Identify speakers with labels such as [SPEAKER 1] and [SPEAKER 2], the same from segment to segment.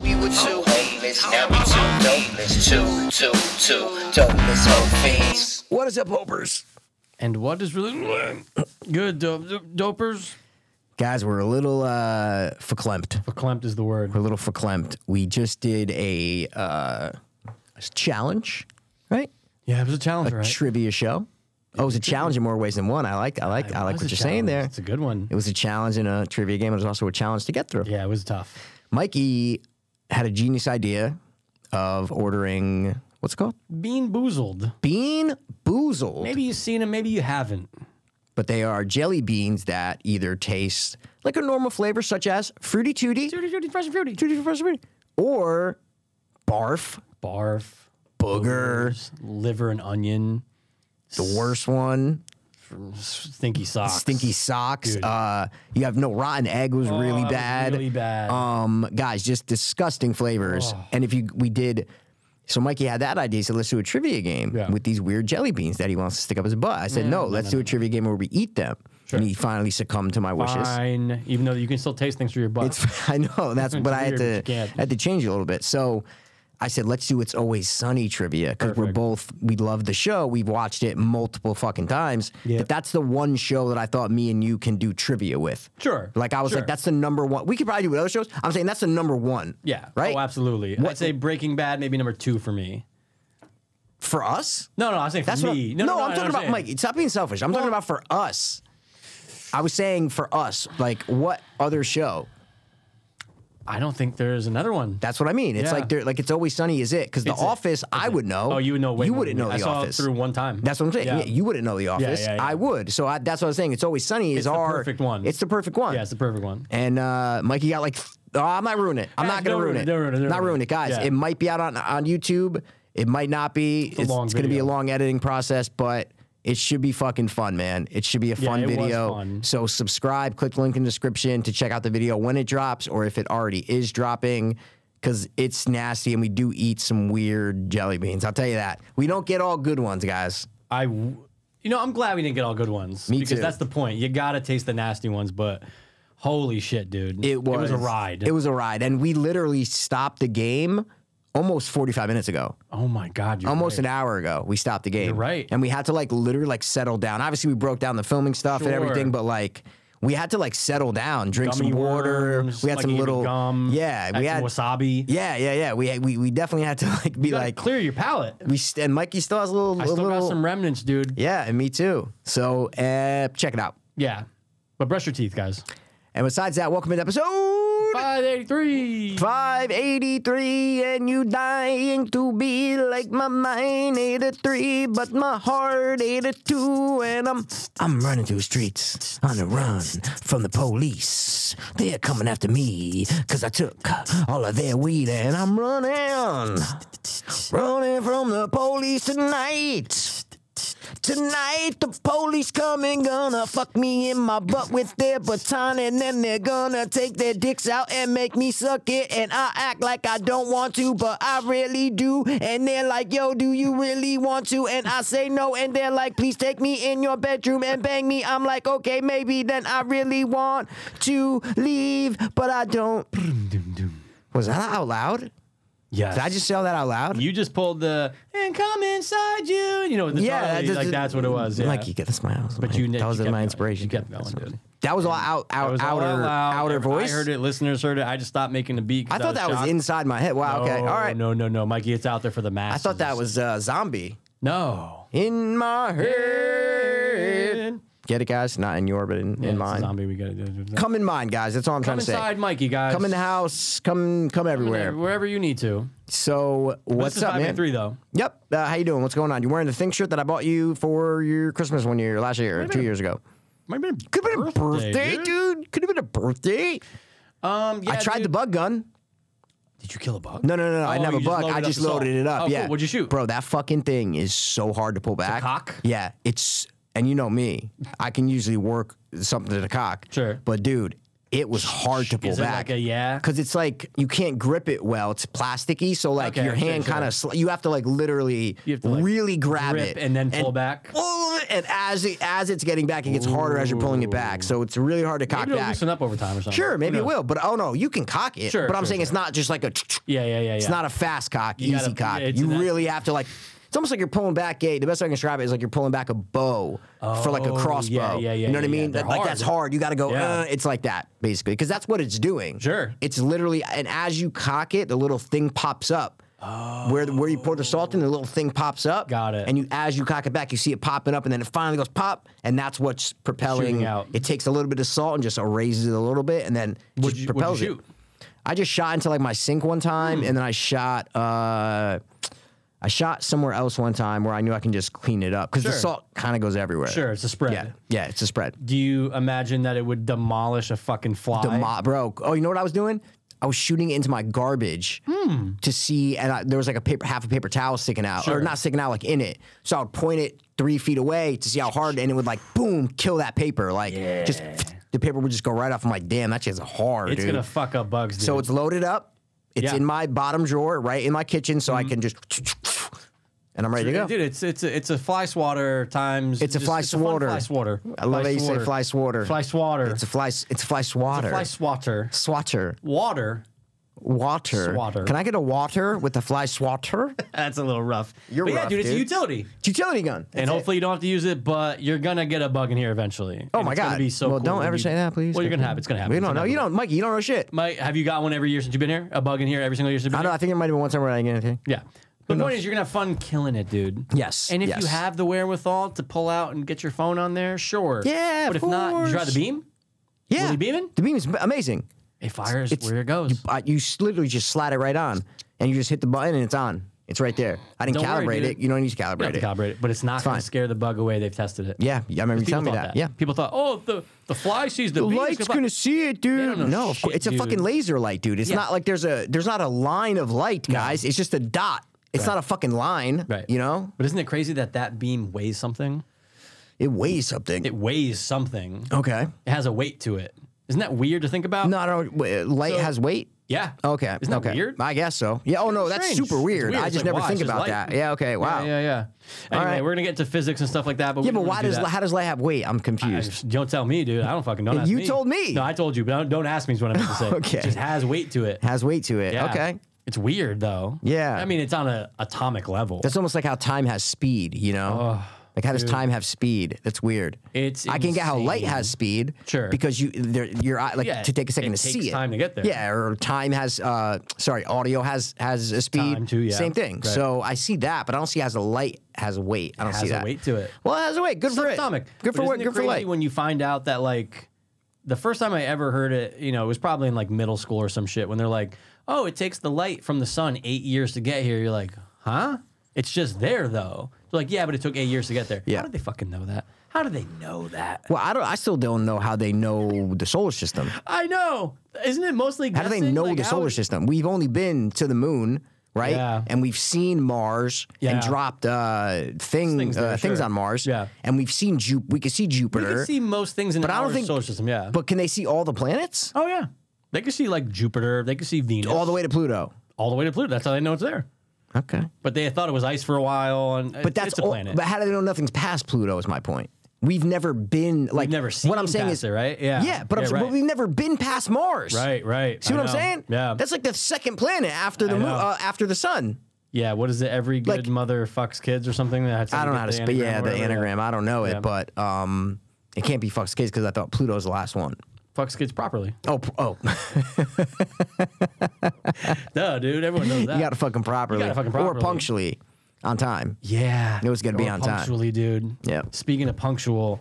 [SPEAKER 1] with two homeless, now we two domeless, two, two, two domeless hoe fiends.
[SPEAKER 2] What is up, Hopers?
[SPEAKER 3] And what is really good, dope, dopers?
[SPEAKER 2] Guys, we're a little uh, verklempt.
[SPEAKER 3] Verklempt is the word.
[SPEAKER 2] We're a little verklempt. We just did a, uh, a challenge, right?
[SPEAKER 3] Yeah, it was a challenge, right?
[SPEAKER 2] Trivia show. Oh, it was a challenge in more ways than one. I like, I like, I
[SPEAKER 3] It
[SPEAKER 2] like
[SPEAKER 3] was
[SPEAKER 2] what
[SPEAKER 3] a
[SPEAKER 2] you're
[SPEAKER 3] challenge.
[SPEAKER 2] saying there.
[SPEAKER 3] It's a good one.
[SPEAKER 2] It was a challenge in a trivia game. It was also a challenge to get through.
[SPEAKER 3] Yeah, it was tough.
[SPEAKER 2] Mikey had a genius idea of ordering what's it called
[SPEAKER 3] Bean boozled.
[SPEAKER 2] bean boozled.
[SPEAKER 3] Maybe you've seen them, maybe you haven't.
[SPEAKER 2] but they are jelly beans that either taste like a normal flavor, such as fruity tooty,
[SPEAKER 3] Fruity, fruity, fresh and fruity.
[SPEAKER 2] Tutti Frutti Frutti, or barf,
[SPEAKER 3] Barf,
[SPEAKER 2] booger,
[SPEAKER 3] liver and onion,
[SPEAKER 2] the worst one,
[SPEAKER 3] stinky socks.
[SPEAKER 2] stinky socks. Uh, you have no rotten egg was
[SPEAKER 3] Oh,
[SPEAKER 2] really
[SPEAKER 3] that was
[SPEAKER 2] bad.
[SPEAKER 3] Really bad.
[SPEAKER 2] Um, guys, just disgusting flavors. And if you we did. So Mikey had that idea. He said, "Let's do a trivia game
[SPEAKER 3] Yeah.
[SPEAKER 2] with these weird jelly beans that he wants to stick up his butt." I said, "No, let's do a trivia game where we eat them." And he finally succumbed to my wishes.
[SPEAKER 3] Fine. Even though you can still taste things through your butt.
[SPEAKER 2] It's, I know that's, but I
[SPEAKER 3] weird,
[SPEAKER 2] had
[SPEAKER 3] but you
[SPEAKER 2] to
[SPEAKER 3] can't.
[SPEAKER 2] had to change it a little bit. So I said, let's do it's always sunny trivia because we're both we love the show. We've watched it multiple fucking times.
[SPEAKER 3] Yeah.
[SPEAKER 2] But that's the one show that I thought me and you can do trivia with.
[SPEAKER 3] Sure,
[SPEAKER 2] Like I was
[SPEAKER 3] sure.
[SPEAKER 2] like, that's the number one. We could probably do other shows. I'm saying that's the number one.
[SPEAKER 3] yeah.
[SPEAKER 2] Right.
[SPEAKER 3] Oh, absolutely. I'd say Breaking Bad, maybe number two for me.
[SPEAKER 2] For us.
[SPEAKER 3] No, no, I was saying for
[SPEAKER 2] That's what.
[SPEAKER 3] me.
[SPEAKER 2] I'm, no,
[SPEAKER 3] no,
[SPEAKER 2] I'm
[SPEAKER 3] I
[SPEAKER 2] talking about
[SPEAKER 3] understand.
[SPEAKER 2] Mike. Stop being selfish. I'm talking about for us. I was saying for us, like what other show?
[SPEAKER 3] I don't think there's another one.
[SPEAKER 2] That's what I mean. It's
[SPEAKER 3] Yeah.
[SPEAKER 2] like they're like it's always sunny is it? Because the
[SPEAKER 3] It's it.
[SPEAKER 2] Office, I would know.
[SPEAKER 3] Oh, you would know. Way
[SPEAKER 2] you
[SPEAKER 3] more
[SPEAKER 2] wouldn't
[SPEAKER 3] than
[SPEAKER 2] know
[SPEAKER 3] me.
[SPEAKER 2] the
[SPEAKER 3] I saw
[SPEAKER 2] Office
[SPEAKER 3] It through one time.
[SPEAKER 2] That's what I'm saying.
[SPEAKER 3] Yeah.
[SPEAKER 2] Yeah, you wouldn't know the Office.
[SPEAKER 3] yeah, yeah.
[SPEAKER 2] I would. So I, that's what I was saying. It's always sunny is
[SPEAKER 3] the
[SPEAKER 2] our
[SPEAKER 3] perfect one.
[SPEAKER 2] It's the perfect one.
[SPEAKER 3] yeah, it's the perfect one.
[SPEAKER 2] And uh, Mikey got like, oh, I'm not ruining it. I'm
[SPEAKER 3] Guys,
[SPEAKER 2] not gonna
[SPEAKER 3] don't
[SPEAKER 2] ruin
[SPEAKER 3] ruin
[SPEAKER 2] it.
[SPEAKER 3] it, don't ruin it, don't
[SPEAKER 2] Not
[SPEAKER 3] ruin
[SPEAKER 2] ruin
[SPEAKER 3] it.
[SPEAKER 2] it, guys.
[SPEAKER 3] Yeah.
[SPEAKER 2] It might be out on on YouTube. It might not be. It's,
[SPEAKER 3] long
[SPEAKER 2] gonna be a
[SPEAKER 3] video.
[SPEAKER 2] long editing process, but. It should be fucking fun, man. It should be a fun
[SPEAKER 3] it was
[SPEAKER 2] video.
[SPEAKER 3] fun.
[SPEAKER 2] So subscribe, click the link in the description to check out the video when it drops or if it already is dropping cuz it's nasty and we do eat some weird jelly beans. I'll tell you that. We don't get all good ones, guys.
[SPEAKER 3] I, w- you know, I'm glad we didn't get all good ones.
[SPEAKER 2] Me
[SPEAKER 3] because
[SPEAKER 2] too.
[SPEAKER 3] that's the point. You gotta taste the nasty ones, but holy shit, dude,
[SPEAKER 2] It was,
[SPEAKER 3] a ride.
[SPEAKER 2] It was a ride and we literally stopped the game almost 45 minutes ago.
[SPEAKER 3] oh my god, you're
[SPEAKER 2] almost
[SPEAKER 3] right.
[SPEAKER 2] an hour ago we stopped the game
[SPEAKER 3] right.
[SPEAKER 2] and we had to like literally like settle down obviously we broke down the filming stuff and
[SPEAKER 3] Sure.
[SPEAKER 2] everything but like we had to like settle down drink
[SPEAKER 3] Gummy
[SPEAKER 2] some water
[SPEAKER 3] worms,
[SPEAKER 2] we had
[SPEAKER 3] like
[SPEAKER 2] some
[SPEAKER 3] even
[SPEAKER 2] little
[SPEAKER 3] gum.
[SPEAKER 2] yeah we
[SPEAKER 3] had
[SPEAKER 2] had
[SPEAKER 3] some wasabi.
[SPEAKER 2] yeah yeah yeah we, we we definitely had to like be
[SPEAKER 3] Gotta
[SPEAKER 2] like
[SPEAKER 3] clear your palate.
[SPEAKER 2] we st- and mikey still has a little,
[SPEAKER 3] I
[SPEAKER 2] a
[SPEAKER 3] still
[SPEAKER 2] little
[SPEAKER 3] got some remnants, dude.
[SPEAKER 2] yeah and me too so uh check it out
[SPEAKER 3] Yeah, but brush your teeth, guys.
[SPEAKER 2] and besides that welcome to episode
[SPEAKER 3] Five eighty three.
[SPEAKER 2] 583 and you dying to be like my mind 83 but my heart 82 and I'm I'm running through the streets on the run from the police they're coming after me cuz I took all of their weed and I'm running running from the police tonight Tonight the police coming gonna fuck me in my butt with their baton and then they're gonna take their dicks out and make me suck it and I act like I don't want to but I really do and they're like yo do you really want to and I say no and they're like please take me in your bedroom and bang me I'm like okay maybe then I really want to leave but I don't Was that out loud?
[SPEAKER 3] Yes.
[SPEAKER 2] Did I just say all that out loud?
[SPEAKER 3] You just pulled the and come inside you. You know, the
[SPEAKER 2] yeah,
[SPEAKER 3] yeah,
[SPEAKER 2] that just-
[SPEAKER 3] like that's what it was. Yeah.
[SPEAKER 2] Mikey, get the smiles.
[SPEAKER 3] but you,
[SPEAKER 2] that was
[SPEAKER 3] you kept
[SPEAKER 2] my
[SPEAKER 3] going.
[SPEAKER 2] inspiration.
[SPEAKER 3] You kept going, dude.
[SPEAKER 2] That was all out,
[SPEAKER 3] It
[SPEAKER 2] out
[SPEAKER 3] was all
[SPEAKER 2] outer,
[SPEAKER 3] out loud.
[SPEAKER 2] outer
[SPEAKER 3] Everyone-
[SPEAKER 2] voice.
[SPEAKER 3] I heard it. Listeners heard it. I just stopped making the beat. 'cause
[SPEAKER 2] I thought that was
[SPEAKER 3] shocked.
[SPEAKER 2] inside my head. Wow. okay. All
[SPEAKER 3] No,
[SPEAKER 2] right.
[SPEAKER 3] No, no, no, Mikey. It's out there for the mass.
[SPEAKER 2] I thought that was uh, zombie
[SPEAKER 3] no.
[SPEAKER 2] in my head.
[SPEAKER 3] It's
[SPEAKER 2] Get it, guys? Not in your, but in,
[SPEAKER 3] a
[SPEAKER 2] in mine.
[SPEAKER 3] Zombie. We gotta do. do- do-
[SPEAKER 2] Come in mine, guys. That's all I'm
[SPEAKER 3] Come
[SPEAKER 2] trying to
[SPEAKER 3] inside,
[SPEAKER 2] say.
[SPEAKER 3] Mikey, guys.
[SPEAKER 2] Come in the house. Come, come everywhere.
[SPEAKER 3] wherever you need to.
[SPEAKER 2] So what's
[SPEAKER 3] this is
[SPEAKER 2] up, man?
[SPEAKER 3] Three though.
[SPEAKER 2] Yep. Uh, how you doing? What's going on? You wearing the Think shirt that I bought you for your Christmas one year, last year, or two years ago?
[SPEAKER 3] Might have been
[SPEAKER 2] Could have been a birthday, dude. Could have been a birthday.
[SPEAKER 3] Um, yeah,
[SPEAKER 2] I tried
[SPEAKER 3] dude.
[SPEAKER 2] the bug gun.
[SPEAKER 3] Did you kill a bug?
[SPEAKER 2] No, no, no, no. I
[SPEAKER 3] Oh,
[SPEAKER 2] never
[SPEAKER 3] you just
[SPEAKER 2] bugged.
[SPEAKER 3] loaded
[SPEAKER 2] I
[SPEAKER 3] up
[SPEAKER 2] just
[SPEAKER 3] the
[SPEAKER 2] loaded
[SPEAKER 3] salt.
[SPEAKER 2] it up.
[SPEAKER 3] Oh,
[SPEAKER 2] yeah.
[SPEAKER 3] cool. What'd you shoot?
[SPEAKER 2] Bro, that fucking thing is so hard to pull back.
[SPEAKER 3] cock?
[SPEAKER 2] Yeah. It's and you know me. I can usually work something to the cock.
[SPEAKER 3] Sure.
[SPEAKER 2] But dude, it was hard to pull
[SPEAKER 3] Is it
[SPEAKER 2] back.
[SPEAKER 3] like a yeah?
[SPEAKER 2] Because it's like you can't grip it well. It's plasticky, so like
[SPEAKER 3] Okay,
[SPEAKER 2] your
[SPEAKER 3] sure,
[SPEAKER 2] hand
[SPEAKER 3] sure.
[SPEAKER 2] kind of sl- you have to like literally
[SPEAKER 3] You have to, like,
[SPEAKER 2] really grab
[SPEAKER 3] grip
[SPEAKER 2] it
[SPEAKER 3] and then pull back?
[SPEAKER 2] pull it, And as it, as it's getting back, it gets harder as you're pulling it back. So it's really hard to cock
[SPEAKER 3] Maybe it'll
[SPEAKER 2] back.
[SPEAKER 3] loosen up over time or something.
[SPEAKER 2] Sure, maybe
[SPEAKER 3] Who
[SPEAKER 2] it
[SPEAKER 3] knows?
[SPEAKER 2] will. But oh no, you can cock it.
[SPEAKER 3] Sure,
[SPEAKER 2] but I'm
[SPEAKER 3] sure,
[SPEAKER 2] saying it's not just like a.
[SPEAKER 3] Yeah, yeah, yeah, yeah.
[SPEAKER 2] It's not a fast cock,
[SPEAKER 3] You
[SPEAKER 2] easy
[SPEAKER 3] gotta-
[SPEAKER 2] cock.
[SPEAKER 3] yeah, it's
[SPEAKER 2] you
[SPEAKER 3] an-
[SPEAKER 2] really have to like. It's almost like you're pulling back a. The best way I can describe it is like you're pulling back a bow for like a
[SPEAKER 3] Oh,
[SPEAKER 2] crossbow.
[SPEAKER 3] yeah, yeah, yeah,
[SPEAKER 2] you know what I
[SPEAKER 3] yeah, yeah.
[SPEAKER 2] mean?
[SPEAKER 3] They're
[SPEAKER 2] That- like
[SPEAKER 3] hard.
[SPEAKER 2] that's hard. You got to go.
[SPEAKER 3] Yeah.
[SPEAKER 2] Uh, it's like that basically because that's what it's doing.
[SPEAKER 3] Sure.
[SPEAKER 2] It's literally and as you cock it, the little thing pops up. Where where you pour the salt in, the little thing pops up.
[SPEAKER 3] Got it.
[SPEAKER 2] And you as you cock it back, you see it popping up, and then it finally goes pop, and that's what's propelling.
[SPEAKER 3] Shooting out.
[SPEAKER 2] It takes a little bit of salt and just erases it a little bit, and then
[SPEAKER 3] What'd
[SPEAKER 2] just
[SPEAKER 3] you- what'd you
[SPEAKER 2] propels it.
[SPEAKER 3] shoot?
[SPEAKER 2] I just shot into like my sink one time, and then I shot. Uh, I shot somewhere else one time where I knew I can just clean it up because the
[SPEAKER 3] Sure.
[SPEAKER 2] salt kind of goes everywhere.
[SPEAKER 3] Sure, it's a spread.
[SPEAKER 2] Yeah, yeah, it's a spread.
[SPEAKER 3] Do you imagine that it would demolish a fucking fly?
[SPEAKER 2] The mo- bro. Oh, you know what I was doing? I was shooting it into my garbage to see, and I, there was like a paper, half a paper towel sticking out,
[SPEAKER 3] Hmm.
[SPEAKER 2] or
[SPEAKER 3] Sure.
[SPEAKER 2] not sticking out, like in it. So I would point it three feet away to see how hard, and it would like boom, kill that paper. Like just the paper would just go right off. I'm like, damn, that shit's hard.
[SPEAKER 3] it's
[SPEAKER 2] dude.
[SPEAKER 3] gonna fuck up bugs. Dude.
[SPEAKER 2] So it's loaded up. It's
[SPEAKER 3] Yeah. Mm-hmm.
[SPEAKER 2] in my bottom drawer, right in my kitchen, so I can just and I'm ready to go.
[SPEAKER 3] dude, it's it's a, it's a fly swatter times.
[SPEAKER 2] It's a fly
[SPEAKER 3] fun
[SPEAKER 2] swatter.
[SPEAKER 3] Fly swatter.
[SPEAKER 2] I
[SPEAKER 3] Fly
[SPEAKER 2] love how you say
[SPEAKER 3] swatter.
[SPEAKER 2] fly swatter.
[SPEAKER 3] Fly swatter.
[SPEAKER 2] It's a fly. s- It's a fly swatter.
[SPEAKER 3] fly swatter.
[SPEAKER 2] swatter.
[SPEAKER 3] Water.
[SPEAKER 2] Water.
[SPEAKER 3] Swatter.
[SPEAKER 2] Can I get a water with a fly swatter?
[SPEAKER 3] That's a little rough.
[SPEAKER 2] You're
[SPEAKER 3] but yeah,
[SPEAKER 2] rough,
[SPEAKER 3] dude. It's a
[SPEAKER 2] dude.
[SPEAKER 3] utility.
[SPEAKER 2] Utility gun.
[SPEAKER 3] and
[SPEAKER 2] That's it.
[SPEAKER 3] hopefully you don't have to use it, but you're gonna get a bug in here eventually. Oh
[SPEAKER 2] my
[SPEAKER 3] it's gonna
[SPEAKER 2] God.
[SPEAKER 3] be so
[SPEAKER 2] Well,
[SPEAKER 3] cool
[SPEAKER 2] don't
[SPEAKER 3] when
[SPEAKER 2] ever
[SPEAKER 3] you-
[SPEAKER 2] say that, please.
[SPEAKER 3] Well, you're gonna have. It's gonna happen.
[SPEAKER 2] we
[SPEAKER 3] It's
[SPEAKER 2] don't know. You
[SPEAKER 3] inevitable.
[SPEAKER 2] don't, Mikey. You don't know shit.
[SPEAKER 3] Mike, have you got one every year since you've been here? A bug in here every single year since you've been
[SPEAKER 2] I don't know. I
[SPEAKER 3] here.
[SPEAKER 2] think there might have been one time where I didn't get anything.
[SPEAKER 3] Yeah. The point is, you're gonna have fun killing it, dude.
[SPEAKER 2] Yes,
[SPEAKER 3] And if
[SPEAKER 2] yes.
[SPEAKER 3] you have the wherewithal to pull out and get your phone on there, sure.
[SPEAKER 2] Yeah,
[SPEAKER 3] But
[SPEAKER 2] of
[SPEAKER 3] if not, you try the
[SPEAKER 2] course.
[SPEAKER 3] beam.
[SPEAKER 2] Yeah.
[SPEAKER 3] he beaming?
[SPEAKER 2] The beam is amazing.
[SPEAKER 3] It fires
[SPEAKER 2] It's-
[SPEAKER 3] where it goes.
[SPEAKER 2] I, you s- literally just slide it right on, and you just hit the button, and it's on. It's right there. I didn't
[SPEAKER 3] Don't
[SPEAKER 2] calibrate
[SPEAKER 3] worry, dude.
[SPEAKER 2] it. You don't need to
[SPEAKER 3] You don't
[SPEAKER 2] calibrate
[SPEAKER 3] have
[SPEAKER 2] it.
[SPEAKER 3] to calibrate it, but it's not going
[SPEAKER 2] fine.
[SPEAKER 3] to scare the bug away. They've tested it.
[SPEAKER 2] yeah, yeah, I remember you
[SPEAKER 3] People
[SPEAKER 2] telling me
[SPEAKER 3] thought
[SPEAKER 2] that. Yeah.
[SPEAKER 3] People thought, oh, the, the fly sees the,
[SPEAKER 2] The
[SPEAKER 3] beam, it's
[SPEAKER 2] light's
[SPEAKER 3] fly."
[SPEAKER 2] gonna see it, dude.
[SPEAKER 3] don't know
[SPEAKER 2] no, of course.
[SPEAKER 3] shit,
[SPEAKER 2] it's a fucking
[SPEAKER 3] dude.
[SPEAKER 2] laser light, dude. It's
[SPEAKER 3] Yeah.
[SPEAKER 2] not like there's a there's not a line of light, guys. It's just a dot. It's not a fucking line.
[SPEAKER 3] Right.
[SPEAKER 2] You know,
[SPEAKER 3] But isn't it crazy that that beam weighs something?
[SPEAKER 2] it weighs something.
[SPEAKER 3] It weighs something.
[SPEAKER 2] okay.
[SPEAKER 3] It has a weight to it. Isn't that weird to think about?
[SPEAKER 2] No, I don't. wait, uh, Light
[SPEAKER 3] So-
[SPEAKER 2] has weight.
[SPEAKER 3] Yeah.
[SPEAKER 2] Okay.
[SPEAKER 3] Isn't that
[SPEAKER 2] okay.
[SPEAKER 3] weird?
[SPEAKER 2] I guess so. Yeah. Oh no, that's
[SPEAKER 3] Strange.
[SPEAKER 2] super
[SPEAKER 3] It's
[SPEAKER 2] weird.
[SPEAKER 3] weird.
[SPEAKER 2] I
[SPEAKER 3] It's
[SPEAKER 2] just
[SPEAKER 3] like,
[SPEAKER 2] never
[SPEAKER 3] why?
[SPEAKER 2] think
[SPEAKER 3] It's just
[SPEAKER 2] about
[SPEAKER 3] light.
[SPEAKER 2] that. Yeah. Okay. Wow.
[SPEAKER 3] Yeah, yeah, yeah. Anyway,
[SPEAKER 2] right.
[SPEAKER 3] we're gonna get to physics and stuff like that, but we
[SPEAKER 2] Yeah, but
[SPEAKER 3] don't
[SPEAKER 2] why
[SPEAKER 3] do
[SPEAKER 2] does
[SPEAKER 3] that.
[SPEAKER 2] how does light have weight? I'm confused.
[SPEAKER 3] Just don't tell me, dude? I don't fucking don't. Ask
[SPEAKER 2] you told me.
[SPEAKER 3] No, I told you, but don't, don't ask me. Is what I meant to say.
[SPEAKER 2] Okay.
[SPEAKER 3] It just has weight to it.
[SPEAKER 2] has weight to it.
[SPEAKER 3] Yeah.
[SPEAKER 2] Okay.
[SPEAKER 3] It's weird though.
[SPEAKER 2] Yeah.
[SPEAKER 3] I mean, it's on an atomic level.
[SPEAKER 2] That's almost like how time has speed. You know. like how does time have speed? That's weird.
[SPEAKER 3] It's
[SPEAKER 2] I can get how light
[SPEAKER 3] insane.
[SPEAKER 2] has speed.
[SPEAKER 3] Sure.
[SPEAKER 2] Because you there your eye like
[SPEAKER 3] Yeah,
[SPEAKER 2] to take a second
[SPEAKER 3] it
[SPEAKER 2] to
[SPEAKER 3] takes
[SPEAKER 2] see it.
[SPEAKER 3] time to get there.
[SPEAKER 2] Yeah, or time has uh sorry, audio has has a speed.
[SPEAKER 3] Time too, yeah.
[SPEAKER 2] Same thing.
[SPEAKER 3] Right.
[SPEAKER 2] So I see that, but I don't see as a light has weight. I don't
[SPEAKER 3] has
[SPEAKER 2] see
[SPEAKER 3] a
[SPEAKER 2] that.
[SPEAKER 3] weight to it.
[SPEAKER 2] Well, it has a weight. Good for
[SPEAKER 3] It's
[SPEAKER 2] it.
[SPEAKER 3] atomic. But
[SPEAKER 2] Good for
[SPEAKER 3] isn't
[SPEAKER 2] what?
[SPEAKER 3] it
[SPEAKER 2] Good for
[SPEAKER 3] crazy
[SPEAKER 2] light.
[SPEAKER 3] When you find out that like the first time I ever heard it, you know, it was probably in like middle school or some shit when they're like, "Oh, it takes the light from the sun 8 years to get here." You're like, "Huh? It's just there though." They're like, "Yeah, but it took 8 years to get there."
[SPEAKER 2] Yeah.
[SPEAKER 3] How did they fucking know that? How do they know that?
[SPEAKER 2] Well, I don't. I still don't know how they know the solar system.
[SPEAKER 3] I know. Isn't it mostly
[SPEAKER 2] How do they know the solar system? We've only been to the moon, right?
[SPEAKER 3] Yeah.
[SPEAKER 2] And we've seen Mars
[SPEAKER 3] Yeah.
[SPEAKER 2] and dropped uh, thing,
[SPEAKER 3] Things
[SPEAKER 2] things,
[SPEAKER 3] there,
[SPEAKER 2] uh, things
[SPEAKER 3] sure.
[SPEAKER 2] on Mars.
[SPEAKER 3] Yeah.
[SPEAKER 2] And we've seen Jupiter. We can see
[SPEAKER 3] You
[SPEAKER 2] Jupiter.
[SPEAKER 3] can see most things in
[SPEAKER 2] But I don't
[SPEAKER 3] our
[SPEAKER 2] think-
[SPEAKER 3] solar system, yeah.
[SPEAKER 2] but can they see all the planets?
[SPEAKER 3] oh yeah. They can see like Jupiter, they can see Venus
[SPEAKER 2] All the way to Pluto.
[SPEAKER 3] all the way to Pluto. That's how they know it's there.
[SPEAKER 2] Okay.
[SPEAKER 3] But they thought it was ice for a while and
[SPEAKER 2] But that's
[SPEAKER 3] it's a
[SPEAKER 2] all-
[SPEAKER 3] planet.
[SPEAKER 2] but how do they know nothing's past Pluto? Is my point. We've never been like
[SPEAKER 3] never seen
[SPEAKER 2] what I'm saying
[SPEAKER 3] past
[SPEAKER 2] is
[SPEAKER 3] it, right? Yeah.
[SPEAKER 2] Yeah, but, I'm,
[SPEAKER 3] Yeah,
[SPEAKER 2] s-
[SPEAKER 3] right.
[SPEAKER 2] but we've never been past Mars.
[SPEAKER 3] Right, right.
[SPEAKER 2] See
[SPEAKER 3] I
[SPEAKER 2] what I'm
[SPEAKER 3] know.
[SPEAKER 2] saying?
[SPEAKER 3] Yeah.
[SPEAKER 2] That's like the second planet after the moon,
[SPEAKER 3] know.
[SPEAKER 2] uh, after the sun.
[SPEAKER 3] yeah. What is it? Every good
[SPEAKER 2] Like-
[SPEAKER 3] mother fucks kids or something. That's
[SPEAKER 2] I don't know how to
[SPEAKER 3] the
[SPEAKER 2] spell. Yeah,
[SPEAKER 3] anagram or
[SPEAKER 2] the
[SPEAKER 3] whatever, yeah.
[SPEAKER 2] anagram. I don't know it, but um, it can't be fucks kids because I thought Pluto's the last one.
[SPEAKER 3] Fucks kids properly.
[SPEAKER 2] Oh, p- oh,
[SPEAKER 3] Duh, dude. Everyone knows that.
[SPEAKER 2] you got to fucking properly,
[SPEAKER 3] fucking
[SPEAKER 2] or
[SPEAKER 3] properly.
[SPEAKER 2] punctually, on time.
[SPEAKER 3] yeah.
[SPEAKER 2] It was gonna be
[SPEAKER 3] Or
[SPEAKER 2] on time.
[SPEAKER 3] punctually, dude.
[SPEAKER 2] Yeah.
[SPEAKER 3] Speaking of punctual,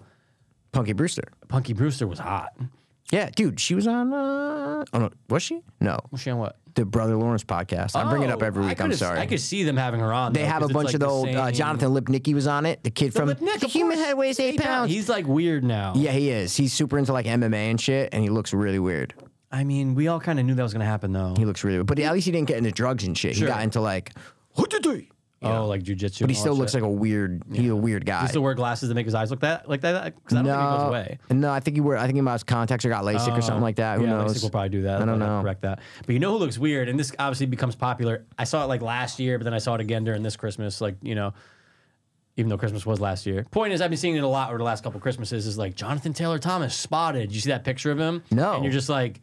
[SPEAKER 2] Punky Brewster.
[SPEAKER 3] Punky Brewster was hot.
[SPEAKER 2] Yeah, dude, she was on. Uh, oh no, was she? No,
[SPEAKER 3] Was she on what?
[SPEAKER 2] the Brother Lawrence podcast. I bring it up
[SPEAKER 3] Oh,
[SPEAKER 2] every
[SPEAKER 3] I
[SPEAKER 2] week. I'm
[SPEAKER 3] could've-
[SPEAKER 2] sorry.
[SPEAKER 3] I could see them having her on.
[SPEAKER 2] they have a bunch of the old uh, Jonathan Lipnicki was on it. The kid from the human head weighs eight pounds.
[SPEAKER 3] He's like weird now.
[SPEAKER 2] yeah, he is. He's super into like MMA and shit, and he looks really weird.
[SPEAKER 3] I mean, we all kind of knew that was gonna happen though.
[SPEAKER 2] He looks really, but at least he didn't get into drugs and shit. He
[SPEAKER 3] Sure.
[SPEAKER 2] got into like, what did they?
[SPEAKER 3] Oh, like jujitsu.
[SPEAKER 2] But he still looks like a weird. He's a weird guy.
[SPEAKER 3] Does he still wear glasses to make his eyes look that like that? Because I don't think he goes away. Uh,
[SPEAKER 2] No, I think he were. I think he might have contacts or got LASIK or something like that. Who
[SPEAKER 3] yeah,
[SPEAKER 2] knows?
[SPEAKER 3] LASIK will probably do that.
[SPEAKER 2] I don't
[SPEAKER 3] They'll
[SPEAKER 2] know.
[SPEAKER 3] Correct that. But you know who looks weird, and this obviously becomes popular. I saw it like last year, but then I saw it again during this Christmas. Like you know, even though Christmas was last year. Point is, I've been seeing it a lot over the last couple Christmases. Is like Jonathan Taylor Thomas spotted. You see that picture of him?
[SPEAKER 2] No.
[SPEAKER 3] And you're just like,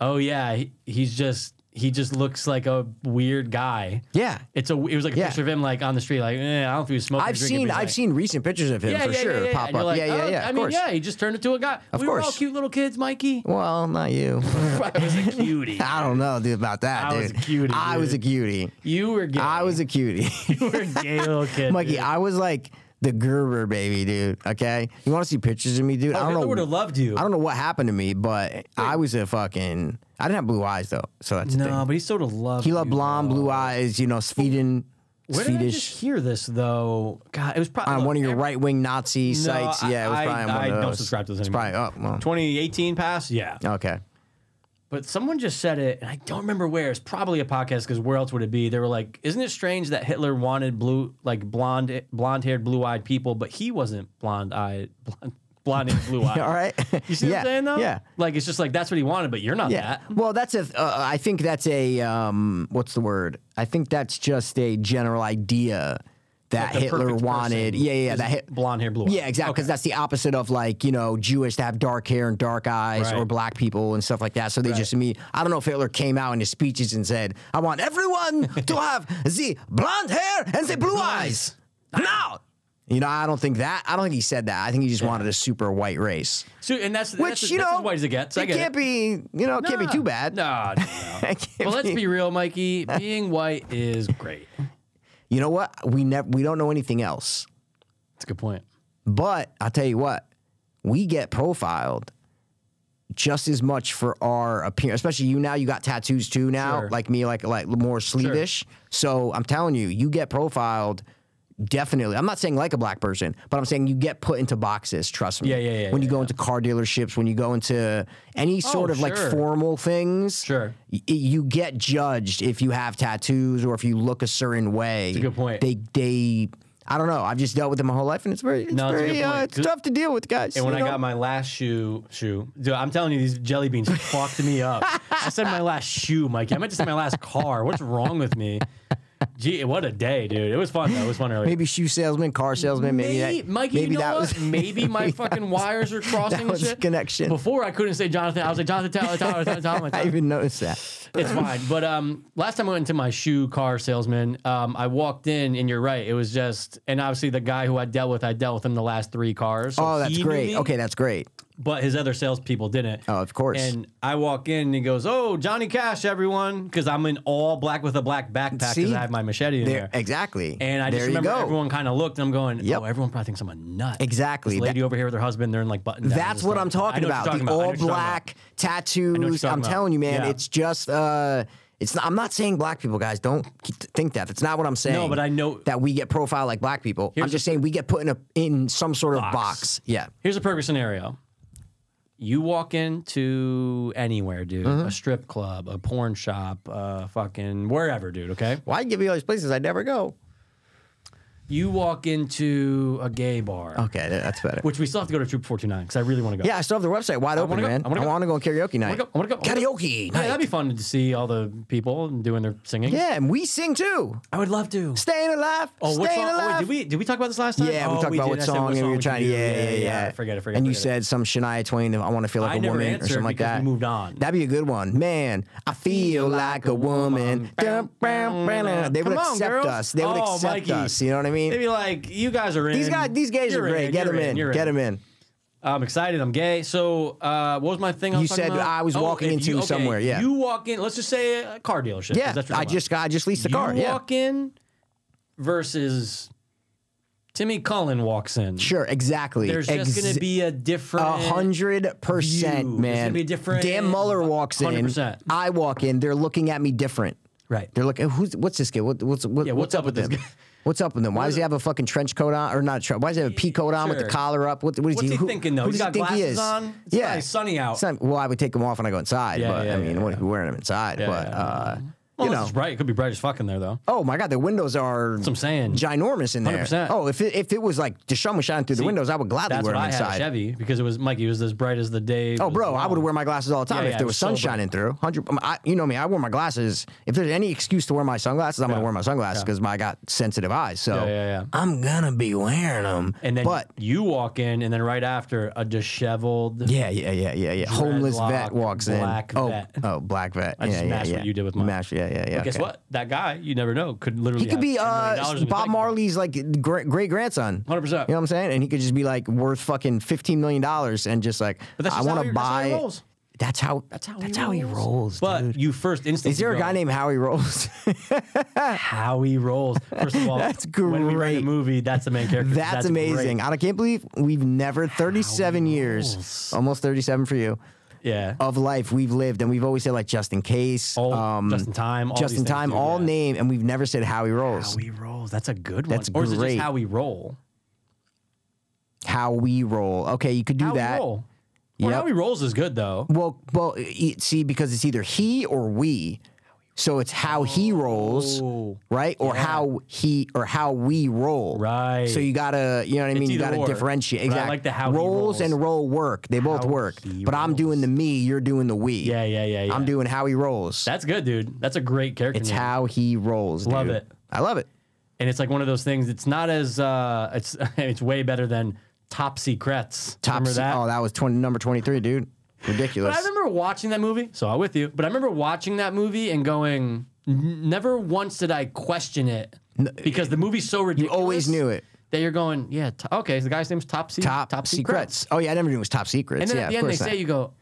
[SPEAKER 3] oh yeah, he, he's just he just looks like a weird guy.
[SPEAKER 2] Yeah.
[SPEAKER 3] It's a it was like a
[SPEAKER 2] Yeah.
[SPEAKER 3] picture of him like on the street like eh, I don't know if he was smoking.
[SPEAKER 2] I've
[SPEAKER 3] or drinking,
[SPEAKER 2] seen.
[SPEAKER 3] but he's
[SPEAKER 2] I've
[SPEAKER 3] like-
[SPEAKER 2] seen recent pictures of him for sure pop
[SPEAKER 3] and you're
[SPEAKER 2] up.
[SPEAKER 3] like,
[SPEAKER 2] yeah, yeah,
[SPEAKER 3] oh,
[SPEAKER 2] yeah. Of
[SPEAKER 3] I mean,
[SPEAKER 2] course.
[SPEAKER 3] yeah, he just turned into a guy. we were all
[SPEAKER 2] course.
[SPEAKER 3] cute little kids, Mikey.
[SPEAKER 2] Well, not you.
[SPEAKER 3] I was a cutie.
[SPEAKER 2] I don't know, dude, about that,
[SPEAKER 3] I was
[SPEAKER 2] dude.
[SPEAKER 3] a cutie,
[SPEAKER 2] I was a
[SPEAKER 3] dude.
[SPEAKER 2] cutie.
[SPEAKER 3] You were gay.
[SPEAKER 2] I was a cutie.
[SPEAKER 3] you were a gay little kid.
[SPEAKER 2] Mikey,
[SPEAKER 3] dude.
[SPEAKER 2] I was like the Gerber baby, dude. Okay, you want to see pictures of me, dude? I
[SPEAKER 3] Hitler
[SPEAKER 2] don't
[SPEAKER 3] Oh, would have
[SPEAKER 2] know.
[SPEAKER 3] loved you.
[SPEAKER 2] I don't know what happened to me, but I was a fucking. I didn't have blue eyes though, so that's the
[SPEAKER 3] no,
[SPEAKER 2] thing.
[SPEAKER 3] but he sort of loved.
[SPEAKER 2] He loved
[SPEAKER 3] you,
[SPEAKER 2] blonde,
[SPEAKER 3] though.
[SPEAKER 2] blue eyes. You know, Sweden,
[SPEAKER 3] Where did I
[SPEAKER 2] Swedish.
[SPEAKER 3] just hear this though? God, it was probably
[SPEAKER 2] on
[SPEAKER 3] look,
[SPEAKER 2] one of your
[SPEAKER 3] every-
[SPEAKER 2] right wing Nazi sites.
[SPEAKER 3] I-
[SPEAKER 2] yeah, it was
[SPEAKER 3] I-
[SPEAKER 2] probably on one
[SPEAKER 3] I
[SPEAKER 2] of
[SPEAKER 3] don't
[SPEAKER 2] those.
[SPEAKER 3] subscribe to those
[SPEAKER 2] It's
[SPEAKER 3] anymore.
[SPEAKER 2] probably oh well.
[SPEAKER 3] 2018 pass. Yeah,
[SPEAKER 2] Okay.
[SPEAKER 3] but someone just said it, and I don't remember where. It's probably a podcast because where else would it be? They were like, "Isn't it strange that Hitler wanted blue, like blonde, blonde-haired, blue-eyed people, but he wasn't blonde-eyed, blonde, blonde-haired, blue-eyed."
[SPEAKER 2] All right.
[SPEAKER 3] You see
[SPEAKER 2] yeah.
[SPEAKER 3] what I'm saying though?
[SPEAKER 2] Yeah.
[SPEAKER 3] Like it's just like that's what he wanted, but you're not
[SPEAKER 2] Yeah.
[SPEAKER 3] that.
[SPEAKER 2] Well, that's a. Uh, I think that's a. Um, what's the word? I think that's just a general idea that
[SPEAKER 3] The
[SPEAKER 2] Hitler
[SPEAKER 3] perfect
[SPEAKER 2] wanted.
[SPEAKER 3] person
[SPEAKER 2] Yeah, yeah.
[SPEAKER 3] is
[SPEAKER 2] That hit.
[SPEAKER 3] blonde hair, blue.
[SPEAKER 2] Yeah, exactly. Because that's the opposite of like you know Jewish to have dark hair and dark eyes,
[SPEAKER 3] Right.
[SPEAKER 2] or black people and stuff like that. So they just me. I don't know if Hitler came out in his speeches and said, "I want everyone to have the blonde hair and the blue eyes." Now, you know, I don't think that. I don't think he said that. I think he just wanted a super white race,
[SPEAKER 3] So, and that's
[SPEAKER 2] which
[SPEAKER 3] that's,
[SPEAKER 2] you
[SPEAKER 3] that's
[SPEAKER 2] know,
[SPEAKER 3] as white as it gets. I
[SPEAKER 2] it
[SPEAKER 3] get
[SPEAKER 2] can't be. You know, it can't be
[SPEAKER 3] Nah.
[SPEAKER 2] too bad.
[SPEAKER 3] Nah, no, no.
[SPEAKER 2] It can't
[SPEAKER 3] well, let's
[SPEAKER 2] be-
[SPEAKER 3] be real, Mikey. Being white is great.
[SPEAKER 2] You know what? We never. We don't know anything else.
[SPEAKER 3] That's a good point.
[SPEAKER 2] But I'll tell you what, we get profiled just as much for our appearance, especially you now. You got tattoos too now,
[SPEAKER 3] Sure.
[SPEAKER 2] like me, like like more sleevish. So I'm telling you, you get profiled. Definitely. I'm not saying like a black person, but I'm saying you get put into boxes, trust me.
[SPEAKER 3] Yeah, yeah, yeah,
[SPEAKER 2] When you
[SPEAKER 3] yeah, Oh,
[SPEAKER 2] go into car dealerships, when you go into any sort of like
[SPEAKER 3] sure.
[SPEAKER 2] formal things,
[SPEAKER 3] Sure.
[SPEAKER 2] y- you get judged if you have tattoos or if you look a certain way.
[SPEAKER 3] a good point.
[SPEAKER 2] They they I don't know. I've just dealt with it my whole life, and it's very it's
[SPEAKER 3] No, it's a
[SPEAKER 2] very
[SPEAKER 3] good
[SPEAKER 2] uh,
[SPEAKER 3] point.
[SPEAKER 2] it's tough to deal with, guys.
[SPEAKER 3] And when
[SPEAKER 2] you
[SPEAKER 3] I
[SPEAKER 2] know?
[SPEAKER 3] got my last shoe, shoe, dude, I'm telling you, these jelly beans fucked me up. I said my last shoe, Mikey. I meant to say my last car. What's wrong with me? Gee, what a day, dude. It was fun though. It was fun earlier.
[SPEAKER 2] maybe shoe salesman, car salesman, maybe,
[SPEAKER 3] Maybe,
[SPEAKER 2] that,
[SPEAKER 3] Mikey,
[SPEAKER 2] maybe
[SPEAKER 3] you know
[SPEAKER 2] that
[SPEAKER 3] what?
[SPEAKER 2] was
[SPEAKER 3] maybe my fucking wires are crossing. and
[SPEAKER 2] was
[SPEAKER 3] shit.
[SPEAKER 2] connection.
[SPEAKER 3] Before I couldn't say Jonathan. I was like Jonathan Tyler, Tyler, Tyler, Tyler.
[SPEAKER 2] I
[SPEAKER 3] Tyler.
[SPEAKER 2] even noticed that.
[SPEAKER 3] It's fine. But um, last time I went into my shoe car salesman, um, I walked in and you're right. It was just, and obviously the guy who I dealt with, I dealt with him the last three cars. so
[SPEAKER 2] Oh, that's
[SPEAKER 3] he knew
[SPEAKER 2] great.
[SPEAKER 3] me,
[SPEAKER 2] Okay, that's great.
[SPEAKER 3] But his other salespeople didn't.
[SPEAKER 2] Oh, of course.
[SPEAKER 3] And I walk in and he goes, "Oh, Johnny Cash, everyone," because I'm in all black with a black backpack because
[SPEAKER 2] See?
[SPEAKER 3] I have my machete in
[SPEAKER 2] There,
[SPEAKER 3] there.
[SPEAKER 2] exactly.
[SPEAKER 3] And I
[SPEAKER 2] there
[SPEAKER 3] just
[SPEAKER 2] you
[SPEAKER 3] remember
[SPEAKER 2] go.
[SPEAKER 3] everyone kind of looked, and I'm going,
[SPEAKER 2] Yep.
[SPEAKER 3] "Oh, everyone probably thinks I'm a nut."
[SPEAKER 2] Exactly.
[SPEAKER 3] This
[SPEAKER 2] That-
[SPEAKER 3] lady over here with her husband, they're in like button.
[SPEAKER 2] That's what I'm talking about. The all black
[SPEAKER 3] you're
[SPEAKER 2] tattoos.
[SPEAKER 3] talking
[SPEAKER 2] I'm
[SPEAKER 3] about.
[SPEAKER 2] telling you, man.
[SPEAKER 3] Yeah.
[SPEAKER 2] It's just. uh it's not, I'm not saying black people, guys. Don't think that. That's not what I'm saying.
[SPEAKER 3] but I know-
[SPEAKER 2] that we get profiled like black people. I'm
[SPEAKER 3] Here's
[SPEAKER 2] just saying we get put in a in some sort of
[SPEAKER 3] Box.
[SPEAKER 2] box. Yeah.
[SPEAKER 3] Here's a perfect scenario. You walk into anywhere, dude.
[SPEAKER 2] Mm-hmm.
[SPEAKER 3] A strip club, a porn shop, uh, fucking wherever, dude. Okay.
[SPEAKER 2] Why give me all these places I never go?
[SPEAKER 3] You walk into a gay bar,
[SPEAKER 2] Okay, that- that's better.
[SPEAKER 3] which we still have to go to Troop Four Two Nine because I really want to go.
[SPEAKER 2] Yeah, I still have their website wide open,
[SPEAKER 3] wanna go.
[SPEAKER 2] man.
[SPEAKER 3] I
[SPEAKER 2] I
[SPEAKER 3] wanna go.
[SPEAKER 2] want to go on karaoke
[SPEAKER 3] I
[SPEAKER 2] night.
[SPEAKER 3] wanna go. I wanna go. I wanna go. Yeah,
[SPEAKER 2] Karaoke
[SPEAKER 3] that'd
[SPEAKER 2] night.
[SPEAKER 3] be fun to see all the people doing their singing.
[SPEAKER 2] Yeah, and we sing too.
[SPEAKER 3] I would love to.
[SPEAKER 2] Staying alive.
[SPEAKER 3] Oh, what
[SPEAKER 2] staying
[SPEAKER 3] song? Oh,
[SPEAKER 2] alive.
[SPEAKER 3] wait, did we did we talk about this last time?
[SPEAKER 2] Yeah,
[SPEAKER 3] Oh,
[SPEAKER 2] we talked about
[SPEAKER 3] did.
[SPEAKER 2] what
[SPEAKER 3] I said
[SPEAKER 2] song, and we
[SPEAKER 3] we
[SPEAKER 2] were trying to.
[SPEAKER 3] do.
[SPEAKER 2] Yeah, yeah, yeah.
[SPEAKER 3] I forget it. Forget
[SPEAKER 2] And
[SPEAKER 3] it.
[SPEAKER 2] you
[SPEAKER 3] forget it.
[SPEAKER 2] said some Shania Twain. I want to feel like
[SPEAKER 3] I
[SPEAKER 2] a
[SPEAKER 3] never
[SPEAKER 2] woman or
[SPEAKER 3] answered
[SPEAKER 2] something like
[SPEAKER 3] because
[SPEAKER 2] that.
[SPEAKER 3] we moved on.
[SPEAKER 2] That'd be a good one, man. I feel like a woman. Dum, bam, bam. They would
[SPEAKER 3] Come on,
[SPEAKER 2] accept
[SPEAKER 3] girls.
[SPEAKER 2] us. They would
[SPEAKER 3] Oh,
[SPEAKER 2] accept
[SPEAKER 3] Mikey.
[SPEAKER 2] us. You know what I mean?
[SPEAKER 3] They'd be like, "You guys are in."
[SPEAKER 2] these guys, these gays
[SPEAKER 3] You're
[SPEAKER 2] are great. Get
[SPEAKER 3] You're
[SPEAKER 2] them in.
[SPEAKER 3] You're
[SPEAKER 2] Get them in.
[SPEAKER 3] I'm excited. I'm gay. So, uh, what was my thing? I
[SPEAKER 2] You
[SPEAKER 3] was talking
[SPEAKER 2] said
[SPEAKER 3] about? Oh,
[SPEAKER 2] I was walking
[SPEAKER 3] if
[SPEAKER 2] into
[SPEAKER 3] you, okay,
[SPEAKER 2] somewhere, yeah.
[SPEAKER 3] you walk in. Let's just say a car dealership. 'cause
[SPEAKER 2] Yeah,
[SPEAKER 3] that's what
[SPEAKER 2] I
[SPEAKER 3] you're
[SPEAKER 2] just got, I just leased the
[SPEAKER 3] talking about.
[SPEAKER 2] car.
[SPEAKER 3] you
[SPEAKER 2] Yeah,
[SPEAKER 3] walk in versus Timmy Cullen walks in.
[SPEAKER 2] sure, exactly.
[SPEAKER 3] There's just
[SPEAKER 2] Ex-
[SPEAKER 3] going to be a different
[SPEAKER 2] A hundred percent,
[SPEAKER 3] view. It's
[SPEAKER 2] man.
[SPEAKER 3] gonna be different.
[SPEAKER 2] Dan Muller walks in.
[SPEAKER 3] 100%.
[SPEAKER 2] I walk in. They're looking at me different.
[SPEAKER 3] Right.
[SPEAKER 2] They're looking. Who's what's this kid? What, what's what,
[SPEAKER 3] Yeah, what's up with this
[SPEAKER 2] him?
[SPEAKER 3] guy?
[SPEAKER 2] What's up with him? Why does he have a fucking trench coat on, or not? a tre- Why does he have a pea coat on with the
[SPEAKER 3] Sure.
[SPEAKER 2] collar up? What, what is
[SPEAKER 3] What's he
[SPEAKER 2] who-
[SPEAKER 3] thinking, though?
[SPEAKER 2] Who
[SPEAKER 3] He's
[SPEAKER 2] does he
[SPEAKER 3] got
[SPEAKER 2] think
[SPEAKER 3] glasses
[SPEAKER 2] he is?
[SPEAKER 3] on? It's
[SPEAKER 2] yeah,
[SPEAKER 3] probably sunny out.
[SPEAKER 2] It's not- well, I would take them off when I go inside,
[SPEAKER 3] Yeah,
[SPEAKER 2] but
[SPEAKER 3] yeah,
[SPEAKER 2] I mean,
[SPEAKER 3] yeah,
[SPEAKER 2] what if you're wearing them inside? but
[SPEAKER 3] yeah.
[SPEAKER 2] uh,
[SPEAKER 3] Well,
[SPEAKER 2] you
[SPEAKER 3] unless
[SPEAKER 2] know.
[SPEAKER 3] it's bright. It could be bright as fuck in there though.
[SPEAKER 2] Oh my god, the windows are
[SPEAKER 3] what I'm saying.
[SPEAKER 2] ginormous in there.
[SPEAKER 3] 100%.
[SPEAKER 2] Oh, if it, if it was like Deshaun was shining through the windows, I would gladly
[SPEAKER 3] That's
[SPEAKER 2] wear
[SPEAKER 3] what
[SPEAKER 2] them
[SPEAKER 3] I had
[SPEAKER 2] inside.
[SPEAKER 3] a Chevy because it was Mikey it was as bright as the day.
[SPEAKER 2] Oh, bro, I would wear my glasses all the time
[SPEAKER 3] Yeah,
[SPEAKER 2] if
[SPEAKER 3] yeah,
[SPEAKER 2] there
[SPEAKER 3] it
[SPEAKER 2] was
[SPEAKER 3] was so
[SPEAKER 2] sun shining through. Hundred, um, I, you know me, I wear my glasses. If there's any excuse to wear my sunglasses, I'm gonna
[SPEAKER 3] Yeah.
[SPEAKER 2] wear my sunglasses
[SPEAKER 3] Yeah.
[SPEAKER 2] because I got sensitive eyes. So
[SPEAKER 3] Yeah, yeah, yeah.
[SPEAKER 2] I'm gonna be wearing them.
[SPEAKER 3] And then
[SPEAKER 2] but
[SPEAKER 3] you walk in, and then right after a disheveled.
[SPEAKER 2] yeah, yeah, yeah, yeah, yeah. Homeless vet
[SPEAKER 3] Dreadlock,
[SPEAKER 2] walks
[SPEAKER 3] black
[SPEAKER 2] in. Oh,
[SPEAKER 3] vet.
[SPEAKER 2] oh, black vet.
[SPEAKER 3] I
[SPEAKER 2] yeah,
[SPEAKER 3] just
[SPEAKER 2] yeah,
[SPEAKER 3] matched
[SPEAKER 2] yeah.
[SPEAKER 3] what you did with mine.
[SPEAKER 2] Matched, yeah, yeah, yeah.
[SPEAKER 3] Guess
[SPEAKER 2] okay.
[SPEAKER 3] what? That guy, you never know, could literally.
[SPEAKER 2] He could be uh, Bob Marley's like great great grandson.
[SPEAKER 3] 100%.
[SPEAKER 2] You know what I'm saying? And he could just be like worth fucking fifteen million dollars and just like
[SPEAKER 3] But that's
[SPEAKER 2] I
[SPEAKER 3] just
[SPEAKER 2] want
[SPEAKER 3] how
[SPEAKER 2] to
[SPEAKER 3] he- that's how
[SPEAKER 2] buy.
[SPEAKER 3] he rolls.
[SPEAKER 2] That's how. That's how. That's how he rolls.
[SPEAKER 3] But
[SPEAKER 2] dude.
[SPEAKER 3] you first instantly.
[SPEAKER 2] Is there a
[SPEAKER 3] go,
[SPEAKER 2] guy named Howie Rolls?
[SPEAKER 3] Howie Rolls? First of all,
[SPEAKER 2] That's
[SPEAKER 3] When we rent
[SPEAKER 2] great.
[SPEAKER 3] a movie, that's the main character.
[SPEAKER 2] that's, amazing. I can't believe we've never 37 years, almost 37 for
[SPEAKER 3] great.
[SPEAKER 2] you,
[SPEAKER 3] Yeah.
[SPEAKER 2] of life we've lived, and we've always said like just in case, um,
[SPEAKER 3] All- just in time, all
[SPEAKER 2] just
[SPEAKER 3] these
[SPEAKER 2] in
[SPEAKER 3] things,
[SPEAKER 2] time,
[SPEAKER 3] dude,
[SPEAKER 2] all
[SPEAKER 3] yeah.
[SPEAKER 2] name, and we've never said Howie Rolls.
[SPEAKER 3] Howie Rolls. That's a good one.
[SPEAKER 2] That's
[SPEAKER 3] or is it
[SPEAKER 2] great.
[SPEAKER 3] just Howie Roll?
[SPEAKER 2] How we roll. Okay, you could do
[SPEAKER 3] Howie
[SPEAKER 2] that.
[SPEAKER 3] Roll. Or
[SPEAKER 2] Yep.
[SPEAKER 3] Howie Rolls is good though.
[SPEAKER 2] Well, well, e- see, because it's either he or we, so it's how he rolls,
[SPEAKER 3] Oh.
[SPEAKER 2] right, or how he or how we roll,
[SPEAKER 3] Right.
[SPEAKER 2] So you gotta, you know what I mean? You
[SPEAKER 3] either
[SPEAKER 2] gotta
[SPEAKER 3] or, but
[SPEAKER 2] differentiate.
[SPEAKER 3] I
[SPEAKER 2] Exactly.
[SPEAKER 3] like the how he
[SPEAKER 2] rolls
[SPEAKER 3] rolls.
[SPEAKER 2] and roll work. They both
[SPEAKER 3] How
[SPEAKER 2] work,
[SPEAKER 3] he
[SPEAKER 2] but I'm doing the me, you're doing the we.
[SPEAKER 3] Yeah, yeah, yeah, yeah.
[SPEAKER 2] I'm doing how he rolls.
[SPEAKER 3] That's good, dude. That's a great character.
[SPEAKER 2] it's
[SPEAKER 3] name.
[SPEAKER 2] how he rolls.
[SPEAKER 3] Love
[SPEAKER 2] dude.
[SPEAKER 3] it.
[SPEAKER 2] I love it.
[SPEAKER 3] and it's like one of those things. It's not as uh, it's it's way better than Top Secrets.
[SPEAKER 2] Top.
[SPEAKER 3] remember
[SPEAKER 2] se-
[SPEAKER 3] that?
[SPEAKER 2] Oh, that was 20, number 23, dude. Ridiculous.
[SPEAKER 3] But I remember watching that movie. So I'm with you. But I remember watching that movie and going, "N- never once did I question it because the movie's so ridiculous.
[SPEAKER 2] always knew it.
[SPEAKER 3] That you're going, yeah, t- okay. The guy's name's Top Secret.
[SPEAKER 2] Top, secrets. Oh yeah, I never knew it was top secrets.
[SPEAKER 3] And then
[SPEAKER 2] yeah,
[SPEAKER 3] at
[SPEAKER 2] of
[SPEAKER 3] the end they
[SPEAKER 2] course
[SPEAKER 3] say you go,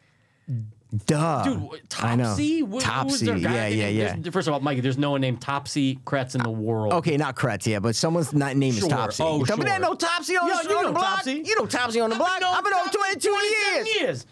[SPEAKER 2] not. Duh.
[SPEAKER 3] dude, what-
[SPEAKER 2] I know.
[SPEAKER 3] Topsy. Wh-
[SPEAKER 2] Topsy.
[SPEAKER 3] Who's their guy
[SPEAKER 2] yeah, yeah,
[SPEAKER 3] named-
[SPEAKER 2] yeah.
[SPEAKER 3] there's- First of all, Mikey, there's no one named Topsy Kretz in the world.
[SPEAKER 2] Okay, not Kretz, yeah, but someone's not name
[SPEAKER 3] Sure.
[SPEAKER 2] is Topsy.
[SPEAKER 3] Oh,
[SPEAKER 2] You tell me
[SPEAKER 3] sure.
[SPEAKER 2] that no Topsy on,
[SPEAKER 3] Yo,
[SPEAKER 2] the,
[SPEAKER 3] you
[SPEAKER 2] on the
[SPEAKER 3] know
[SPEAKER 2] block.
[SPEAKER 3] Topsy.
[SPEAKER 2] You know Topsy on the block. I've been on 22 years.
[SPEAKER 3] years.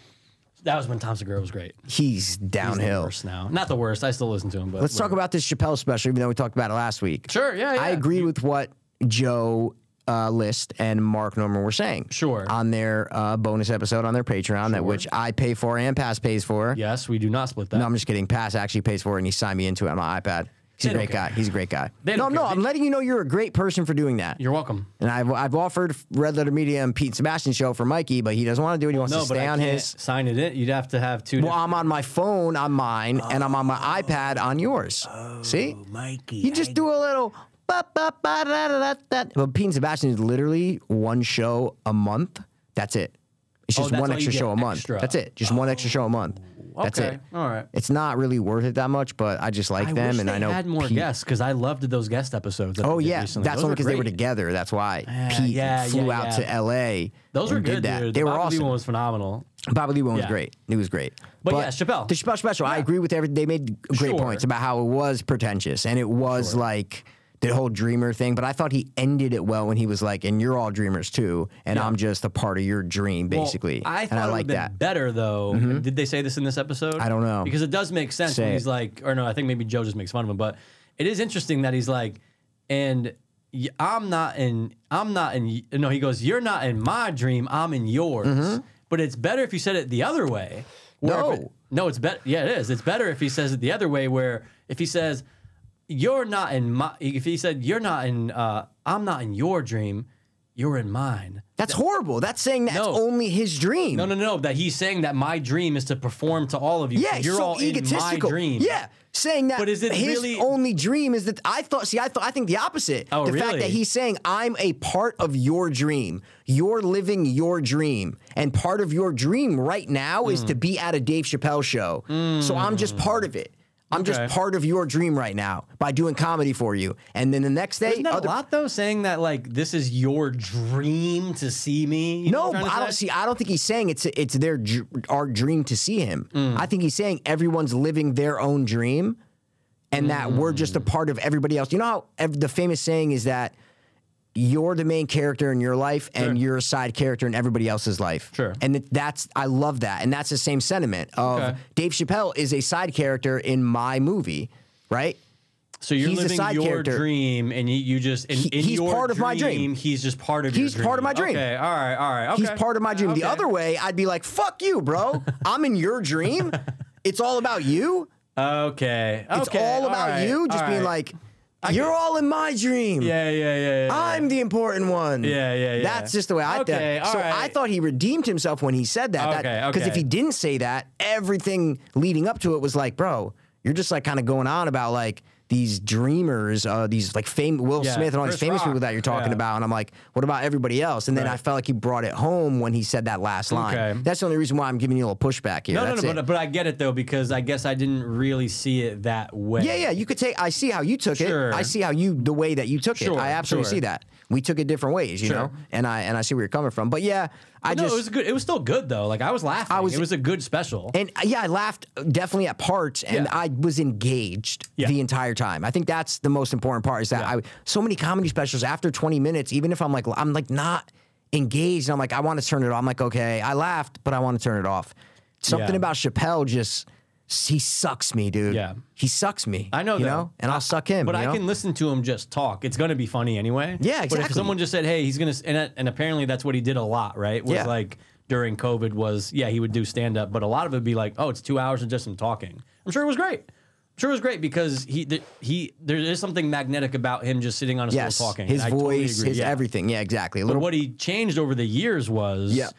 [SPEAKER 3] That was when Tom Segura was great.
[SPEAKER 2] He's
[SPEAKER 3] He's the
[SPEAKER 2] downhill.
[SPEAKER 3] worst now. Not the worst. I still listen to him, but
[SPEAKER 2] Let's talk about this Chappelle special, even though we talked about it last week.
[SPEAKER 3] Sure, yeah,
[SPEAKER 2] I
[SPEAKER 3] yeah.
[SPEAKER 2] agree with what Joe uh, List and Mark Norman were saying.
[SPEAKER 3] Sure.
[SPEAKER 2] On their uh, bonus episode on their Patreon, that which I pay for and Pass pays for.
[SPEAKER 3] Yes, we do not split that.
[SPEAKER 2] No, I'm just kidding. Pass actually pays for it, and he signed me into it on my iPad. He's a
[SPEAKER 3] They don't
[SPEAKER 2] great
[SPEAKER 3] care.
[SPEAKER 2] guy. He's a great guy.
[SPEAKER 3] They
[SPEAKER 2] no,
[SPEAKER 3] don't
[SPEAKER 2] no,
[SPEAKER 3] care.
[SPEAKER 2] I'm letting you know you're a great person for doing that.
[SPEAKER 3] You're welcome.
[SPEAKER 2] And I've, I've offered Red Letter Media and Pete Sebastian show for Mikey, but he doesn't want to do it. He wants
[SPEAKER 3] No,
[SPEAKER 2] to
[SPEAKER 3] but
[SPEAKER 2] stay
[SPEAKER 3] I
[SPEAKER 2] on
[SPEAKER 3] can't
[SPEAKER 2] his.
[SPEAKER 3] sign it in. You'd have to have two.
[SPEAKER 2] Well, I'm on my phone on mine, and I'm on
[SPEAKER 3] Oh.
[SPEAKER 2] my iPad on yours. See,
[SPEAKER 4] Mikey.
[SPEAKER 2] you just do a little. Ba, ba, ba, da, da, da, da. But Pete and Sebastian is literally one show a month. That's it. It's
[SPEAKER 3] Oh,
[SPEAKER 2] just
[SPEAKER 3] that's
[SPEAKER 2] one
[SPEAKER 3] all
[SPEAKER 2] extra
[SPEAKER 3] you
[SPEAKER 2] show
[SPEAKER 3] get,
[SPEAKER 2] a month.
[SPEAKER 3] extra. Oh,
[SPEAKER 2] That's it. Just one extra show a month. That's
[SPEAKER 3] Okay,
[SPEAKER 2] it.
[SPEAKER 3] all right.
[SPEAKER 2] It's not really worth it that much, but I just like
[SPEAKER 3] I
[SPEAKER 2] them,
[SPEAKER 3] wish
[SPEAKER 2] and
[SPEAKER 3] they
[SPEAKER 2] I know
[SPEAKER 3] had more
[SPEAKER 2] Pete-
[SPEAKER 3] guests because I loved those guest episodes. that
[SPEAKER 2] Oh
[SPEAKER 3] they did
[SPEAKER 2] yeah,
[SPEAKER 3] recently.
[SPEAKER 2] that's
[SPEAKER 3] Those
[SPEAKER 2] only because they were
[SPEAKER 3] great.
[SPEAKER 2] together. That's why Pete
[SPEAKER 3] yeah,
[SPEAKER 2] flew
[SPEAKER 3] yeah,
[SPEAKER 2] out
[SPEAKER 3] yeah.
[SPEAKER 2] to L.A.
[SPEAKER 3] Those
[SPEAKER 2] and
[SPEAKER 3] were good,
[SPEAKER 2] did that.
[SPEAKER 3] dude.
[SPEAKER 2] They
[SPEAKER 3] the
[SPEAKER 2] were
[SPEAKER 3] Bobby Lee
[SPEAKER 2] awesome.
[SPEAKER 3] one was phenomenal.
[SPEAKER 2] Bobby Lee one was
[SPEAKER 3] Yeah.
[SPEAKER 2] great. He was great.
[SPEAKER 3] But yeah, Chappelle.
[SPEAKER 2] The Chappelle special. I agree with everything. They made great
[SPEAKER 3] Sure.
[SPEAKER 2] points about how it was pretentious and it was like the whole dreamer thing. But I thought he ended it well when he was like, "And you're all dreamers too, and I'm just a part of your dream,
[SPEAKER 3] Well,
[SPEAKER 2] basically."
[SPEAKER 3] I
[SPEAKER 2] and
[SPEAKER 3] thought
[SPEAKER 2] I
[SPEAKER 3] it
[SPEAKER 2] like
[SPEAKER 3] would have
[SPEAKER 2] that. Mm-hmm.
[SPEAKER 3] been better though. Did they say this in this episode?
[SPEAKER 2] I don't know.
[SPEAKER 3] because it does make sense
[SPEAKER 2] Say
[SPEAKER 3] when
[SPEAKER 2] it.
[SPEAKER 3] he's like, or no, I think maybe Joe just makes fun of him, but it is interesting that he's like, and y- I'm not in, I'm not in. y- No, he goes, you're not in my dream. I'm in yours. But it's better if you said it the other way. where if it-
[SPEAKER 2] Mm-hmm. No.
[SPEAKER 3] no, it's better. Yeah, it is. It's better if he says it the other way, where if he says, you're not in my, if he said, you're not in, uh, I'm not in your dream, you're in mine.
[SPEAKER 2] That's horrible. That's saying that's
[SPEAKER 3] No.
[SPEAKER 2] only his dream.
[SPEAKER 3] No, no, no. That he's saying that my dream is to perform to all of you. so
[SPEAKER 2] Yeah,
[SPEAKER 3] you're
[SPEAKER 2] so
[SPEAKER 3] all
[SPEAKER 2] egotistical.
[SPEAKER 3] in my dream.
[SPEAKER 2] Yeah, saying that.
[SPEAKER 3] But is it
[SPEAKER 2] his
[SPEAKER 3] really-
[SPEAKER 2] only dream? Is that I thought? See, I thought I think the opposite.
[SPEAKER 3] Oh,
[SPEAKER 2] the fact that
[SPEAKER 3] really?
[SPEAKER 2] he's saying I'm a part of your dream. You're living your dream, and part of your dream right now is
[SPEAKER 3] Hmm.
[SPEAKER 2] to be at a Dave Chappelle show. So I'm just part of it. I'm
[SPEAKER 3] Okay.
[SPEAKER 2] just part of your dream right now by doing comedy for you. And then the next day,
[SPEAKER 3] Isn't that
[SPEAKER 2] other-
[SPEAKER 3] a lot though? Saying that like this is your dream to see me. You know
[SPEAKER 2] No,
[SPEAKER 3] what I'm trying to
[SPEAKER 2] I don't
[SPEAKER 3] say?
[SPEAKER 2] see. I don't think he's saying it's it's their dr- our dream to see him.
[SPEAKER 3] Mm.
[SPEAKER 2] I think he's saying everyone's living their own dream, and that we're just a
[SPEAKER 3] Mm.
[SPEAKER 2] part of everybody else. You know how ev- the famous saying is that you're the main character in your life, and you're a side character in everybody else's life.
[SPEAKER 3] Sure.
[SPEAKER 2] and th- that's I love that, and that's the same sentiment of
[SPEAKER 3] Okay.
[SPEAKER 2] Dave Chappelle is a side character in my movie, right?
[SPEAKER 3] So you're
[SPEAKER 2] he's a
[SPEAKER 3] living
[SPEAKER 2] side
[SPEAKER 3] your
[SPEAKER 2] character.
[SPEAKER 3] dream, and you, you just in,
[SPEAKER 2] He-
[SPEAKER 3] in
[SPEAKER 2] he's
[SPEAKER 3] your
[SPEAKER 2] part of my dream.
[SPEAKER 3] He's just part of
[SPEAKER 2] He's
[SPEAKER 3] your dream.
[SPEAKER 2] part of my dream.
[SPEAKER 3] Okay, all right, all right. Okay.
[SPEAKER 2] He's part of my dream. The
[SPEAKER 3] Okay.
[SPEAKER 2] other way, I'd be like, fuck you, bro. I'm in your dream. It's all about you.
[SPEAKER 3] Okay.
[SPEAKER 2] It's
[SPEAKER 3] okay,
[SPEAKER 2] all about
[SPEAKER 3] right,
[SPEAKER 2] you just
[SPEAKER 3] all
[SPEAKER 2] being
[SPEAKER 3] right.
[SPEAKER 2] like, you're all in my dream.
[SPEAKER 3] yeah, yeah, yeah. yeah, yeah.
[SPEAKER 2] I'm the important one.
[SPEAKER 3] Yeah, yeah, yeah.
[SPEAKER 2] That's just the way I
[SPEAKER 3] Okay,
[SPEAKER 2] thought. So
[SPEAKER 3] all right.
[SPEAKER 2] I thought he redeemed himself when he said that.
[SPEAKER 3] Okay,
[SPEAKER 2] Because if
[SPEAKER 3] okay.
[SPEAKER 2] he didn't say that, everything leading up to it was like, bro, you're just like kind of going on about like these dreamers, uh, these like fame Will
[SPEAKER 3] Yeah,
[SPEAKER 2] Smith and all
[SPEAKER 3] Chris
[SPEAKER 2] these famous
[SPEAKER 3] Rock,
[SPEAKER 2] people that you're talking
[SPEAKER 3] yeah.
[SPEAKER 2] about. And I'm like, what about everybody else? And then
[SPEAKER 3] Right.
[SPEAKER 2] I felt like he brought it home when he said that last line.
[SPEAKER 3] Okay.
[SPEAKER 2] That's the only reason why I'm giving you a little pushback here.
[SPEAKER 3] no, no,
[SPEAKER 2] That's
[SPEAKER 3] no.
[SPEAKER 2] it.
[SPEAKER 3] But, but I get it though because I guess I didn't really see it that way.
[SPEAKER 2] Yeah, yeah. You could take. I see how you took
[SPEAKER 3] Sure.
[SPEAKER 2] it. I see how you the way that you took
[SPEAKER 3] Sure,
[SPEAKER 2] it. I absolutely
[SPEAKER 3] sure.
[SPEAKER 2] see that. We took it different ways, you
[SPEAKER 3] Sure.
[SPEAKER 2] know. And I and I see where you're coming from. But yeah, I
[SPEAKER 3] no,
[SPEAKER 2] just
[SPEAKER 3] it was good. It was still good though. Like I was laughing.
[SPEAKER 2] was-
[SPEAKER 3] it was a good special.
[SPEAKER 2] and uh, yeah, I laughed uh, definitely at parts, and
[SPEAKER 3] Yeah.
[SPEAKER 2] I was engaged
[SPEAKER 3] Yeah.
[SPEAKER 2] the entire time. I think that's the most important part is that
[SPEAKER 3] Yeah.
[SPEAKER 2] I so many comedy specials after 20 minutes, even if I'm like I'm like not engaged, and I'm like I want to turn it off. I'm like okay, I laughed, but I want to turn it off. Something
[SPEAKER 3] Yeah.
[SPEAKER 2] about Chappelle just. He sucks me, dude.
[SPEAKER 3] Yeah.
[SPEAKER 2] he sucks me.
[SPEAKER 3] I know
[SPEAKER 2] you
[SPEAKER 3] that.
[SPEAKER 2] know, and I'll suck him.
[SPEAKER 3] But
[SPEAKER 2] you
[SPEAKER 3] I
[SPEAKER 2] know?
[SPEAKER 3] can listen to him just talk. It's gonna be funny anyway.
[SPEAKER 2] Yeah,
[SPEAKER 3] But if
[SPEAKER 2] exactly.
[SPEAKER 3] someone just said, "Hey, he's gonna," s- and, that- and apparently that's what he did a lot, right? Was
[SPEAKER 2] Yeah.
[SPEAKER 3] like during COVID was yeah he would do stand up, but a lot of it would be like, "Oh, it's two hours of just him talking." I'm sure it was great. I'm sure it was great because he th- he there is something magnetic about him just sitting on a
[SPEAKER 2] Yes,
[SPEAKER 3] stool talking.
[SPEAKER 2] his
[SPEAKER 3] I
[SPEAKER 2] voice,
[SPEAKER 3] totally agree,
[SPEAKER 2] his
[SPEAKER 3] yeah.
[SPEAKER 2] everything. Yeah, exactly. A
[SPEAKER 3] But
[SPEAKER 2] little.
[SPEAKER 3] what he changed over the years was
[SPEAKER 2] yeah,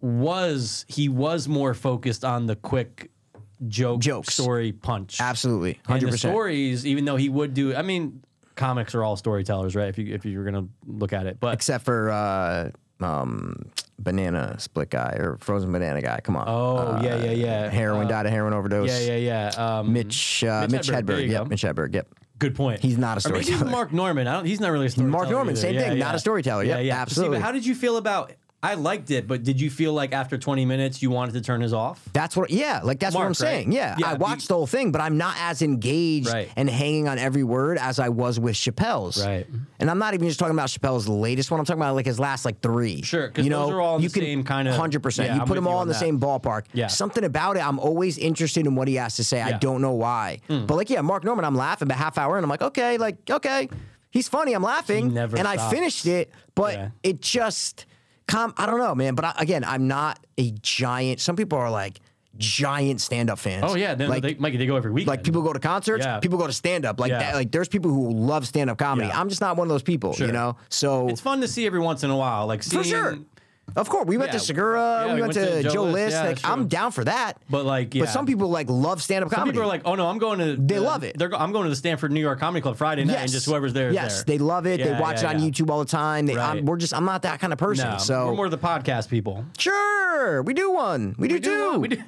[SPEAKER 3] was he was more focused on the quick joke
[SPEAKER 2] Jokes.
[SPEAKER 3] story punch
[SPEAKER 2] absolutely,
[SPEAKER 3] and
[SPEAKER 2] hundred
[SPEAKER 3] the
[SPEAKER 2] percent.
[SPEAKER 3] stories, even though he would do, I mean, comics are all storytellers, right? If you if you were gonna look at it, but
[SPEAKER 2] Except for uh, um, banana split guy or frozen banana guy. Come on.
[SPEAKER 3] oh
[SPEAKER 2] Uh,
[SPEAKER 3] yeah, yeah, yeah,
[SPEAKER 2] Heroin
[SPEAKER 3] Uh,
[SPEAKER 2] died of heroin overdose.
[SPEAKER 3] yeah, yeah, yeah. Um,
[SPEAKER 2] Mitch, uh,
[SPEAKER 3] Mitch
[SPEAKER 2] Mitch,
[SPEAKER 3] Hedberg, there
[SPEAKER 2] Hedberg.
[SPEAKER 3] you
[SPEAKER 2] Yep,
[SPEAKER 3] go.
[SPEAKER 2] Mitch Hedberg. Yep.
[SPEAKER 3] good point.
[SPEAKER 2] He's not a
[SPEAKER 3] Or maybe
[SPEAKER 2] storyteller.
[SPEAKER 3] Mark Norman. I don't, he's not really a storyteller.
[SPEAKER 2] Norman,
[SPEAKER 3] either.
[SPEAKER 2] same
[SPEAKER 3] Yeah,
[SPEAKER 2] thing,
[SPEAKER 3] yeah.
[SPEAKER 2] not a storyteller. Yep,
[SPEAKER 3] See,
[SPEAKER 2] absolutely.
[SPEAKER 3] but how did you feel about? I liked it, but did you feel like after 20 minutes you wanted to turn his off?
[SPEAKER 2] That's what, yeah, like that's what
[SPEAKER 3] Mark,
[SPEAKER 2] I'm saying.
[SPEAKER 3] right?
[SPEAKER 2] Yeah,
[SPEAKER 3] Yeah,
[SPEAKER 2] I
[SPEAKER 3] the-
[SPEAKER 2] watched the whole thing, but I'm not as engaged
[SPEAKER 3] Right.
[SPEAKER 2] and hanging on every word as I was with Chappelle's.
[SPEAKER 3] Right.
[SPEAKER 2] And I'm not even just talking about Chappelle's latest one. I'm talking about like his last like three.
[SPEAKER 3] Sure, 'cause those are all in the same kinda-
[SPEAKER 2] hundred percent.
[SPEAKER 3] yeah,
[SPEAKER 2] You
[SPEAKER 3] I'm with
[SPEAKER 2] put them
[SPEAKER 3] you
[SPEAKER 2] all
[SPEAKER 3] on
[SPEAKER 2] in the
[SPEAKER 3] that.
[SPEAKER 2] same ballpark.
[SPEAKER 3] Yeah.
[SPEAKER 2] Something about it. I'm always interested in what he has to say. I
[SPEAKER 3] Yeah. Mm.
[SPEAKER 2] don't know why, but like yeah, Mark Norman. I'm laughing about half hour, and I'm like, okay, like okay, he's funny. I'm laughing,
[SPEAKER 3] never
[SPEAKER 2] and I
[SPEAKER 3] stops.
[SPEAKER 2] finished it, but
[SPEAKER 3] Yeah.
[SPEAKER 2] it just com I don't know, man. But I, again, I'm not a giant. Some people are like giant stand up fans.
[SPEAKER 3] Oh yeah, then
[SPEAKER 2] like
[SPEAKER 3] they, Mikey, they go every week.
[SPEAKER 2] like people go to concerts,
[SPEAKER 3] Yeah.
[SPEAKER 2] people go to stand up. Like
[SPEAKER 3] Yeah.
[SPEAKER 2] that, like there's people who love stand up comedy.
[SPEAKER 3] Yeah.
[SPEAKER 2] I'm just not one of those people,
[SPEAKER 3] Sure.
[SPEAKER 2] you know. So
[SPEAKER 3] It's fun to see every once in a while, like
[SPEAKER 2] for
[SPEAKER 3] seeing,
[SPEAKER 2] sure. Of course, we went
[SPEAKER 3] Yeah.
[SPEAKER 2] to Segura,
[SPEAKER 3] Yeah,
[SPEAKER 2] we, went, to, Joe List.
[SPEAKER 3] yeah,
[SPEAKER 2] like,
[SPEAKER 3] that's
[SPEAKER 2] I'm
[SPEAKER 3] true.
[SPEAKER 2] down for that.
[SPEAKER 3] But like, yeah.
[SPEAKER 2] But some people like love stand up
[SPEAKER 3] Some
[SPEAKER 2] comedy.
[SPEAKER 3] people are like, oh no, I'm going to.
[SPEAKER 2] They love it.
[SPEAKER 3] They're, go- I'm going to the Stanford New York Comedy Club Friday night, and just whoever's there. is
[SPEAKER 2] Yes,
[SPEAKER 3] there.
[SPEAKER 2] they love it.
[SPEAKER 3] Yeah,
[SPEAKER 2] they watch
[SPEAKER 3] yeah,
[SPEAKER 2] it on
[SPEAKER 3] yeah.
[SPEAKER 2] YouTube all the time. They, I'm,
[SPEAKER 3] Right.
[SPEAKER 2] we're just, I'm not that kind of person.
[SPEAKER 3] No,
[SPEAKER 2] so
[SPEAKER 3] we're more the podcast people.
[SPEAKER 2] sure, we do one. We do, two.
[SPEAKER 3] We do-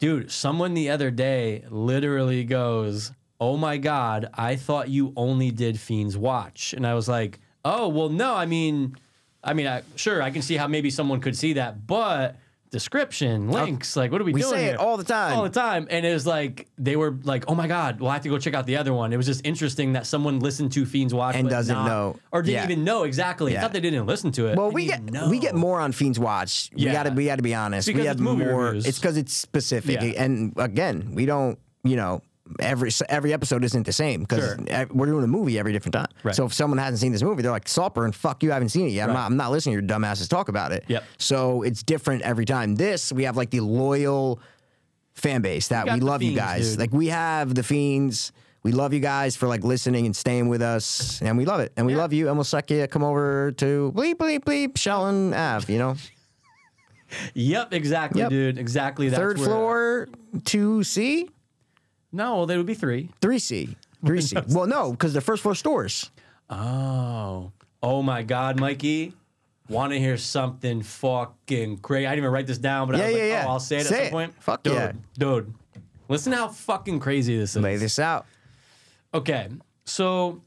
[SPEAKER 3] Dude, someone the other day literally goes, "Oh my god, I thought you only did Fiends Watch," and I was like, "Oh well, no, I mean, I mean, I, sure, I can see how maybe someone could see that, but." Description links, like what are we,
[SPEAKER 2] We
[SPEAKER 3] doing?
[SPEAKER 2] say it
[SPEAKER 3] here?
[SPEAKER 2] all the time.
[SPEAKER 3] all the time. And it was like they were like, "Oh my god, well I have to go check out the other one." It was just interesting that someone listened to Fiends Watch
[SPEAKER 2] And
[SPEAKER 3] but
[SPEAKER 2] doesn't
[SPEAKER 3] not-
[SPEAKER 2] know.
[SPEAKER 3] or didn't
[SPEAKER 2] Yeah.
[SPEAKER 3] even know exactly.
[SPEAKER 2] Yeah.
[SPEAKER 3] It's not they didn't listen to it.
[SPEAKER 2] Well,
[SPEAKER 3] They
[SPEAKER 2] we get
[SPEAKER 3] didn't know.
[SPEAKER 2] we get more on Fiends Watch. We
[SPEAKER 3] Yeah.
[SPEAKER 2] gotta we gotta be honest.
[SPEAKER 3] Because
[SPEAKER 2] we
[SPEAKER 3] it's movie
[SPEAKER 2] more.
[SPEAKER 3] reviews.
[SPEAKER 2] It's because it's specific,
[SPEAKER 3] Yeah.
[SPEAKER 2] and again, we don't. You know, every so every episode isn't the same because
[SPEAKER 3] Sure.
[SPEAKER 2] we're doing a movie every different time.
[SPEAKER 3] Right.
[SPEAKER 2] So if someone hasn't seen this movie, they're like Saltburn. Fuck you, I haven't seen it yet. I'm not. I'm not listening to your dumbasses talk about it.
[SPEAKER 3] Yep.
[SPEAKER 2] So it's different every time. This we have like the loyal fan base that
[SPEAKER 3] got
[SPEAKER 2] we
[SPEAKER 3] the
[SPEAKER 2] love you
[SPEAKER 3] Fiends,
[SPEAKER 2] guys.
[SPEAKER 3] dude.
[SPEAKER 2] Like we have the fiends. We love you guys for like listening and staying with us, and we love it. And we love you, and we'll suck you. Come over to bleep bleep bleep Shellen Ave. You know,
[SPEAKER 3] Yep, exactly,
[SPEAKER 2] Yep.
[SPEAKER 3] dude. Exactly. That's
[SPEAKER 2] third
[SPEAKER 3] where-
[SPEAKER 2] floor, two C,
[SPEAKER 3] No, well, there would be three.
[SPEAKER 2] three C, three C. Well, no, because the first floor stores.
[SPEAKER 3] Oh, oh my God, Mikey. Want to hear something fucking crazy? I didn't even write this down, but
[SPEAKER 2] Yeah,
[SPEAKER 3] I was
[SPEAKER 2] yeah,
[SPEAKER 3] like,
[SPEAKER 2] yeah.
[SPEAKER 3] oh, I'll say it
[SPEAKER 2] Say
[SPEAKER 3] at some
[SPEAKER 2] it.
[SPEAKER 3] point.
[SPEAKER 2] Fuck
[SPEAKER 3] dude,
[SPEAKER 2] yeah.
[SPEAKER 3] dude. Listen to how fucking crazy this is.
[SPEAKER 2] Lay this out.
[SPEAKER 3] Okay, so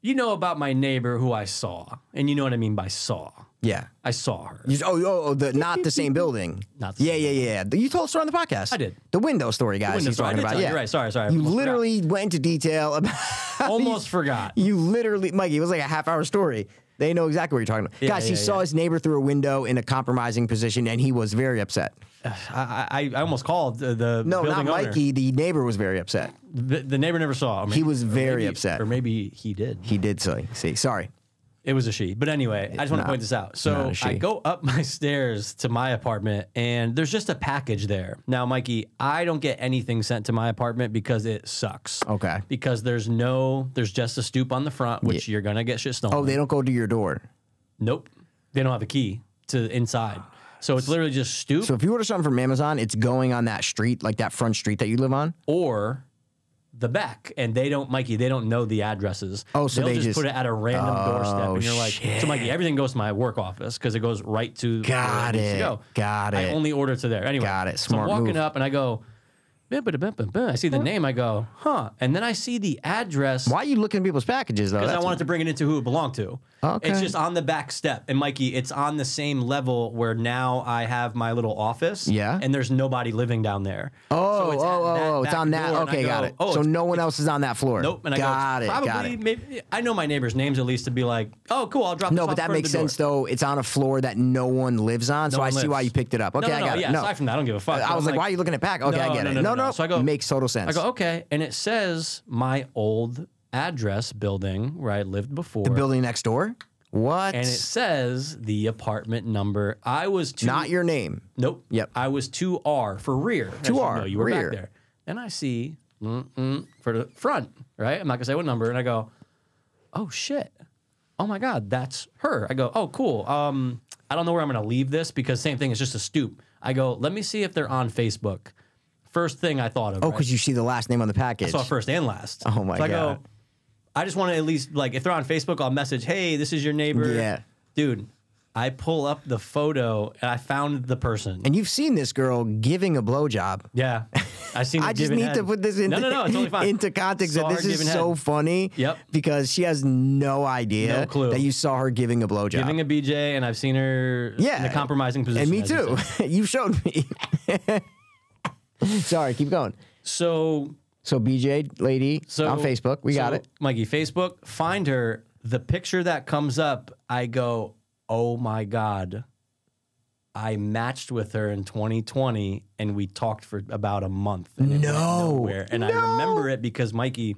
[SPEAKER 3] you know about my neighbor who I saw, and you know what I mean by saw.
[SPEAKER 2] Yeah.
[SPEAKER 3] I saw her.
[SPEAKER 2] You- oh, oh, oh, the not the same building.
[SPEAKER 3] Not the
[SPEAKER 2] yeah,
[SPEAKER 3] same
[SPEAKER 2] yeah, yeah, yeah. You told us on the podcast.
[SPEAKER 3] I did.
[SPEAKER 2] The window story, guys.
[SPEAKER 3] window
[SPEAKER 2] he's
[SPEAKER 3] story. I
[SPEAKER 2] talking
[SPEAKER 3] did
[SPEAKER 2] about.
[SPEAKER 3] tell you.
[SPEAKER 2] yeah,
[SPEAKER 3] You're right. Sorry, sorry. I
[SPEAKER 2] You
[SPEAKER 3] almost forgot.
[SPEAKER 2] literally went into detail about.
[SPEAKER 3] Almost forgot.
[SPEAKER 2] You literally, Mikey, it was like a half hour story. They know exactly what you're talking about.
[SPEAKER 3] Yeah,
[SPEAKER 2] Guys, he
[SPEAKER 3] yeah,
[SPEAKER 2] saw
[SPEAKER 3] yeah.
[SPEAKER 2] his neighbor through a window in a compromising position and he was very upset.
[SPEAKER 3] I, I, I almost called the, the
[SPEAKER 2] No,
[SPEAKER 3] building
[SPEAKER 2] not
[SPEAKER 3] owner.
[SPEAKER 2] Mikey. The neighbor was very upset.
[SPEAKER 3] The, the neighbor never saw. Or
[SPEAKER 2] He was
[SPEAKER 3] or
[SPEAKER 2] very
[SPEAKER 3] maybe-
[SPEAKER 2] upset.
[SPEAKER 3] Or maybe he did.
[SPEAKER 2] He did say, see, sorry.
[SPEAKER 3] It was a she. But anyway, I just want to
[SPEAKER 2] Nah,
[SPEAKER 3] point this out.
[SPEAKER 2] not
[SPEAKER 3] So
[SPEAKER 2] a she.
[SPEAKER 3] I go up my stairs to my apartment and there's just a package there. Now, Mikey, I don't get anything sent to my apartment because it sucks.
[SPEAKER 2] Okay.
[SPEAKER 3] Because there's no, there's just a stoop on the front, which you're going to get shit stolen.
[SPEAKER 2] Oh, they don't go to your door.
[SPEAKER 3] Nope. They don't have a key to the inside. So it's literally just stoop
[SPEAKER 2] So if you order something from Amazon, it's going on that street, like that front street that you live on.
[SPEAKER 3] or the back. And they don't, Mikey, they don't know the addresses.
[SPEAKER 2] Oh, so
[SPEAKER 3] They'll
[SPEAKER 2] they
[SPEAKER 3] just,
[SPEAKER 2] just-
[SPEAKER 3] put it at a random doorstep.
[SPEAKER 2] Oh,
[SPEAKER 3] And you're like, so Mikey, everything goes to my work office because it goes right to
[SPEAKER 2] Got
[SPEAKER 3] where needs to
[SPEAKER 2] it.
[SPEAKER 3] go.
[SPEAKER 2] Got
[SPEAKER 3] I
[SPEAKER 2] it.
[SPEAKER 3] only order to there. Anyway,
[SPEAKER 2] Got it.
[SPEAKER 3] so
[SPEAKER 2] Smart
[SPEAKER 3] I'm walking
[SPEAKER 2] move.
[SPEAKER 3] up and I go, "Bim, ba, da, bim, bim, bim." I see the name. I go, huh. And then I see the address.
[SPEAKER 2] Why are you looking at people's packages though?
[SPEAKER 3] Because I
[SPEAKER 2] That's-
[SPEAKER 3] wanted to bring it into who it belonged to.
[SPEAKER 2] Okay.
[SPEAKER 3] It's just on the back step. And Mikey, it's on the same level where now I have my little office.
[SPEAKER 2] Yeah.
[SPEAKER 3] And there's nobody living down there.
[SPEAKER 2] Oh,
[SPEAKER 3] So
[SPEAKER 2] oh,
[SPEAKER 3] at
[SPEAKER 2] oh, oh, it's
[SPEAKER 3] back
[SPEAKER 2] on that.
[SPEAKER 3] door, and I
[SPEAKER 2] Okay, got
[SPEAKER 3] go,
[SPEAKER 2] it.
[SPEAKER 3] Oh,
[SPEAKER 2] so
[SPEAKER 3] it's-
[SPEAKER 2] no one else is on that floor.
[SPEAKER 3] nope. And I
[SPEAKER 2] got
[SPEAKER 3] go,
[SPEAKER 2] it.
[SPEAKER 3] probably
[SPEAKER 2] Got it.
[SPEAKER 3] maybe I know my neighbor's names at least to be like, oh, cool, I'll drop. this
[SPEAKER 2] No, but
[SPEAKER 3] off
[SPEAKER 2] that
[SPEAKER 3] in front
[SPEAKER 2] makes
[SPEAKER 3] of the door.
[SPEAKER 2] sense though. It's on a floor that no one lives on, so
[SPEAKER 3] No
[SPEAKER 2] I
[SPEAKER 3] one
[SPEAKER 2] see why
[SPEAKER 3] lives.
[SPEAKER 2] you picked it up.
[SPEAKER 3] No,
[SPEAKER 2] Okay,
[SPEAKER 3] no,
[SPEAKER 2] I
[SPEAKER 3] no,
[SPEAKER 2] got
[SPEAKER 3] yeah,
[SPEAKER 2] it. No.
[SPEAKER 3] Aside from that, I don't give a fuck.
[SPEAKER 2] I
[SPEAKER 3] I'm
[SPEAKER 2] was like, why are you looking at pack? Okay, I
[SPEAKER 3] No,
[SPEAKER 2] get
[SPEAKER 3] no,
[SPEAKER 2] it.
[SPEAKER 3] no,
[SPEAKER 2] No,
[SPEAKER 3] no, no. So I go-
[SPEAKER 2] makes total sense.
[SPEAKER 3] I go, okay, and it says my old address building where I lived before.
[SPEAKER 2] Building next door. What?
[SPEAKER 3] "Oh, and it says the apartment number. I was too
[SPEAKER 2] Not your name.
[SPEAKER 3] Nope.
[SPEAKER 2] Yep.
[SPEAKER 3] I was 2R for rear. As
[SPEAKER 2] 2R,
[SPEAKER 3] You, know, you were
[SPEAKER 2] rear.
[SPEAKER 3] back there. And I see mm-mm, for the front, right? I'm not going to say what number. And I go, oh, shit. Oh, my God. That's her. I go, oh, cool. Um, I don't know where I'm going to leave this because same thing. It's just a stoop. I go, let me see if they're on Facebook. First thing I thought of.
[SPEAKER 2] Oh,
[SPEAKER 3] right?
[SPEAKER 2] because you see the last name on the package.
[SPEAKER 3] saw first and last.
[SPEAKER 2] Oh, my
[SPEAKER 3] so I
[SPEAKER 2] God.
[SPEAKER 3] Go, I just want to at least like if they're on Facebook, I'll message, "Hey, this is your neighbor."
[SPEAKER 2] Yeah.
[SPEAKER 3] dude. I pull up the photo and I found the person.
[SPEAKER 2] and you've seen this girl giving a blowjob.
[SPEAKER 3] Yeah, I seen.
[SPEAKER 2] I
[SPEAKER 3] her
[SPEAKER 2] just
[SPEAKER 3] giving
[SPEAKER 2] need
[SPEAKER 3] head.
[SPEAKER 2] to put this into,
[SPEAKER 3] no, no, no, it's totally fine.
[SPEAKER 2] into context.
[SPEAKER 3] Saw
[SPEAKER 2] That
[SPEAKER 3] her
[SPEAKER 2] this is
[SPEAKER 3] giving
[SPEAKER 2] so
[SPEAKER 3] head.
[SPEAKER 2] funny
[SPEAKER 3] Yep.
[SPEAKER 2] because she has no idea
[SPEAKER 3] No clue.
[SPEAKER 2] that you saw her giving a blowjob.
[SPEAKER 3] giving a BJ, and I've seen her
[SPEAKER 2] yeah,
[SPEAKER 3] in a compromising position.
[SPEAKER 2] And me
[SPEAKER 3] as you
[SPEAKER 2] too.
[SPEAKER 3] said.
[SPEAKER 2] you showed me. Sorry, keep going.
[SPEAKER 3] So
[SPEAKER 2] So BJ lady
[SPEAKER 3] So
[SPEAKER 2] on Facebook, we got
[SPEAKER 3] so,
[SPEAKER 2] it.
[SPEAKER 3] Mikey. Facebook, find her. The picture that comes up, I go, oh my god, I matched with her in 2020, and we talked for about a month. And it went
[SPEAKER 2] No.
[SPEAKER 3] nowhere. and I remember it because Mikey,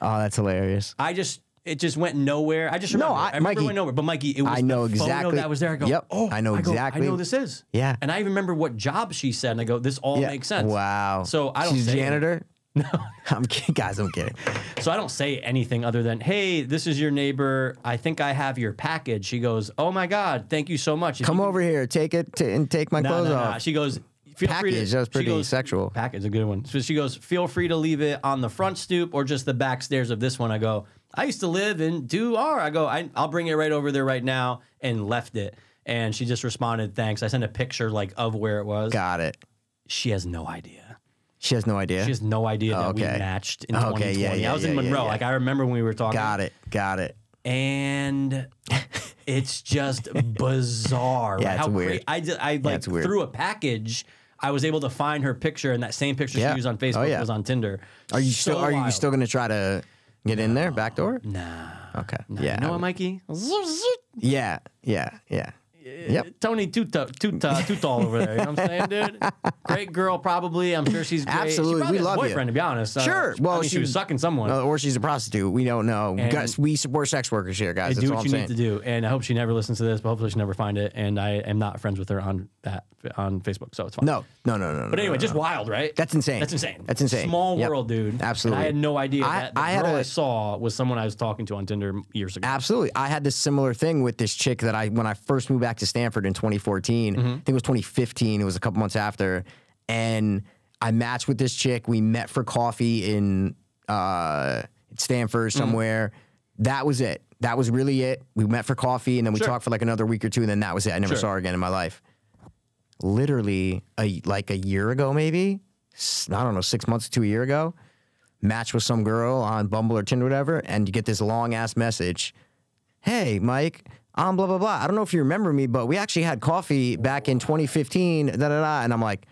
[SPEAKER 2] Oh, that's hilarious.
[SPEAKER 3] I just. It just went nowhere. I just remember.
[SPEAKER 2] I-
[SPEAKER 3] I, remember
[SPEAKER 2] Mikey,
[SPEAKER 3] it went nowhere. But Mikey, it was
[SPEAKER 2] I know
[SPEAKER 3] the photo
[SPEAKER 2] exactly-
[SPEAKER 3] that was there. I go,
[SPEAKER 2] Yep,
[SPEAKER 3] oh,
[SPEAKER 2] I know
[SPEAKER 3] go,
[SPEAKER 2] exactly.
[SPEAKER 3] I know this is.
[SPEAKER 2] Yeah.
[SPEAKER 3] And I even remember what job she said. And I go, this all
[SPEAKER 2] Yeah.
[SPEAKER 3] makes sense.
[SPEAKER 2] Wow.
[SPEAKER 3] So I don't
[SPEAKER 2] She's a
[SPEAKER 3] say anything.
[SPEAKER 2] janitor. No, I'm kidding, guys. I'm kidding.
[SPEAKER 3] So I don't say anything other than, "Hey, this is your neighbor. I think I have your package." She goes, "Oh my god, thank you so much." If
[SPEAKER 2] Come
[SPEAKER 3] you
[SPEAKER 2] over here, take it t- and take my
[SPEAKER 3] can- Nah,
[SPEAKER 2] clothes
[SPEAKER 3] nah, nah.
[SPEAKER 2] off.
[SPEAKER 3] She goes, "Feel free
[SPEAKER 2] Package,
[SPEAKER 3] to."
[SPEAKER 2] that was
[SPEAKER 3] she
[SPEAKER 2] pretty
[SPEAKER 3] goes,
[SPEAKER 2] sexual.
[SPEAKER 3] Package, a good one. So she goes, "Feel free to leave it on the front stoop or just the back stairs of this one." I go, "I used to live in 2R." I go, I, "I'll bring it right over there right now," and left it. And she just responded, "Thanks." I sent a picture like of where it was.
[SPEAKER 2] Got it.
[SPEAKER 3] She has no idea.
[SPEAKER 2] She has no idea.
[SPEAKER 3] She has no idea that we
[SPEAKER 2] Okay.
[SPEAKER 3] matched in
[SPEAKER 2] Okay, yeah,
[SPEAKER 3] 2020.
[SPEAKER 2] yeah,
[SPEAKER 3] I was
[SPEAKER 2] yeah,
[SPEAKER 3] in
[SPEAKER 2] yeah,
[SPEAKER 3] Monroe.
[SPEAKER 2] yeah.
[SPEAKER 3] Like I remember when we were talking.
[SPEAKER 2] Got it. Got it.
[SPEAKER 3] and it's just bizarre.
[SPEAKER 2] Yeah,
[SPEAKER 3] right?
[SPEAKER 2] it's
[SPEAKER 3] How
[SPEAKER 2] weird.
[SPEAKER 3] I just, I like
[SPEAKER 2] it's weird.
[SPEAKER 3] through a package. I was able to find her picture, and that same picture
[SPEAKER 2] Yeah.
[SPEAKER 3] she used on
[SPEAKER 2] Oh,
[SPEAKER 3] Facebook
[SPEAKER 2] yeah.
[SPEAKER 3] was on Tinder.
[SPEAKER 2] Are you
[SPEAKER 3] So
[SPEAKER 2] still? Are you
[SPEAKER 3] wild.
[SPEAKER 2] still going to try to get in there back door?
[SPEAKER 3] Nah.
[SPEAKER 2] Okay. yeah.
[SPEAKER 3] You know what, Mikey?
[SPEAKER 2] yeah. Yeah. Yeah.
[SPEAKER 3] Uh,
[SPEAKER 2] Yep.
[SPEAKER 3] Tony too ta- too ta- too tall over there. You know what I'm saying, dude? Great girl, probably. I'm sure she's great. She
[SPEAKER 2] Absolutely.
[SPEAKER 3] probably
[SPEAKER 2] We
[SPEAKER 3] has a
[SPEAKER 2] love you.
[SPEAKER 3] boyfriend, to be honest. Uh,
[SPEAKER 2] Sure.
[SPEAKER 3] well,
[SPEAKER 2] Well,
[SPEAKER 3] she,
[SPEAKER 2] she-
[SPEAKER 3] was sucking someone.
[SPEAKER 2] Uh, or she's a prostitute. We don't know.
[SPEAKER 3] And-
[SPEAKER 2] Guys, we we're sex workers here, guys. That's
[SPEAKER 3] do
[SPEAKER 2] all
[SPEAKER 3] what
[SPEAKER 2] I'm
[SPEAKER 3] you
[SPEAKER 2] saying.
[SPEAKER 3] need to do. And I hope she never listens to this, but hopefully she never find it. And I am not friends with her on that on Facebook, so it's fine.
[SPEAKER 2] No. No. No. No.
[SPEAKER 3] But anyway, just wild, right?
[SPEAKER 2] Uh, That's insane.
[SPEAKER 3] That's insane.
[SPEAKER 2] That's insane.
[SPEAKER 3] Small
[SPEAKER 2] Yep.
[SPEAKER 3] world, dude.
[SPEAKER 2] Absolutely.
[SPEAKER 3] And I had no idea
[SPEAKER 2] I-
[SPEAKER 3] that the
[SPEAKER 2] I had
[SPEAKER 3] girl
[SPEAKER 2] a-
[SPEAKER 3] I saw was someone I was talking to on Tinder years ago.
[SPEAKER 2] Absolutely. I had this similar thing with this chick that I when I first moved back to Stanford in 2014.
[SPEAKER 3] Mm-hmm.
[SPEAKER 2] I think it was 2015. It was a couple months after, and I matched with this chick. We met for coffee in uh, Stanford
[SPEAKER 3] Mm-hmm.
[SPEAKER 2] somewhere. That was it. That was really it. We met for coffee, and then we talked for like another week or two, and then that was it. I never
[SPEAKER 3] Sure.
[SPEAKER 2] saw her again in my life. Literally, a like a year ago, maybe s- I don't know, six months to a year ago match with some girl on Bumble or Tinder, whatever, and you get this long ass message. Hey, Mike, I'm blah blah blah. I don't know if you remember me, but we actually had coffee back in 2015. Da da da. And I'm like,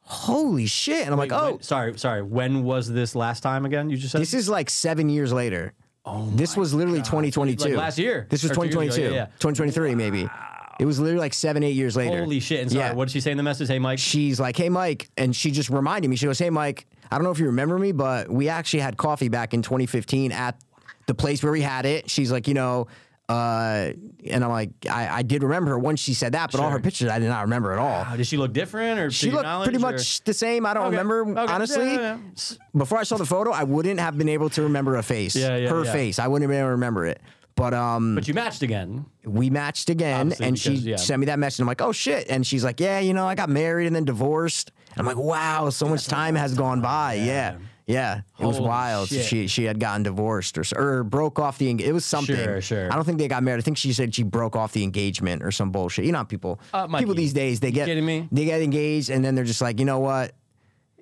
[SPEAKER 2] holy shit. And I'm like, oh,
[SPEAKER 3] When- sorry, sorry. When was this last time again? You just said
[SPEAKER 2] this is like seven years later. Oh, this was literally 2022.
[SPEAKER 3] Like last year,
[SPEAKER 2] This was
[SPEAKER 3] or two years ago,
[SPEAKER 2] 2022.
[SPEAKER 3] yeah, yeah.
[SPEAKER 2] 2023 maybe. It was literally like seven, eight years later.
[SPEAKER 3] holy shit. And sorry,
[SPEAKER 2] Yeah.
[SPEAKER 3] what did she say in the message? Hey, Mike.
[SPEAKER 2] she's like, "Hey, Mike," and she just reminded me. She goes, "Hey, Mike, I don't know if you remember me, but we actually had coffee back in 2015 at the place where we had it." She's like, "You know, Uh, and I'm like, I, I did remember once she said that, but all her
[SPEAKER 3] Sure.
[SPEAKER 2] pictures I did not remember at all.
[SPEAKER 3] Wow, does she look different or to
[SPEAKER 2] She
[SPEAKER 3] your
[SPEAKER 2] looked
[SPEAKER 3] knowledge,
[SPEAKER 2] pretty
[SPEAKER 3] or-
[SPEAKER 2] much the same. I don't
[SPEAKER 3] Okay,
[SPEAKER 2] remember,
[SPEAKER 3] okay, yeah,
[SPEAKER 2] honestly.
[SPEAKER 3] yeah, yeah.
[SPEAKER 2] s- Before I saw the photo, I wouldn't have been able to remember a face.
[SPEAKER 3] Yeah, yeah,
[SPEAKER 2] her
[SPEAKER 3] yeah.
[SPEAKER 2] face. I wouldn't have been able to remember it. But um,
[SPEAKER 3] But you matched again.
[SPEAKER 2] we matched again,
[SPEAKER 3] Obviously,
[SPEAKER 2] and
[SPEAKER 3] because-
[SPEAKER 2] she
[SPEAKER 3] yeah.
[SPEAKER 2] sent me that message. I'm like, oh shit, and she's like, yeah, you know, I got married and then divorced. And I'm like, wow, so much time has gone by. Yeah, yeah, it was
[SPEAKER 3] Holy
[SPEAKER 2] wild. So
[SPEAKER 3] shit.
[SPEAKER 2] she she had gotten divorced or s- or broke off the eng- it was something.
[SPEAKER 3] Sure, sure.
[SPEAKER 2] I don't think they got married. I think she said she broke off the engagement or some bullshit. You know, how people
[SPEAKER 3] Uh, Mikey,
[SPEAKER 2] people these days they get
[SPEAKER 3] kidding me?
[SPEAKER 2] they get engaged and then they're just like, you know what.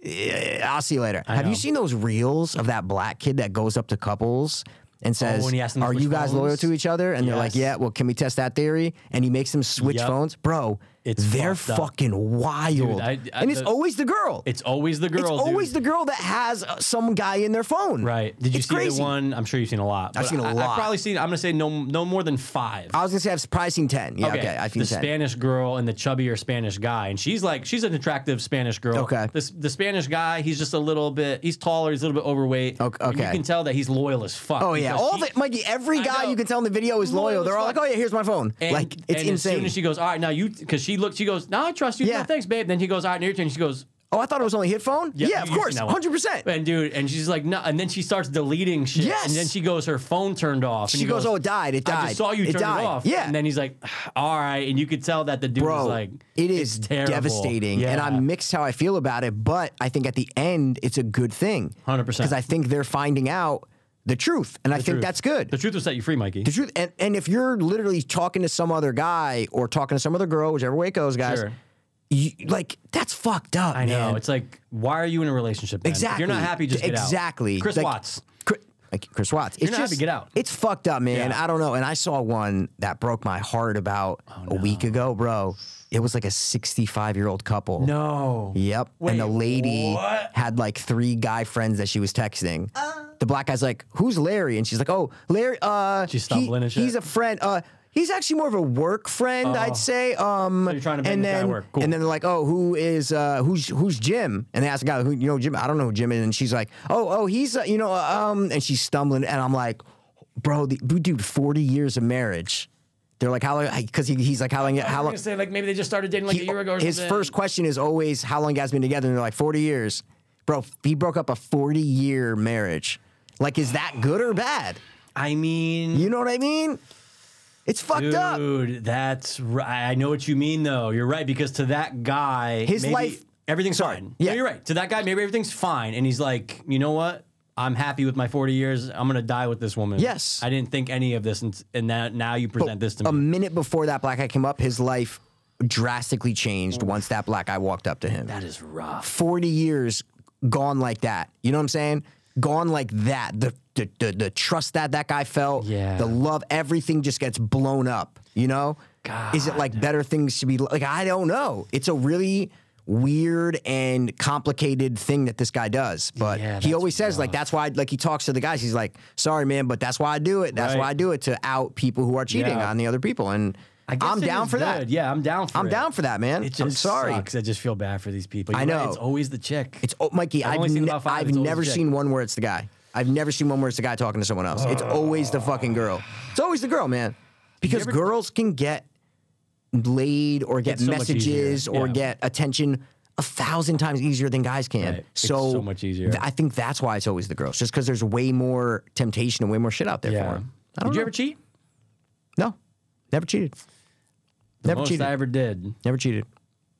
[SPEAKER 2] Eh, I'll see you later. Have you
[SPEAKER 3] know.
[SPEAKER 2] seen those reels of that black kid that goes up to couples and says,
[SPEAKER 3] Oh, when he asked them to
[SPEAKER 2] "Are
[SPEAKER 3] switch
[SPEAKER 2] you guys loyal
[SPEAKER 3] phones?
[SPEAKER 2] to each other?" And they're like,
[SPEAKER 3] Yes.
[SPEAKER 2] "Yeah." Well, can we test that theory? And he makes them switch
[SPEAKER 3] Yep.
[SPEAKER 2] phones, bro.
[SPEAKER 3] It's
[SPEAKER 2] they're
[SPEAKER 3] fucked up.
[SPEAKER 2] fucking wild,
[SPEAKER 3] I- I-
[SPEAKER 2] and it's
[SPEAKER 3] the-
[SPEAKER 2] always the girl.
[SPEAKER 3] It's always the girl.
[SPEAKER 2] It's always
[SPEAKER 3] dude.
[SPEAKER 2] the girl that has uh, some guy in their phone.
[SPEAKER 3] right. Did you
[SPEAKER 2] It's
[SPEAKER 3] see
[SPEAKER 2] crazy.
[SPEAKER 3] the one? I'm sure you've seen a lot.
[SPEAKER 2] I've
[SPEAKER 3] but
[SPEAKER 2] seen a
[SPEAKER 3] I-
[SPEAKER 2] lot.
[SPEAKER 3] I've probably seen. I'm gonna say no, no more than five.
[SPEAKER 2] I was gonna say I've surprised seen ten. Yeah, okay, I've seen
[SPEAKER 3] the
[SPEAKER 2] ten.
[SPEAKER 3] Spanish girl and the chubbier Spanish guy, and she's like, she's an attractive Spanish girl.
[SPEAKER 2] Okay.
[SPEAKER 3] This the Spanish guy, he's just a little bit, he's taller, he's a little bit overweight.
[SPEAKER 2] Ok-
[SPEAKER 3] And
[SPEAKER 2] okay.
[SPEAKER 3] you can tell that he's loyal as fuck.
[SPEAKER 2] oh yeah,
[SPEAKER 3] because
[SPEAKER 2] all
[SPEAKER 3] she-
[SPEAKER 2] the Mikey. Every
[SPEAKER 3] I
[SPEAKER 2] guy
[SPEAKER 3] know.
[SPEAKER 2] you can tell in the video is loyal.
[SPEAKER 3] Loyal
[SPEAKER 2] They're
[SPEAKER 3] as
[SPEAKER 2] all like,
[SPEAKER 3] fuck.
[SPEAKER 2] "Oh yeah, here's my phone."
[SPEAKER 3] and-
[SPEAKER 2] like it's
[SPEAKER 3] and As soon
[SPEAKER 2] insane.
[SPEAKER 3] as she goes, all right, now you, because she looks, she goes, no, I trust you.
[SPEAKER 2] Yeah.
[SPEAKER 3] No, thanks, babe. Then he goes, all right, and your turn. She goes,
[SPEAKER 2] oh, I thought it was only hit phone. Yeah,
[SPEAKER 3] you-
[SPEAKER 2] of
[SPEAKER 3] you've seen
[SPEAKER 2] course,
[SPEAKER 3] that one.
[SPEAKER 2] hundred percent.
[SPEAKER 3] And dude, and she's like, no, and then she starts deleting shit.
[SPEAKER 2] Yes.
[SPEAKER 3] And then she goes, her phone turned off. and
[SPEAKER 2] She
[SPEAKER 3] he
[SPEAKER 2] goes, "Oh, it died. It
[SPEAKER 3] I
[SPEAKER 2] died.
[SPEAKER 3] just saw you
[SPEAKER 2] It
[SPEAKER 3] turn
[SPEAKER 2] died."
[SPEAKER 3] it off.
[SPEAKER 2] Yeah.
[SPEAKER 3] And then he's like, all right. And you could tell that the dude
[SPEAKER 2] bro
[SPEAKER 3] was like,
[SPEAKER 2] it
[SPEAKER 3] "It's
[SPEAKER 2] is
[SPEAKER 3] terrible."
[SPEAKER 2] devastating and
[SPEAKER 3] Yeah.
[SPEAKER 2] i'm mixed how i feel about it but i think at the end it's a good thing
[SPEAKER 3] 100%.
[SPEAKER 2] because i think they're finding out the truth and i think
[SPEAKER 3] truth.
[SPEAKER 2] that's good
[SPEAKER 3] The truth will set you free, Mikey.
[SPEAKER 2] the truth and, and if you're literally talking to some other guy or talking to some other girl whichever way it goes guys
[SPEAKER 3] Sure.
[SPEAKER 2] you, like that's fucked up
[SPEAKER 3] I know.
[SPEAKER 2] man.
[SPEAKER 3] It's like, why are you in a relationship? Then? If
[SPEAKER 2] Exactly.
[SPEAKER 3] you're not happy, just get out.
[SPEAKER 2] exactly.
[SPEAKER 3] Chris
[SPEAKER 2] Like-
[SPEAKER 3] Watts.
[SPEAKER 2] Chri- like Chris Watts. it's
[SPEAKER 3] not happy,
[SPEAKER 2] just
[SPEAKER 3] get out.
[SPEAKER 2] It's fucked up, man.
[SPEAKER 3] Yeah.
[SPEAKER 2] I don't know. And I saw one that broke my heart about
[SPEAKER 3] Oh,
[SPEAKER 2] a week ago, bro. It was like a 65 year old couple.
[SPEAKER 3] No.
[SPEAKER 2] Yep. and the
[SPEAKER 3] Oh. Wait,
[SPEAKER 2] lady
[SPEAKER 3] what?
[SPEAKER 2] had like three guy friends that she was texting. the black guy's like, "Who's Larry?" And she's like, "Oh, Larry. Uh,
[SPEAKER 3] She's stumbling and shit.
[SPEAKER 2] He's a friend. Uh, he's actually more of a work friend, I'd say. Um,
[SPEAKER 3] Oh. So you're trying to make
[SPEAKER 2] and
[SPEAKER 3] this guy
[SPEAKER 2] then
[SPEAKER 3] work. Cool.
[SPEAKER 2] and then they're like, "Oh, who is uh, who's who's Jim?" And they ask the guy, "Who you know Jim? I don't know who Jim is." And she's like, "Oh, oh, he's uh, you know uh, um," and she's stumbling, and I'm like, "Bro, the, dude, forty years of marriage." They're like, "How long?" Because he, he's like, "How long? How
[SPEAKER 3] I was
[SPEAKER 2] long?"
[SPEAKER 3] gonna say like maybe they just started dating like
[SPEAKER 2] he-
[SPEAKER 3] a year ago. Or
[SPEAKER 2] his
[SPEAKER 3] something.
[SPEAKER 2] first question is always how long you guys been together and they're like 40 years bro he broke up a 40 year marriage like is that good or bad
[SPEAKER 3] I mean,
[SPEAKER 2] you know what i mean it's fucked up
[SPEAKER 3] dude, that's right. I know what you mean though. You're right because to that guy,
[SPEAKER 2] His
[SPEAKER 3] maybe
[SPEAKER 2] life-
[SPEAKER 3] everything's
[SPEAKER 2] Sorry.
[SPEAKER 3] fine.
[SPEAKER 2] Yeah.
[SPEAKER 3] no, you're right. To that guy, maybe everything's fine, and he's like, you know what? I'm happy with my 40 years. I'm gonna die with this woman.
[SPEAKER 2] Yes. um,
[SPEAKER 3] I didn't think any of this, and, and now, now you present this to me.
[SPEAKER 2] a minute before that black guy came up his life drastically changed once that black guy walked up to him
[SPEAKER 3] that is rough.
[SPEAKER 2] 40 years gone like that. You know what I'm saying? Gone like that. The the the, the trust that that guy felt,
[SPEAKER 3] Yeah.
[SPEAKER 2] the love, everything just gets blown up. You know? Is it like better things to be like? I don't know. It's a really weird and complicated thing that this guy does. But
[SPEAKER 3] Yeah,
[SPEAKER 2] he
[SPEAKER 3] that's
[SPEAKER 2] always says like that's why like he talks to the guys. He's like, sorry man, but that's why I do it. That's why
[SPEAKER 3] Right.
[SPEAKER 2] I do it to out people who are cheating
[SPEAKER 3] Yeah.
[SPEAKER 2] on the other people. And
[SPEAKER 3] I guess
[SPEAKER 2] I'm
[SPEAKER 3] it
[SPEAKER 2] down
[SPEAKER 3] is
[SPEAKER 2] for that.
[SPEAKER 3] good. Yeah, I'm down for
[SPEAKER 2] I'm
[SPEAKER 3] it.
[SPEAKER 2] down for that, man.
[SPEAKER 3] It just
[SPEAKER 2] I'm sorry.
[SPEAKER 3] Sucks. I just feel bad for these people.
[SPEAKER 2] I
[SPEAKER 3] You're right,
[SPEAKER 2] know.
[SPEAKER 3] it's always the chick.
[SPEAKER 2] It's oh, Mikey.
[SPEAKER 3] I've
[SPEAKER 2] I've,
[SPEAKER 3] only seen
[SPEAKER 2] ne-
[SPEAKER 3] about five,
[SPEAKER 2] I've
[SPEAKER 3] it's always
[SPEAKER 2] never
[SPEAKER 3] a chick.
[SPEAKER 2] seen one where it's the guy. I've never seen one where it's the guy talking to someone else. It's always the fucking girl. It's always the girl, man. Because
[SPEAKER 3] ever-
[SPEAKER 2] girls can get laid or get
[SPEAKER 3] It's so much
[SPEAKER 2] messages
[SPEAKER 3] easier,
[SPEAKER 2] or
[SPEAKER 3] yeah.
[SPEAKER 2] get attention a thousand times easier than guys can.
[SPEAKER 3] Right. It's
[SPEAKER 2] So
[SPEAKER 3] so much easier.
[SPEAKER 2] th- I think that's why it's always the girls, just because there's way more temptation and way more shit out there for 'em.
[SPEAKER 3] yeah.
[SPEAKER 2] for them.
[SPEAKER 3] Did you ever cheat?
[SPEAKER 2] No, never cheated.
[SPEAKER 3] The
[SPEAKER 2] Never
[SPEAKER 3] most
[SPEAKER 2] cheated.
[SPEAKER 3] I ever did.
[SPEAKER 2] Never cheated.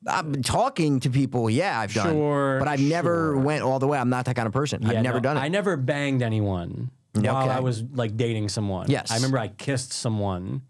[SPEAKER 2] I've been talking to people. Yeah, I've done.
[SPEAKER 3] Sure,
[SPEAKER 2] but I've never
[SPEAKER 3] sure.
[SPEAKER 2] went all the way. I'm not that kind of person.
[SPEAKER 3] Yeah,
[SPEAKER 2] I've never
[SPEAKER 3] no,
[SPEAKER 2] done it. Mm,
[SPEAKER 3] I never banged anyone while
[SPEAKER 2] okay.
[SPEAKER 3] I was like dating someone.
[SPEAKER 2] Yes.
[SPEAKER 3] I remember I kissed someone,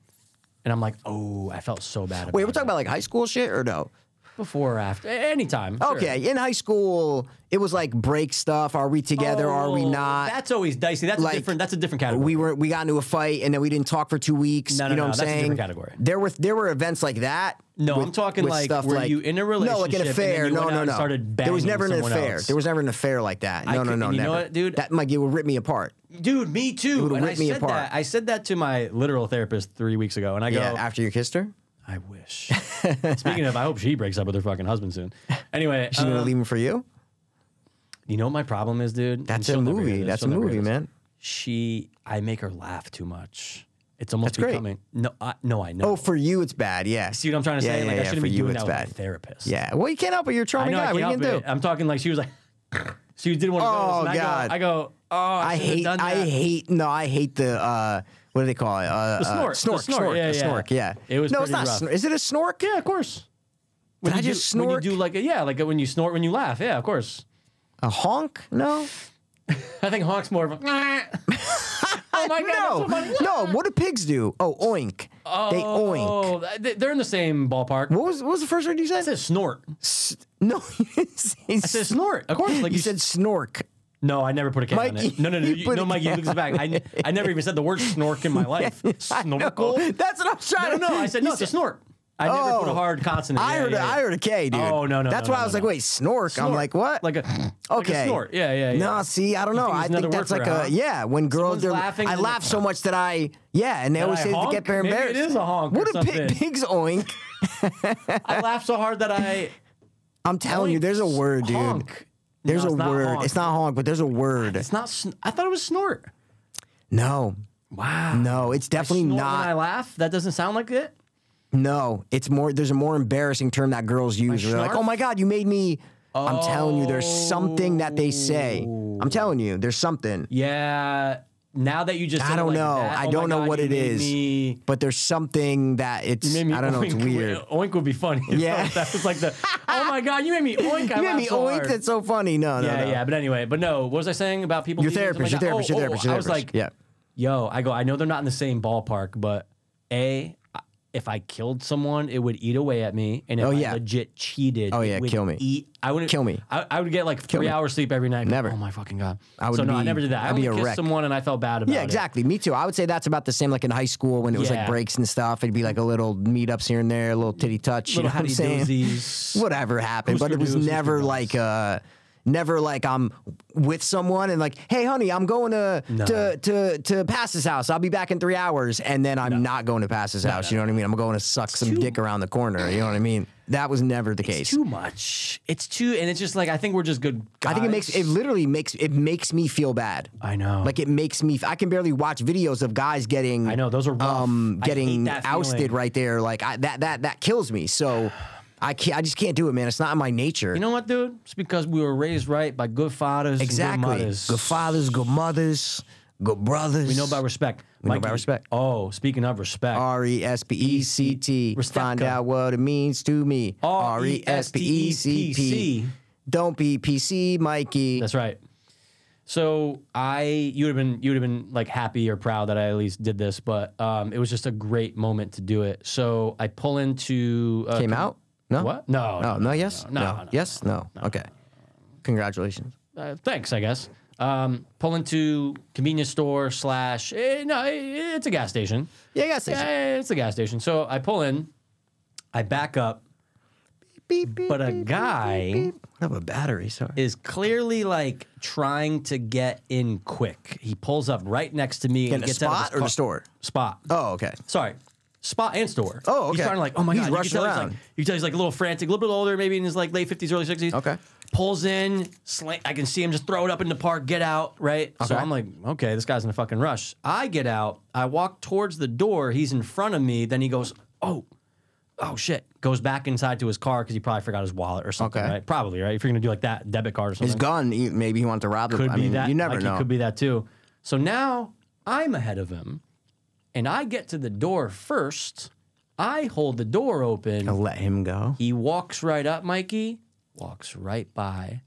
[SPEAKER 3] and I'm like, oh, I felt so bad. About
[SPEAKER 2] Wait, we're
[SPEAKER 3] it.
[SPEAKER 2] talking about like high school shit or no?
[SPEAKER 3] before or after, A- anytime. sure.
[SPEAKER 2] Okay, in high school, it was like break stuff. Are we together? are we
[SPEAKER 3] Oh,
[SPEAKER 2] not?
[SPEAKER 3] That's always dicey. That's
[SPEAKER 2] Like,
[SPEAKER 3] a different. That's a different category.
[SPEAKER 2] we were we got into a fight and then we didn't talk for two weeks.
[SPEAKER 3] No, no,
[SPEAKER 2] you
[SPEAKER 3] no,
[SPEAKER 2] know what I'm
[SPEAKER 3] that's a
[SPEAKER 2] saying?
[SPEAKER 3] different category.
[SPEAKER 2] There were there were events like that.
[SPEAKER 3] No,
[SPEAKER 2] with-
[SPEAKER 3] I'm talking
[SPEAKER 2] with
[SPEAKER 3] like,
[SPEAKER 2] stuff
[SPEAKER 3] were you in a
[SPEAKER 2] No, like
[SPEAKER 3] relationship
[SPEAKER 2] an
[SPEAKER 3] and then
[SPEAKER 2] affair.
[SPEAKER 3] you
[SPEAKER 2] No,
[SPEAKER 3] went out
[SPEAKER 2] no,
[SPEAKER 3] and
[SPEAKER 2] no.
[SPEAKER 3] started
[SPEAKER 2] there was
[SPEAKER 3] banging
[SPEAKER 2] never an
[SPEAKER 3] someone
[SPEAKER 2] affair.
[SPEAKER 3] else.
[SPEAKER 2] There was never an affair like that. No,
[SPEAKER 3] I
[SPEAKER 2] no,
[SPEAKER 3] couldn't-
[SPEAKER 2] no,
[SPEAKER 3] you know
[SPEAKER 2] never.
[SPEAKER 3] what, dude?
[SPEAKER 2] That might it would rip me apart.
[SPEAKER 3] dude, me too.
[SPEAKER 2] would've
[SPEAKER 3] And I
[SPEAKER 2] ripped me
[SPEAKER 3] said
[SPEAKER 2] apart.
[SPEAKER 3] that. I said that to my literal therapist three weeks ago, and I go,
[SPEAKER 2] Yeah, after you kissed her,
[SPEAKER 3] I wish. Speaking of, I hope she breaks up with her fucking husband soon. Anyway,
[SPEAKER 2] she's gonna
[SPEAKER 3] um,
[SPEAKER 2] leave him for you.
[SPEAKER 3] you know what my problem is, dude? And
[SPEAKER 2] That's a
[SPEAKER 3] she'll never hear
[SPEAKER 2] movie.
[SPEAKER 3] this,
[SPEAKER 2] That's a
[SPEAKER 3] she'll never hear
[SPEAKER 2] movie,
[SPEAKER 3] this.
[SPEAKER 2] man.
[SPEAKER 3] She, I make her laugh too much. It's almost
[SPEAKER 2] That's great.
[SPEAKER 3] becoming. No, I, no, I know.
[SPEAKER 2] Oh, for you it's bad. Yeah.
[SPEAKER 3] See what I'm trying to
[SPEAKER 2] yeah,
[SPEAKER 3] say?
[SPEAKER 2] Yeah,
[SPEAKER 3] like
[SPEAKER 2] yeah,
[SPEAKER 3] I shouldn't
[SPEAKER 2] for
[SPEAKER 3] be
[SPEAKER 2] you
[SPEAKER 3] doing
[SPEAKER 2] it's
[SPEAKER 3] that
[SPEAKER 2] bad.
[SPEAKER 3] with my therapist.
[SPEAKER 2] Yeah. Well, you can't help it. You're a
[SPEAKER 3] I
[SPEAKER 2] charming
[SPEAKER 3] know I
[SPEAKER 2] guy.
[SPEAKER 3] can't
[SPEAKER 2] What are you
[SPEAKER 3] help
[SPEAKER 2] gonna
[SPEAKER 3] it.
[SPEAKER 2] do?
[SPEAKER 3] I'm talking like she was like, she didn't want to
[SPEAKER 2] Oh,
[SPEAKER 3] go.
[SPEAKER 2] God.
[SPEAKER 3] I go, I go. Oh, I,
[SPEAKER 2] I
[SPEAKER 3] should've
[SPEAKER 2] hate.
[SPEAKER 3] Done that.
[SPEAKER 2] I hate. No, I hate the. uh What do they call it? Uh,
[SPEAKER 3] The
[SPEAKER 2] Uh,
[SPEAKER 3] snork, the
[SPEAKER 2] snork.
[SPEAKER 3] snork,
[SPEAKER 2] Snork.
[SPEAKER 3] yeah,
[SPEAKER 2] the
[SPEAKER 3] yeah.
[SPEAKER 2] snork. Yeah.
[SPEAKER 3] It was
[SPEAKER 2] No, it's
[SPEAKER 3] pretty
[SPEAKER 2] not.
[SPEAKER 3] rough.
[SPEAKER 2] Snor- is it a snork?
[SPEAKER 3] Yeah, of course. When
[SPEAKER 2] Did I
[SPEAKER 3] you
[SPEAKER 2] just
[SPEAKER 3] do, When
[SPEAKER 2] snort?
[SPEAKER 3] you do like a, yeah, like a, when you snort when you laugh. Yeah, of course.
[SPEAKER 2] A honk?
[SPEAKER 3] Oh
[SPEAKER 2] No.
[SPEAKER 3] I think honk's more of a. oh my god! that's so
[SPEAKER 2] no.
[SPEAKER 3] funny.
[SPEAKER 2] no. What do pigs do? Oh, oink. They oink.
[SPEAKER 3] Oh, th- th- they're in the same ballpark.
[SPEAKER 2] What was what was the first word you
[SPEAKER 3] I
[SPEAKER 2] said?
[SPEAKER 3] said snort.
[SPEAKER 2] S- no. you didn't say
[SPEAKER 3] I said snort. Of course, like
[SPEAKER 2] You
[SPEAKER 3] you,
[SPEAKER 2] said snork.
[SPEAKER 3] No, I never put a K
[SPEAKER 2] Mike,
[SPEAKER 3] on it. No, no, no,
[SPEAKER 2] you
[SPEAKER 3] you,
[SPEAKER 2] put
[SPEAKER 3] no,
[SPEAKER 2] a
[SPEAKER 3] Mike, you
[SPEAKER 2] K
[SPEAKER 3] look back. I, I never even said the word snork in my life. Snorkel?
[SPEAKER 2] No, that's what
[SPEAKER 3] No,
[SPEAKER 2] I'm trying
[SPEAKER 3] no,
[SPEAKER 2] to.
[SPEAKER 3] I said no, it's a snort. I never put
[SPEAKER 2] Oh.
[SPEAKER 3] a hard consonant.
[SPEAKER 2] I
[SPEAKER 3] Yeah,
[SPEAKER 2] heard.
[SPEAKER 3] yeah,
[SPEAKER 2] a- I
[SPEAKER 3] yeah.
[SPEAKER 2] heard a K, dude.
[SPEAKER 3] Oh, no, no,
[SPEAKER 2] That's
[SPEAKER 3] no,
[SPEAKER 2] why I
[SPEAKER 3] no,
[SPEAKER 2] was
[SPEAKER 3] no.
[SPEAKER 2] like, wait, snork. I'm
[SPEAKER 3] Snort.
[SPEAKER 2] like, what?
[SPEAKER 3] Like a
[SPEAKER 2] okay.
[SPEAKER 3] Like a snort. Yeah, yeah, yeah.
[SPEAKER 2] No, see, I don't know.
[SPEAKER 3] think
[SPEAKER 2] I
[SPEAKER 3] there's
[SPEAKER 2] think
[SPEAKER 3] another
[SPEAKER 2] that's
[SPEAKER 3] word
[SPEAKER 2] like
[SPEAKER 3] for it,
[SPEAKER 2] a
[SPEAKER 3] huh?
[SPEAKER 2] yeah. When girls
[SPEAKER 3] Someone's
[SPEAKER 2] do,
[SPEAKER 3] laughing
[SPEAKER 2] I
[SPEAKER 3] and then-
[SPEAKER 2] laugh so much that I yeah, and they always
[SPEAKER 3] I
[SPEAKER 2] say to
[SPEAKER 3] honk?
[SPEAKER 2] get very
[SPEAKER 3] Maybe it
[SPEAKER 2] embarrassed.
[SPEAKER 3] is a honk or
[SPEAKER 2] What do pig,
[SPEAKER 3] something.
[SPEAKER 2] pigs oink?
[SPEAKER 3] I laughed so hard that I
[SPEAKER 2] I'm telling you, there's a
[SPEAKER 3] Oink.
[SPEAKER 2] word, dude.
[SPEAKER 3] Honk.
[SPEAKER 2] There's
[SPEAKER 3] No,
[SPEAKER 2] a
[SPEAKER 3] it's not
[SPEAKER 2] word.
[SPEAKER 3] honk.
[SPEAKER 2] It's not honk, but there's a word.
[SPEAKER 3] It's not. Sn- I thought it was snort.
[SPEAKER 2] No,
[SPEAKER 3] Wow.
[SPEAKER 2] no, it's definitely
[SPEAKER 3] Snort When I
[SPEAKER 2] not.
[SPEAKER 3] laugh, that doesn't sound like it.
[SPEAKER 2] No, it's more. There's a more embarrassing term that girls use. They're like,
[SPEAKER 3] snarf?
[SPEAKER 2] "Oh my god, you made me." I'm telling you, there's something that they say.
[SPEAKER 3] Oh.
[SPEAKER 2] I'm telling you, there's something.
[SPEAKER 3] Yeah. Now that you just,
[SPEAKER 2] I
[SPEAKER 3] said it
[SPEAKER 2] don't
[SPEAKER 3] like
[SPEAKER 2] know.
[SPEAKER 3] that,
[SPEAKER 2] I
[SPEAKER 3] oh my
[SPEAKER 2] don't know
[SPEAKER 3] God,
[SPEAKER 2] what
[SPEAKER 3] you
[SPEAKER 2] it
[SPEAKER 3] made
[SPEAKER 2] is.
[SPEAKER 3] me-
[SPEAKER 2] But there's something that it's.
[SPEAKER 3] you made me
[SPEAKER 2] I don't know. It's
[SPEAKER 3] oink.
[SPEAKER 2] weird.
[SPEAKER 3] Oink would be funny.
[SPEAKER 2] Yeah.
[SPEAKER 3] that was like the. Oh my god, you made me oink. I
[SPEAKER 2] You made
[SPEAKER 3] laughed
[SPEAKER 2] me
[SPEAKER 3] so
[SPEAKER 2] oink.
[SPEAKER 3] hard.
[SPEAKER 2] That's so funny. No, no,
[SPEAKER 3] yeah,
[SPEAKER 2] no.
[SPEAKER 3] yeah. But anyway, but no, what was I saying about people?
[SPEAKER 2] Your
[SPEAKER 3] leaving and
[SPEAKER 2] therapist, your
[SPEAKER 3] stuff like
[SPEAKER 2] therapist,
[SPEAKER 3] that?
[SPEAKER 2] your
[SPEAKER 3] Oh,
[SPEAKER 2] therapist,
[SPEAKER 3] oh,
[SPEAKER 2] your
[SPEAKER 3] I was
[SPEAKER 2] therapist.
[SPEAKER 3] like,
[SPEAKER 2] yeah.
[SPEAKER 3] yo, I go, I know they're not in the same ballpark, but A, I- if I killed someone, it would eat away at me. And if
[SPEAKER 2] Oh, yeah.
[SPEAKER 3] I legit cheated,
[SPEAKER 2] Oh,
[SPEAKER 3] it
[SPEAKER 2] yeah,
[SPEAKER 3] would
[SPEAKER 2] kill me.
[SPEAKER 3] Eat, I wouldn't
[SPEAKER 2] Kill me.
[SPEAKER 3] I, I would get like three
[SPEAKER 2] me.
[SPEAKER 3] hours sleep every night.
[SPEAKER 2] Never.
[SPEAKER 3] Oh my fucking god.
[SPEAKER 2] I would
[SPEAKER 3] so no, I
[SPEAKER 2] be-
[SPEAKER 3] never did that. I
[SPEAKER 2] I'd
[SPEAKER 3] only
[SPEAKER 2] be a
[SPEAKER 3] kissed
[SPEAKER 2] wreck.
[SPEAKER 3] someone and I felt bad about
[SPEAKER 2] Yeah,
[SPEAKER 3] it.
[SPEAKER 2] exactly. Me too. I would say that's about the same like in high school when it was like
[SPEAKER 3] Yeah.
[SPEAKER 2] breaks and stuff. It'd be like a little meetups here and there, a little titty touch.
[SPEAKER 3] Little
[SPEAKER 2] you know what I'm
[SPEAKER 3] hooty
[SPEAKER 2] saying?
[SPEAKER 3] dozies.
[SPEAKER 2] Whatever happened. But
[SPEAKER 3] Hooster
[SPEAKER 2] it was
[SPEAKER 3] doos, hooster
[SPEAKER 2] never
[SPEAKER 3] doos.
[SPEAKER 2] like uh never like I'm with someone and like, hey honey, I'm going to
[SPEAKER 3] No.
[SPEAKER 2] to to to Pass's house. I'll be back in three hours and then I'm not going to Pass's house. You know what I mean? I'm going to suck some
[SPEAKER 3] too-
[SPEAKER 2] dick around the corner. You know what I mean? That was never the
[SPEAKER 3] It's
[SPEAKER 2] case.
[SPEAKER 3] too much. It's too, and it's just like I think we're just good. Guys.
[SPEAKER 2] I think it makes it literally makes it makes me feel bad.
[SPEAKER 3] I know.
[SPEAKER 2] Like it makes me. I can barely watch videos of guys getting.
[SPEAKER 3] I know, those are rough.
[SPEAKER 2] um
[SPEAKER 3] I hate
[SPEAKER 2] getting
[SPEAKER 3] that
[SPEAKER 2] ousted
[SPEAKER 3] feeling.
[SPEAKER 2] right there. Like I, that that that kills me. So I can't. I just can't do it, man. It's not in my nature.
[SPEAKER 3] You know what, dude? It's because we were raised right by good fathers. And
[SPEAKER 2] exactly.
[SPEAKER 3] good,
[SPEAKER 2] Good,
[SPEAKER 3] mothers.
[SPEAKER 2] fathers, good mothers, good brothers.
[SPEAKER 3] We know about respect. We
[SPEAKER 2] know about respect.
[SPEAKER 3] Oh, speaking of respect.
[SPEAKER 2] R E S P E C T.
[SPEAKER 3] Respectca.
[SPEAKER 2] Find out what it means to me. R E S P E C P.
[SPEAKER 3] R.E.S.P.E.C.P..
[SPEAKER 2] Don't be PC, Mikey.
[SPEAKER 3] That's right. So I, you would have been, you would have been like happy or proud that I at least did this, but um, it was just a great moment to do it. So I pull into uh,
[SPEAKER 2] Came out? No.
[SPEAKER 3] What? No.
[SPEAKER 2] Oh no. Yes.
[SPEAKER 3] No. no, no.
[SPEAKER 2] yes. No. okay. Congratulations.
[SPEAKER 3] Uh, thanks, I guess. Um, pull into convenience store slash eh, no, eh, it's a gas station.
[SPEAKER 2] Yeah, I guess. Yeah.
[SPEAKER 3] Yeah, eh, it's a gas station. So I pull in, I back up,
[SPEAKER 2] Beep, beep,
[SPEAKER 3] but a
[SPEAKER 2] beep,
[SPEAKER 3] guy.
[SPEAKER 2] beep. I have a battery. Sorry.
[SPEAKER 3] is clearly like trying to get in quick. He pulls up right next to me
[SPEAKER 2] In
[SPEAKER 3] and
[SPEAKER 2] a
[SPEAKER 3] gets out of
[SPEAKER 2] spot
[SPEAKER 3] his
[SPEAKER 2] or the
[SPEAKER 3] car-
[SPEAKER 2] store?
[SPEAKER 3] Spot.
[SPEAKER 2] Oh, okay.
[SPEAKER 3] Sorry. Spot and store.
[SPEAKER 2] Oh, okay.
[SPEAKER 3] He's trying to like, oh my
[SPEAKER 2] He's
[SPEAKER 3] god, you can
[SPEAKER 2] rushing
[SPEAKER 3] tell he's like,
[SPEAKER 2] around.
[SPEAKER 3] you can tell he's like a little frantic, a little bit older, maybe in his like late fifties, early sixties.
[SPEAKER 2] Okay.
[SPEAKER 3] Pulls in, slant. I can see him just throw it up in the park, get out, right? So
[SPEAKER 2] Okay.
[SPEAKER 3] I'm like, okay, this guy's in a fucking rush. I get out, I walk towards the door, he's in front of me, then he goes, oh, oh shit, goes back inside to his car because he probably forgot his wallet or something,
[SPEAKER 2] Okay.
[SPEAKER 3] right? Probably, right? If you're gonna do like that debit card or something,
[SPEAKER 2] His gun, he- maybe he wanted to rob the.
[SPEAKER 3] could
[SPEAKER 2] I
[SPEAKER 3] be
[SPEAKER 2] mean,
[SPEAKER 3] that.
[SPEAKER 2] you never
[SPEAKER 3] like,
[SPEAKER 2] know.
[SPEAKER 3] It could be that too. So now I'm ahead of him, and I get to the door first. I hold the door open.
[SPEAKER 2] let him go.
[SPEAKER 3] He walks right up, Mikey. Walks right by.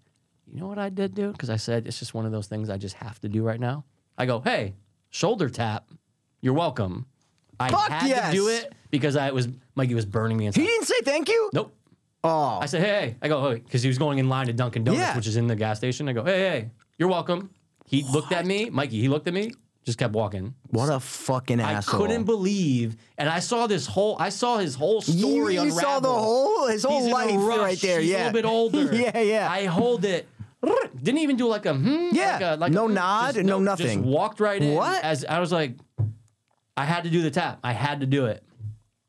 [SPEAKER 3] You know what I did, dude? Because I said it's just one of those things I just have to do right now. I go, hey, shoulder tap. You're welcome. I
[SPEAKER 2] Fuck
[SPEAKER 3] had
[SPEAKER 2] yes.
[SPEAKER 3] to do it because I was Mikey was burning me
[SPEAKER 2] He
[SPEAKER 3] inside.
[SPEAKER 2] didn't say thank you.
[SPEAKER 3] nope.
[SPEAKER 2] Oh,
[SPEAKER 3] I said, hey, hey. I go, hey, because he was going in line to Dunkin' Donuts,
[SPEAKER 2] Yeah.
[SPEAKER 3] which is in the gas station. I go, hey, hey, you're welcome. He looked at me, Mikey, he looked at me, just kept walking.
[SPEAKER 2] what a fucking asshole!
[SPEAKER 3] I couldn't believe, and I saw this whole, I saw his whole
[SPEAKER 2] you,
[SPEAKER 3] story
[SPEAKER 2] you
[SPEAKER 3] unravel.
[SPEAKER 2] saw the whole his whole
[SPEAKER 3] He's in a
[SPEAKER 2] life
[SPEAKER 3] rush.
[SPEAKER 2] right there.
[SPEAKER 3] He's
[SPEAKER 2] yeah,
[SPEAKER 3] a little bit older.
[SPEAKER 2] yeah, yeah.
[SPEAKER 3] I hold it. Didn't even do like a hmm.
[SPEAKER 2] Yeah.
[SPEAKER 3] Like a, like
[SPEAKER 2] No
[SPEAKER 3] a,
[SPEAKER 2] nod,
[SPEAKER 3] just
[SPEAKER 2] no
[SPEAKER 3] Just
[SPEAKER 2] nothing.
[SPEAKER 3] walked right in.
[SPEAKER 2] What?
[SPEAKER 3] As I was like, I had to do the tap. I had to do it.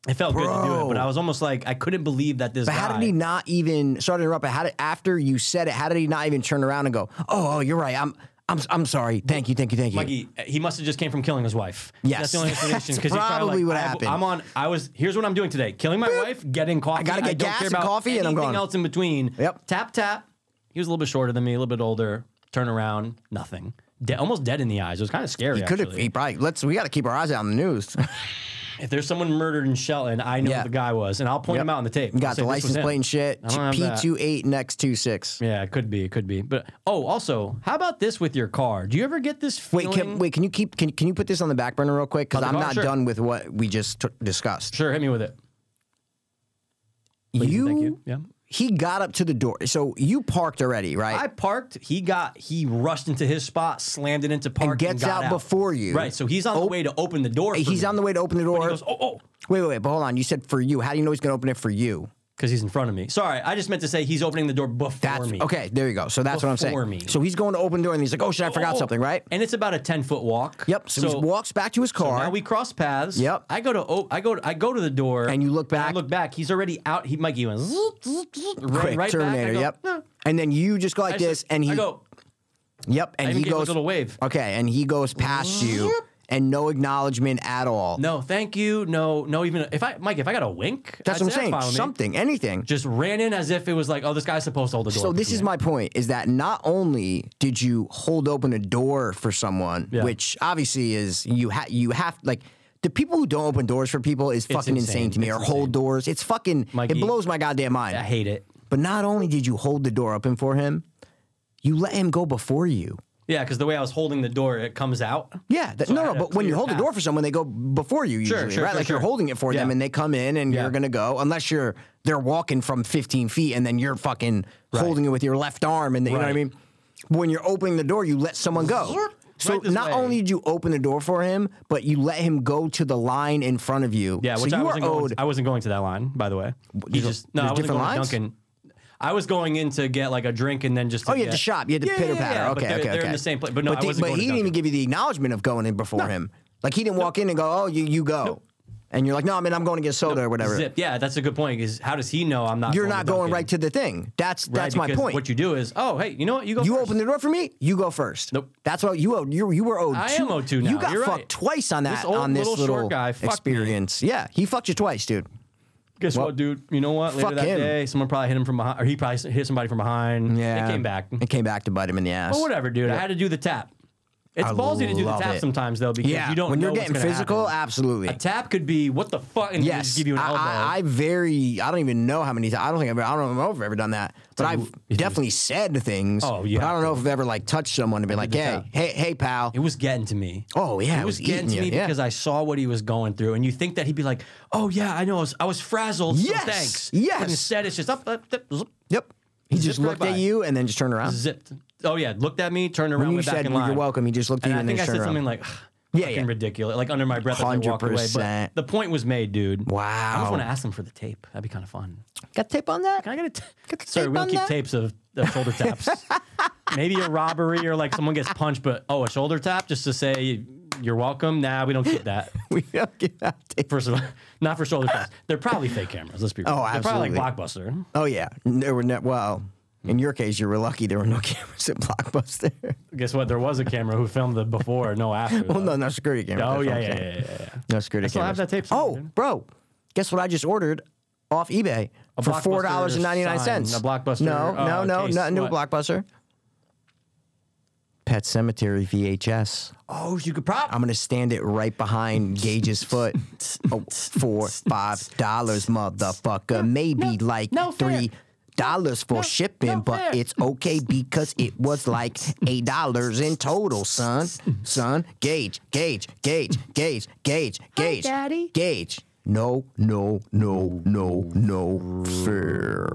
[SPEAKER 3] It felt good to do
[SPEAKER 2] Bro.
[SPEAKER 3] it, but I was almost like I couldn't believe that this.
[SPEAKER 2] but how
[SPEAKER 3] guy-
[SPEAKER 2] did he not even? Sorry to interrupt. But how did after you said it? How did he not even turn around and go? Oh, oh, you're right. I'm. I'm I'm sorry. Thank you, thank you, thank you.
[SPEAKER 3] Mikey, he must have just came from killing his wife.
[SPEAKER 2] Yes.
[SPEAKER 3] that's the only explanation.
[SPEAKER 2] That's
[SPEAKER 3] 'cause he's probably
[SPEAKER 2] probably
[SPEAKER 3] like,
[SPEAKER 2] what
[SPEAKER 3] I've-
[SPEAKER 2] happened.
[SPEAKER 3] I'm on. I was. Here's what I'm doing today: killing my wife, getting coffee. I
[SPEAKER 2] gotta get
[SPEAKER 3] don't
[SPEAKER 2] gas
[SPEAKER 3] care
[SPEAKER 2] and
[SPEAKER 3] about
[SPEAKER 2] coffee, and I'm
[SPEAKER 3] anything
[SPEAKER 2] gone.
[SPEAKER 3] Else in between.
[SPEAKER 2] Yep.
[SPEAKER 3] Tap tap. He was a little bit shorter than me, a little bit older. Turn around, nothing. De- almost dead in the eyes. It was kind of scary.
[SPEAKER 2] he could have.
[SPEAKER 3] actually.
[SPEAKER 2] He probably. Let's. We got to keep our eyes out on the news.
[SPEAKER 3] If there's someone murdered in Shelton, I know
[SPEAKER 2] Yeah.
[SPEAKER 3] who the guy was, and I'll point
[SPEAKER 2] Yep.
[SPEAKER 3] him out on the tape.
[SPEAKER 2] You
[SPEAKER 3] I'll
[SPEAKER 2] got
[SPEAKER 3] say,
[SPEAKER 2] the
[SPEAKER 3] "This was
[SPEAKER 2] license
[SPEAKER 3] him."
[SPEAKER 2] plate and shit.
[SPEAKER 3] I don't
[SPEAKER 2] P
[SPEAKER 3] have that.
[SPEAKER 2] two eight next two six.
[SPEAKER 3] Yeah, it could be. It could be. But oh, also, how about this with your car? Do you ever get this feeling?
[SPEAKER 2] Wait, can, wait. Can you keep? Can, can you put this on the back burner real quick? Because
[SPEAKER 3] On the
[SPEAKER 2] I'm
[SPEAKER 3] car?
[SPEAKER 2] not
[SPEAKER 3] Sure.
[SPEAKER 2] done with what we just t- discussed.
[SPEAKER 3] Sure, hit me with it. Please and
[SPEAKER 2] you,
[SPEAKER 3] thank you. Yeah.
[SPEAKER 2] He got up to the door. So you parked already, right?
[SPEAKER 3] I parked. He got. He rushed into his spot, slammed it into park,
[SPEAKER 2] and gets
[SPEAKER 3] got
[SPEAKER 2] out, before you. Oh.
[SPEAKER 3] Right. So he's on the way to open the door. For
[SPEAKER 2] he's
[SPEAKER 3] me.
[SPEAKER 2] on the way to open the door.
[SPEAKER 3] He goes, oh, oh,
[SPEAKER 2] wait, wait, wait. But hold on. You said for you. How do you know he's going to open it for you?
[SPEAKER 3] because he's in front of me. Sorry, I just meant to say he's opening the door before
[SPEAKER 2] That's
[SPEAKER 3] me.
[SPEAKER 2] okay. There you go. So that's what I'm
[SPEAKER 3] Before
[SPEAKER 2] saying.
[SPEAKER 3] me.
[SPEAKER 2] So he's going to open the door and he's like, "Oh shit, I forgot
[SPEAKER 3] Oh,
[SPEAKER 2] something." Right?
[SPEAKER 3] And it's about a ten foot walk.
[SPEAKER 2] Yep. So, he walks back to his
[SPEAKER 3] so
[SPEAKER 2] car.
[SPEAKER 3] now we cross paths.
[SPEAKER 2] Yep.
[SPEAKER 3] I go to oh, I go I go to the door
[SPEAKER 2] And you look
[SPEAKER 3] I
[SPEAKER 2] back.
[SPEAKER 3] look back. He's already out. He Mikey went zoop, zoop, zoop, ran
[SPEAKER 2] Quick
[SPEAKER 3] right
[SPEAKER 2] Terminator.
[SPEAKER 3] Back. I go,
[SPEAKER 2] yep.
[SPEAKER 3] "Nah."
[SPEAKER 2] And then you just go like
[SPEAKER 3] I
[SPEAKER 2] this,
[SPEAKER 3] just-
[SPEAKER 2] and he.
[SPEAKER 3] I go.
[SPEAKER 2] Yep. And
[SPEAKER 3] I even
[SPEAKER 2] he
[SPEAKER 3] gave him a
[SPEAKER 2] goes.
[SPEAKER 3] little wave.
[SPEAKER 2] Okay, and he goes past you, and no acknowledgement at all.
[SPEAKER 3] No, thank you. No, no. Even if I Mike, if I got a wink,
[SPEAKER 2] That's
[SPEAKER 3] I'd
[SPEAKER 2] what
[SPEAKER 3] say,
[SPEAKER 2] I'm saying.
[SPEAKER 3] "Follow me."
[SPEAKER 2] Something, anything.
[SPEAKER 3] just ran in as if it was like, oh, this guy's supposed to hold the door.
[SPEAKER 2] So
[SPEAKER 3] for
[SPEAKER 2] this
[SPEAKER 3] me.
[SPEAKER 2] is my point: is that not only did you hold open a door for someone,
[SPEAKER 3] Yeah.
[SPEAKER 2] which obviously is you ha- you have like the people who don't open doors for people is fucking insane.
[SPEAKER 3] insane.
[SPEAKER 2] to me,
[SPEAKER 3] It's
[SPEAKER 2] or hold
[SPEAKER 3] insane.
[SPEAKER 2] doors. It's fucking
[SPEAKER 3] Mikey,
[SPEAKER 2] it blows my goddamn mind.
[SPEAKER 3] I hate it.
[SPEAKER 2] But not only did you hold the door open for him, you let him go before you.
[SPEAKER 3] Yeah, because the way I was holding the door, it comes out.
[SPEAKER 2] Yeah, that,
[SPEAKER 3] So I
[SPEAKER 2] no, no.
[SPEAKER 3] had a
[SPEAKER 2] But when you
[SPEAKER 3] clear
[SPEAKER 2] hold the
[SPEAKER 3] path.
[SPEAKER 2] door for someone, they go before you usually,
[SPEAKER 3] sure,
[SPEAKER 2] right?
[SPEAKER 3] sure,
[SPEAKER 2] like
[SPEAKER 3] sure.
[SPEAKER 2] you're holding it for them,
[SPEAKER 3] Yeah.
[SPEAKER 2] and they come in, and
[SPEAKER 3] Yeah.
[SPEAKER 2] you're gonna go unless you're they're walking from 15 feet, and then you're fucking holding it with your left arm, and then- you know what I
[SPEAKER 3] Right.
[SPEAKER 2] mean. When you're opening the door, you let someone go.
[SPEAKER 3] Right
[SPEAKER 2] So
[SPEAKER 3] this
[SPEAKER 2] not
[SPEAKER 3] way.
[SPEAKER 2] only did you open the door for him, but you let him go to the line in front of you.
[SPEAKER 3] Yeah,
[SPEAKER 2] so
[SPEAKER 3] which
[SPEAKER 2] you
[SPEAKER 3] I wasn't
[SPEAKER 2] are
[SPEAKER 3] going.
[SPEAKER 2] owed.
[SPEAKER 3] I wasn't going to that line, by the way. He
[SPEAKER 2] there's a-
[SPEAKER 3] just no, I
[SPEAKER 2] there's
[SPEAKER 3] wasn't
[SPEAKER 2] different
[SPEAKER 3] going
[SPEAKER 2] lines?
[SPEAKER 3] to Dunkin'. I was going in to get like a drink and then just. To
[SPEAKER 2] oh, you had
[SPEAKER 3] get-
[SPEAKER 2] to shop. You had to
[SPEAKER 3] yeah,
[SPEAKER 2] pitter
[SPEAKER 3] yeah, yeah,
[SPEAKER 2] patter.
[SPEAKER 3] yeah,
[SPEAKER 2] okay,
[SPEAKER 3] but they're,
[SPEAKER 2] okay,
[SPEAKER 3] They're
[SPEAKER 2] okay.
[SPEAKER 3] in the same place, but no,
[SPEAKER 2] but
[SPEAKER 3] I
[SPEAKER 2] the-
[SPEAKER 3] wasn't
[SPEAKER 2] but
[SPEAKER 3] going
[SPEAKER 2] he
[SPEAKER 3] to
[SPEAKER 2] didn't even
[SPEAKER 3] Dunkin'.
[SPEAKER 2] give you the acknowledgement of going in before him. Like he didn't walk in and go, "Oh, you you go," and you're like, "No, I mean, I'm going to get soda or whatever."
[SPEAKER 3] Zip. Yeah, that's a good point. Is how does he know I'm not?
[SPEAKER 2] you're
[SPEAKER 3] going
[SPEAKER 2] not
[SPEAKER 3] to
[SPEAKER 2] going
[SPEAKER 3] Dunkin'?
[SPEAKER 2] right to the thing. That's
[SPEAKER 3] Right,
[SPEAKER 2] that's my
[SPEAKER 3] because
[SPEAKER 2] point.
[SPEAKER 3] What
[SPEAKER 2] You,
[SPEAKER 3] you do is, oh, hey, you know what? You go. first.
[SPEAKER 2] open the door for me. You go first.
[SPEAKER 3] Nope.
[SPEAKER 2] That's what you owed. You, you were owed.
[SPEAKER 3] I
[SPEAKER 2] two,
[SPEAKER 3] am owed two now.
[SPEAKER 2] You got
[SPEAKER 3] You're
[SPEAKER 2] fucked
[SPEAKER 3] right.
[SPEAKER 2] twice on that
[SPEAKER 3] This old
[SPEAKER 2] on this
[SPEAKER 3] little
[SPEAKER 2] little,
[SPEAKER 3] short guy fucked me.
[SPEAKER 2] experience. Yeah, he fucked you twice, dude.
[SPEAKER 3] Guess
[SPEAKER 2] Well,
[SPEAKER 3] what, dude? You know what? Later
[SPEAKER 2] fuck
[SPEAKER 3] that
[SPEAKER 2] him.
[SPEAKER 3] day, someone probably hit him from behind, or he probably hit somebody from behind.
[SPEAKER 2] Yeah,
[SPEAKER 3] it came back.
[SPEAKER 2] It came back to bite him in the ass.
[SPEAKER 3] But whatever, dude. I had to do the tap. It's
[SPEAKER 2] I
[SPEAKER 3] ballsy to do the
[SPEAKER 2] love
[SPEAKER 3] tap
[SPEAKER 2] it.
[SPEAKER 3] sometimes though, because
[SPEAKER 2] Yeah,
[SPEAKER 3] you don't
[SPEAKER 2] when
[SPEAKER 3] know
[SPEAKER 2] you're
[SPEAKER 3] what's
[SPEAKER 2] getting
[SPEAKER 3] gonna
[SPEAKER 2] physical,
[SPEAKER 3] happen.
[SPEAKER 2] absolutely.
[SPEAKER 3] A tap could be what the fuck, and yes,
[SPEAKER 2] Yes,
[SPEAKER 3] just give you an
[SPEAKER 2] I,
[SPEAKER 3] elbow.
[SPEAKER 2] I, I very. I don't even know how many. times. I don't think I've. I don't know if I've ever done that. But
[SPEAKER 3] like,
[SPEAKER 2] I've definitely said things.
[SPEAKER 3] Oh,
[SPEAKER 2] But
[SPEAKER 3] yeah.
[SPEAKER 2] I don't know if I've ever like touched someone and been like,
[SPEAKER 3] the
[SPEAKER 2] "Hey,
[SPEAKER 3] tap.
[SPEAKER 2] hey, hey, pal."
[SPEAKER 3] it was getting to me.
[SPEAKER 2] Oh yeah,
[SPEAKER 3] it was, getting
[SPEAKER 2] eating
[SPEAKER 3] to me
[SPEAKER 2] you, yeah.
[SPEAKER 3] because I saw what he was going through, and you think that he'd be like, "Oh yeah, I know, I was, I was frazzled." so
[SPEAKER 2] Yes,
[SPEAKER 3] thanks.
[SPEAKER 2] yes.
[SPEAKER 3] But instead, it's just up, up, up, zip,
[SPEAKER 2] Yep. He
[SPEAKER 3] Zipped
[SPEAKER 2] just
[SPEAKER 3] right
[SPEAKER 2] looked
[SPEAKER 3] by.
[SPEAKER 2] at you and then just turned around.
[SPEAKER 3] zipped. Oh yeah, looked at me, turned around,
[SPEAKER 2] When you
[SPEAKER 3] went back
[SPEAKER 2] said
[SPEAKER 3] in
[SPEAKER 2] "Well,
[SPEAKER 3] line.
[SPEAKER 2] you're welcome, he just looked at
[SPEAKER 3] And
[SPEAKER 2] you
[SPEAKER 3] I
[SPEAKER 2] and
[SPEAKER 3] think
[SPEAKER 2] then
[SPEAKER 3] I
[SPEAKER 2] turned
[SPEAKER 3] said
[SPEAKER 2] around.
[SPEAKER 3] something like, "Ugh,
[SPEAKER 2] Yeah,
[SPEAKER 3] fucking
[SPEAKER 2] yeah.
[SPEAKER 3] ridiculous, like under my breath, as I walked away.
[SPEAKER 2] 100%.
[SPEAKER 3] But the point was made, dude. I
[SPEAKER 2] Wow.
[SPEAKER 3] just want to ask them for the tape. That'd be kind of fun.
[SPEAKER 2] Got tape on that?
[SPEAKER 3] Can I get a t-
[SPEAKER 2] Get the
[SPEAKER 3] Sorry,
[SPEAKER 2] tape
[SPEAKER 3] we don't
[SPEAKER 2] on
[SPEAKER 3] keep
[SPEAKER 2] that?
[SPEAKER 3] tapes of, of shoulder taps. Maybe a robbery or like someone gets punched, but oh, a shoulder tap just to say you're welcome. Nah, we don't keep that.
[SPEAKER 2] we don't get that tape.
[SPEAKER 3] First of all, not for shoulder taps. They're probably fake cameras. Let's be real.
[SPEAKER 2] Oh,
[SPEAKER 3] They're probably like blockbuster.
[SPEAKER 2] Oh yeah, there were no. Well, in your case, you were lucky there were no cameras at Blockbuster.
[SPEAKER 3] Guess what? There was a camera who filmed the before, no after.
[SPEAKER 2] well,
[SPEAKER 3] though.
[SPEAKER 2] no, no security cameras.
[SPEAKER 3] Oh
[SPEAKER 2] that's what
[SPEAKER 3] yeah,
[SPEAKER 2] I'm
[SPEAKER 3] yeah,
[SPEAKER 2] saying.
[SPEAKER 3] yeah, yeah, yeah.
[SPEAKER 2] No security
[SPEAKER 3] still have
[SPEAKER 2] cameras.
[SPEAKER 3] that tape somewhere,
[SPEAKER 2] Oh,
[SPEAKER 3] dude.
[SPEAKER 2] bro, guess what I just ordered off eBay
[SPEAKER 3] A
[SPEAKER 2] for four dollars and ninety nine
[SPEAKER 3] Blockbuster
[SPEAKER 2] cents.
[SPEAKER 3] sign, a Blockbuster,
[SPEAKER 2] No, no,
[SPEAKER 3] uh,
[SPEAKER 2] no,
[SPEAKER 3] case.
[SPEAKER 2] nothing new
[SPEAKER 3] What?
[SPEAKER 2] Blockbuster. Pet Cemetery VHS.
[SPEAKER 3] Oh, you could prop.
[SPEAKER 2] I'm gonna stand it right behind Gage's foot. Oh, four, five dollars, motherfucker. Maybe like
[SPEAKER 3] no fair.
[SPEAKER 2] three dollars for shipping,
[SPEAKER 3] no
[SPEAKER 2] but
[SPEAKER 3] fair.
[SPEAKER 2] it's okay because it was like eight dollars in total, son. Son, Gage, Gage, Gage, Gage, Gage, Gage,
[SPEAKER 3] Daddy.
[SPEAKER 2] Gage. No, no, no, no, no fair.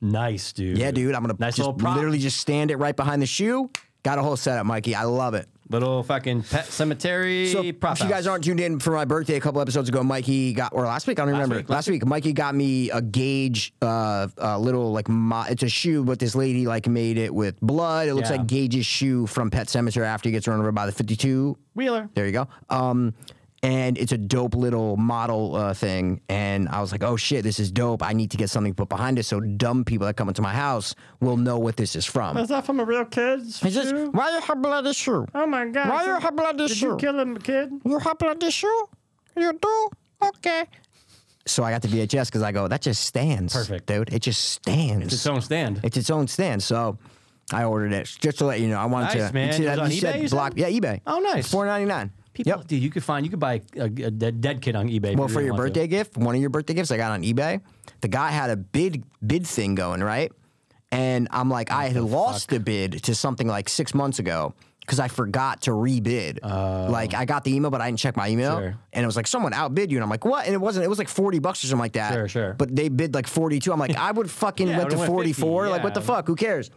[SPEAKER 3] nice, dude.
[SPEAKER 2] Yeah, dude, I'm gonna
[SPEAKER 3] nice
[SPEAKER 2] just
[SPEAKER 3] little prop.
[SPEAKER 2] literally just stand it right behind the shoe. Got a whole setup, Mikey. I love it.
[SPEAKER 3] little fucking pet cemetery
[SPEAKER 2] So
[SPEAKER 3] prop.
[SPEAKER 2] if you guys
[SPEAKER 3] house.
[SPEAKER 2] aren't tuned in for my birthday a couple episodes ago, Mikey got or last week I don't remember last,
[SPEAKER 3] week,
[SPEAKER 2] week, Mikey got me a gauge, uh, a little like mo- it's a shoe, but this lady like made it with blood. It looks
[SPEAKER 3] Yeah.
[SPEAKER 2] like Gage's shoe from Pet Cemetery after he gets run over by the fifty two.
[SPEAKER 3] Wheeler.
[SPEAKER 2] There you go. Um, and it's a dope little model uh, thing. And I was like, oh shit, this is dope. I need to get something put behind it so dumb people that come into my house will know what this is from.
[SPEAKER 4] Is that from a real kid?
[SPEAKER 2] It's just, why you have bloody shoe?
[SPEAKER 4] oh my god.
[SPEAKER 2] Why you
[SPEAKER 4] did-
[SPEAKER 2] have bloody
[SPEAKER 4] Did you
[SPEAKER 2] shoe?
[SPEAKER 4] kill him, kid?
[SPEAKER 2] You have bloody shoe? You do? Okay. So I got the VHS because I go, that just stands.
[SPEAKER 3] Perfect.
[SPEAKER 2] Dude, it just stands.
[SPEAKER 3] It's its own stand.
[SPEAKER 2] It's its own stand. So I ordered it just to let you know. I wanted
[SPEAKER 3] Nice,
[SPEAKER 2] to.
[SPEAKER 3] man.
[SPEAKER 2] You see
[SPEAKER 3] It
[SPEAKER 2] that
[SPEAKER 3] was on
[SPEAKER 2] you
[SPEAKER 3] eBay,
[SPEAKER 2] said
[SPEAKER 3] you said?
[SPEAKER 2] block? Yeah, eBay.
[SPEAKER 3] Oh, nice.
[SPEAKER 2] Four ninety nine.
[SPEAKER 3] People,
[SPEAKER 2] Yep.
[SPEAKER 3] dude, you could find you could buy a, a dead, dead kid on eBay. if
[SPEAKER 2] Well,
[SPEAKER 3] you
[SPEAKER 2] for
[SPEAKER 3] really
[SPEAKER 2] your
[SPEAKER 3] want to.
[SPEAKER 2] birthday gift, one of your birthday gifts I got on eBay, the guy had a bid bid thing going right, and I'm like, I had lost the bid to something like six months ago. Because I forgot to rebid. like I got the email, but I didn't check my email,
[SPEAKER 3] Oh. Sure.
[SPEAKER 2] and it was like someone outbid you, and I'm like, what? And it wasn't. It was like forty bucks or something like that.
[SPEAKER 3] Sure, sure.
[SPEAKER 2] But they bid like forty two. I'm like, I would fucking
[SPEAKER 3] Yeah, I
[SPEAKER 2] went to
[SPEAKER 3] would've went
[SPEAKER 2] forty
[SPEAKER 3] 50,
[SPEAKER 2] four. Like what the
[SPEAKER 3] yeah.
[SPEAKER 2] fuck? Who cares?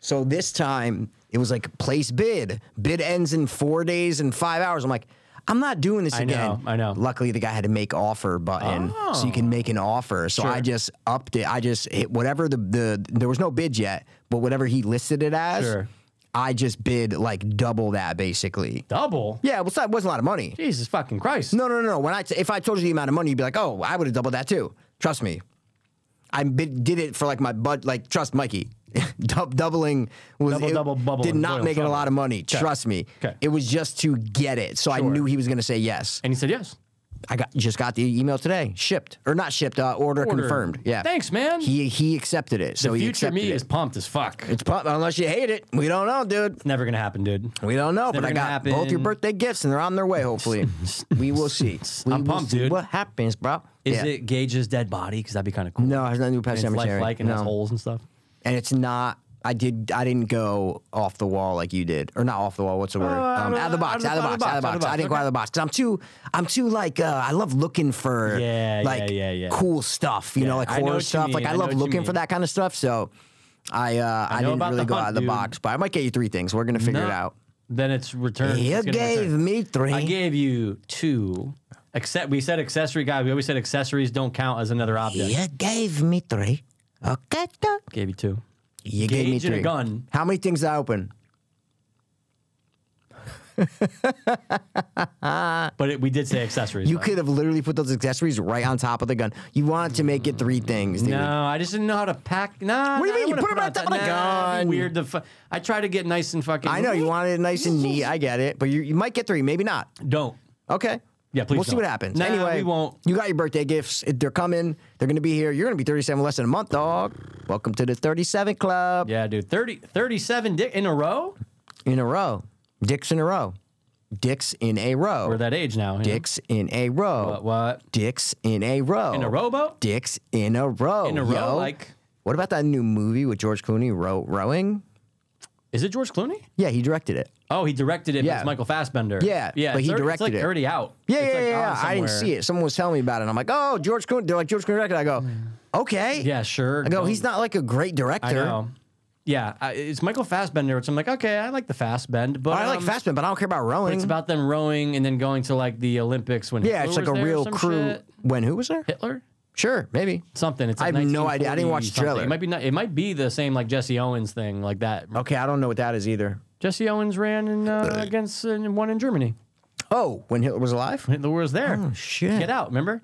[SPEAKER 2] So this time it was like place bid. Bid ends in four days and five hours. I'm like, I'm not doing this
[SPEAKER 3] I know,
[SPEAKER 2] again.
[SPEAKER 3] I know.
[SPEAKER 2] Luckily, the guy had a make offer button, so you can make an offer. So I just upped it. I just hit whatever the the there was no bid yet, but whatever he listed it as,
[SPEAKER 3] Sure.
[SPEAKER 2] I just bid like double that basically.
[SPEAKER 3] double.
[SPEAKER 2] Yeah, well, it's not- it wasn't a lot of money.
[SPEAKER 3] Jesus fucking Christ.
[SPEAKER 2] No, no, no, no. When I t- if I told you the amount of money, you'd be like, oh, I would have doubled that too. Trust me. I bid, did it for like my bud. Like trust Mikey, Dub- doubling was
[SPEAKER 3] Double,
[SPEAKER 2] it
[SPEAKER 3] double, bubble,
[SPEAKER 2] did
[SPEAKER 3] and
[SPEAKER 2] not
[SPEAKER 3] boil
[SPEAKER 2] make it a
[SPEAKER 3] trouble.
[SPEAKER 2] lot of money. Trust me.
[SPEAKER 3] 'Kay.
[SPEAKER 2] It was just to get it, so I
[SPEAKER 3] Sure.
[SPEAKER 2] knew he was going to say yes.
[SPEAKER 3] And he said yes.
[SPEAKER 2] I got just got the email today, shipped or not shipped, uh, order,
[SPEAKER 3] Order.
[SPEAKER 2] confirmed. Yeah,
[SPEAKER 3] Thanks, man.
[SPEAKER 2] He he accepted it. So
[SPEAKER 3] the
[SPEAKER 2] he
[SPEAKER 3] future me
[SPEAKER 2] accepted
[SPEAKER 3] is
[SPEAKER 2] it.
[SPEAKER 3] pumped as fuck. It's
[SPEAKER 2] It's pub- unless you hate it, we don't know, dude.
[SPEAKER 3] never gonna happen, dude.
[SPEAKER 2] We don't know, but
[SPEAKER 3] never
[SPEAKER 2] I got
[SPEAKER 3] gonna
[SPEAKER 2] both your
[SPEAKER 3] happen.
[SPEAKER 2] birthday gifts, and they're on their way. Hopefully, we will see. We
[SPEAKER 3] I'm
[SPEAKER 2] will
[SPEAKER 3] pumped,
[SPEAKER 2] see
[SPEAKER 3] dude.
[SPEAKER 2] What happens, bro?
[SPEAKER 3] Is
[SPEAKER 2] Yeah.
[SPEAKER 3] it Gage's dead body? Because that'd be kind of cool.
[SPEAKER 2] No, it has nothing to do with Pet
[SPEAKER 3] And it's
[SPEAKER 2] Cemetery.
[SPEAKER 3] lifelike and
[SPEAKER 2] no.
[SPEAKER 3] has holes and stuff.
[SPEAKER 2] And it's not. I did. I didn't go off the wall like you did, or not off the wall. What's the word?
[SPEAKER 3] Oh, uh, out
[SPEAKER 2] um,
[SPEAKER 3] of-
[SPEAKER 2] out of the box. Out of the box. Out of the box. I didn't go
[SPEAKER 3] okay.
[SPEAKER 2] out of the box because I'm too. I'm too like. Uh, I love looking for
[SPEAKER 3] Yeah, yeah,
[SPEAKER 2] like
[SPEAKER 3] yeah, yeah.
[SPEAKER 2] cool stuff. You know, like
[SPEAKER 3] I know
[SPEAKER 2] horror
[SPEAKER 3] what you
[SPEAKER 2] stuff. Like
[SPEAKER 3] mean,
[SPEAKER 2] I
[SPEAKER 3] I know
[SPEAKER 2] love
[SPEAKER 3] what you
[SPEAKER 2] looking for
[SPEAKER 3] mean.
[SPEAKER 2] that kind of stuff. So, I uh, I,
[SPEAKER 3] know
[SPEAKER 2] didn't
[SPEAKER 3] about
[SPEAKER 2] really
[SPEAKER 3] the
[SPEAKER 2] go
[SPEAKER 3] hunt,
[SPEAKER 2] out of the
[SPEAKER 3] dude.
[SPEAKER 2] box, but I might get you three things. We're gonna figure
[SPEAKER 3] No.
[SPEAKER 2] it out.
[SPEAKER 3] Then it's returned.
[SPEAKER 2] You
[SPEAKER 3] It's gonna
[SPEAKER 2] gave
[SPEAKER 3] return.
[SPEAKER 2] me three.
[SPEAKER 3] I gave you two. Except we said accessory guy. We always said accessories don't count as another object.
[SPEAKER 2] You gave me three. Okay, dude.
[SPEAKER 3] Gave you two.
[SPEAKER 2] You gave me
[SPEAKER 3] Gage and a
[SPEAKER 2] three.
[SPEAKER 3] gun.
[SPEAKER 2] How many things did I open?
[SPEAKER 3] But it, we did say accessories.
[SPEAKER 2] You
[SPEAKER 3] though.
[SPEAKER 2] could have literally put those accessories right on top of the gun. You wanted to make it three things, dude.
[SPEAKER 3] No, I just didn't know how to pack. Nah.
[SPEAKER 2] What do
[SPEAKER 3] nah,
[SPEAKER 2] you
[SPEAKER 3] I
[SPEAKER 2] mean? You
[SPEAKER 3] wouldn't
[SPEAKER 2] put 'em on
[SPEAKER 3] out
[SPEAKER 2] top of the
[SPEAKER 3] that- nah, it'd be
[SPEAKER 2] gun.
[SPEAKER 3] Weird. To fu- I try to get nice and fucking.
[SPEAKER 2] I know you wanted it nice and neat. I get it, but you, you might get three, maybe not.
[SPEAKER 3] Don't.
[SPEAKER 2] Okay.
[SPEAKER 3] Yeah, please
[SPEAKER 2] We'll see
[SPEAKER 3] don't.
[SPEAKER 2] what happens.
[SPEAKER 3] Nah,
[SPEAKER 2] anyway,
[SPEAKER 3] we won't.
[SPEAKER 2] You got your birthday gifts. It- They're coming. They're gonna be here. You're gonna be 37 less than a month, dog. Welcome to the 37 Club
[SPEAKER 3] Yeah, dude. 30, 37 dick in a row.
[SPEAKER 2] in a row. Dicks in a row. Dicks in a row.
[SPEAKER 3] We're that age now. you know?
[SPEAKER 2] Dicks in a row.
[SPEAKER 3] What? What?
[SPEAKER 2] Dicks in a row.
[SPEAKER 3] In a rowboat?
[SPEAKER 2] Dicks in a row.
[SPEAKER 3] In a row,
[SPEAKER 2] yo.
[SPEAKER 3] like-
[SPEAKER 2] What about that new movie with George Clooney, row, Rowing?
[SPEAKER 3] Is it George Clooney?
[SPEAKER 2] Yeah, he directed it.
[SPEAKER 3] Oh, he directed it. But
[SPEAKER 2] Yeah.
[SPEAKER 3] it's Michael Fassbender.
[SPEAKER 2] Yeah,
[SPEAKER 3] Yeah.
[SPEAKER 2] but
[SPEAKER 3] it's
[SPEAKER 2] he
[SPEAKER 3] already-
[SPEAKER 2] directed
[SPEAKER 3] it's like
[SPEAKER 2] it.
[SPEAKER 3] Already out.
[SPEAKER 2] Yeah,
[SPEAKER 3] It's
[SPEAKER 2] yeah,
[SPEAKER 3] like
[SPEAKER 2] yeah.
[SPEAKER 3] on
[SPEAKER 2] yeah. I didn't
[SPEAKER 3] somewhere.
[SPEAKER 2] see it. Someone was telling me about it. And I'm like, oh, George Clooney. They're like, George Clooney directed. it." I go, okay.
[SPEAKER 3] Yeah, sure.
[SPEAKER 2] I go,
[SPEAKER 3] don't-
[SPEAKER 2] he's not like a great director.
[SPEAKER 3] I know. Yeah, I, it's Michael Fassbender, which I'm like, okay, I like the Fassbend, but
[SPEAKER 2] I like
[SPEAKER 3] um,
[SPEAKER 2] Fastman, but I don't care about rowing.
[SPEAKER 3] It's about them rowing and then going to like the Olympics when
[SPEAKER 2] yeah,
[SPEAKER 3] Hitler
[SPEAKER 2] it's like a
[SPEAKER 3] was there or
[SPEAKER 2] real
[SPEAKER 3] some
[SPEAKER 2] crew.
[SPEAKER 3] shit.
[SPEAKER 2] When who was there?
[SPEAKER 3] Hitler,
[SPEAKER 2] Sure, maybe.
[SPEAKER 3] something. It's
[SPEAKER 2] I
[SPEAKER 3] like
[SPEAKER 2] have no idea. I didn't watch the
[SPEAKER 3] 1940
[SPEAKER 2] trailer. Oh.
[SPEAKER 3] It might be not, it might be the same like Jesse Owens thing, like that.
[SPEAKER 2] Okay, I don't know what that is either.
[SPEAKER 3] Jesse Owens ran in, uh, against uh, one in Germany.
[SPEAKER 2] Oh, when Hitler was alive?
[SPEAKER 3] Hitler was there.
[SPEAKER 2] Oh, shit.
[SPEAKER 3] Get out, remember?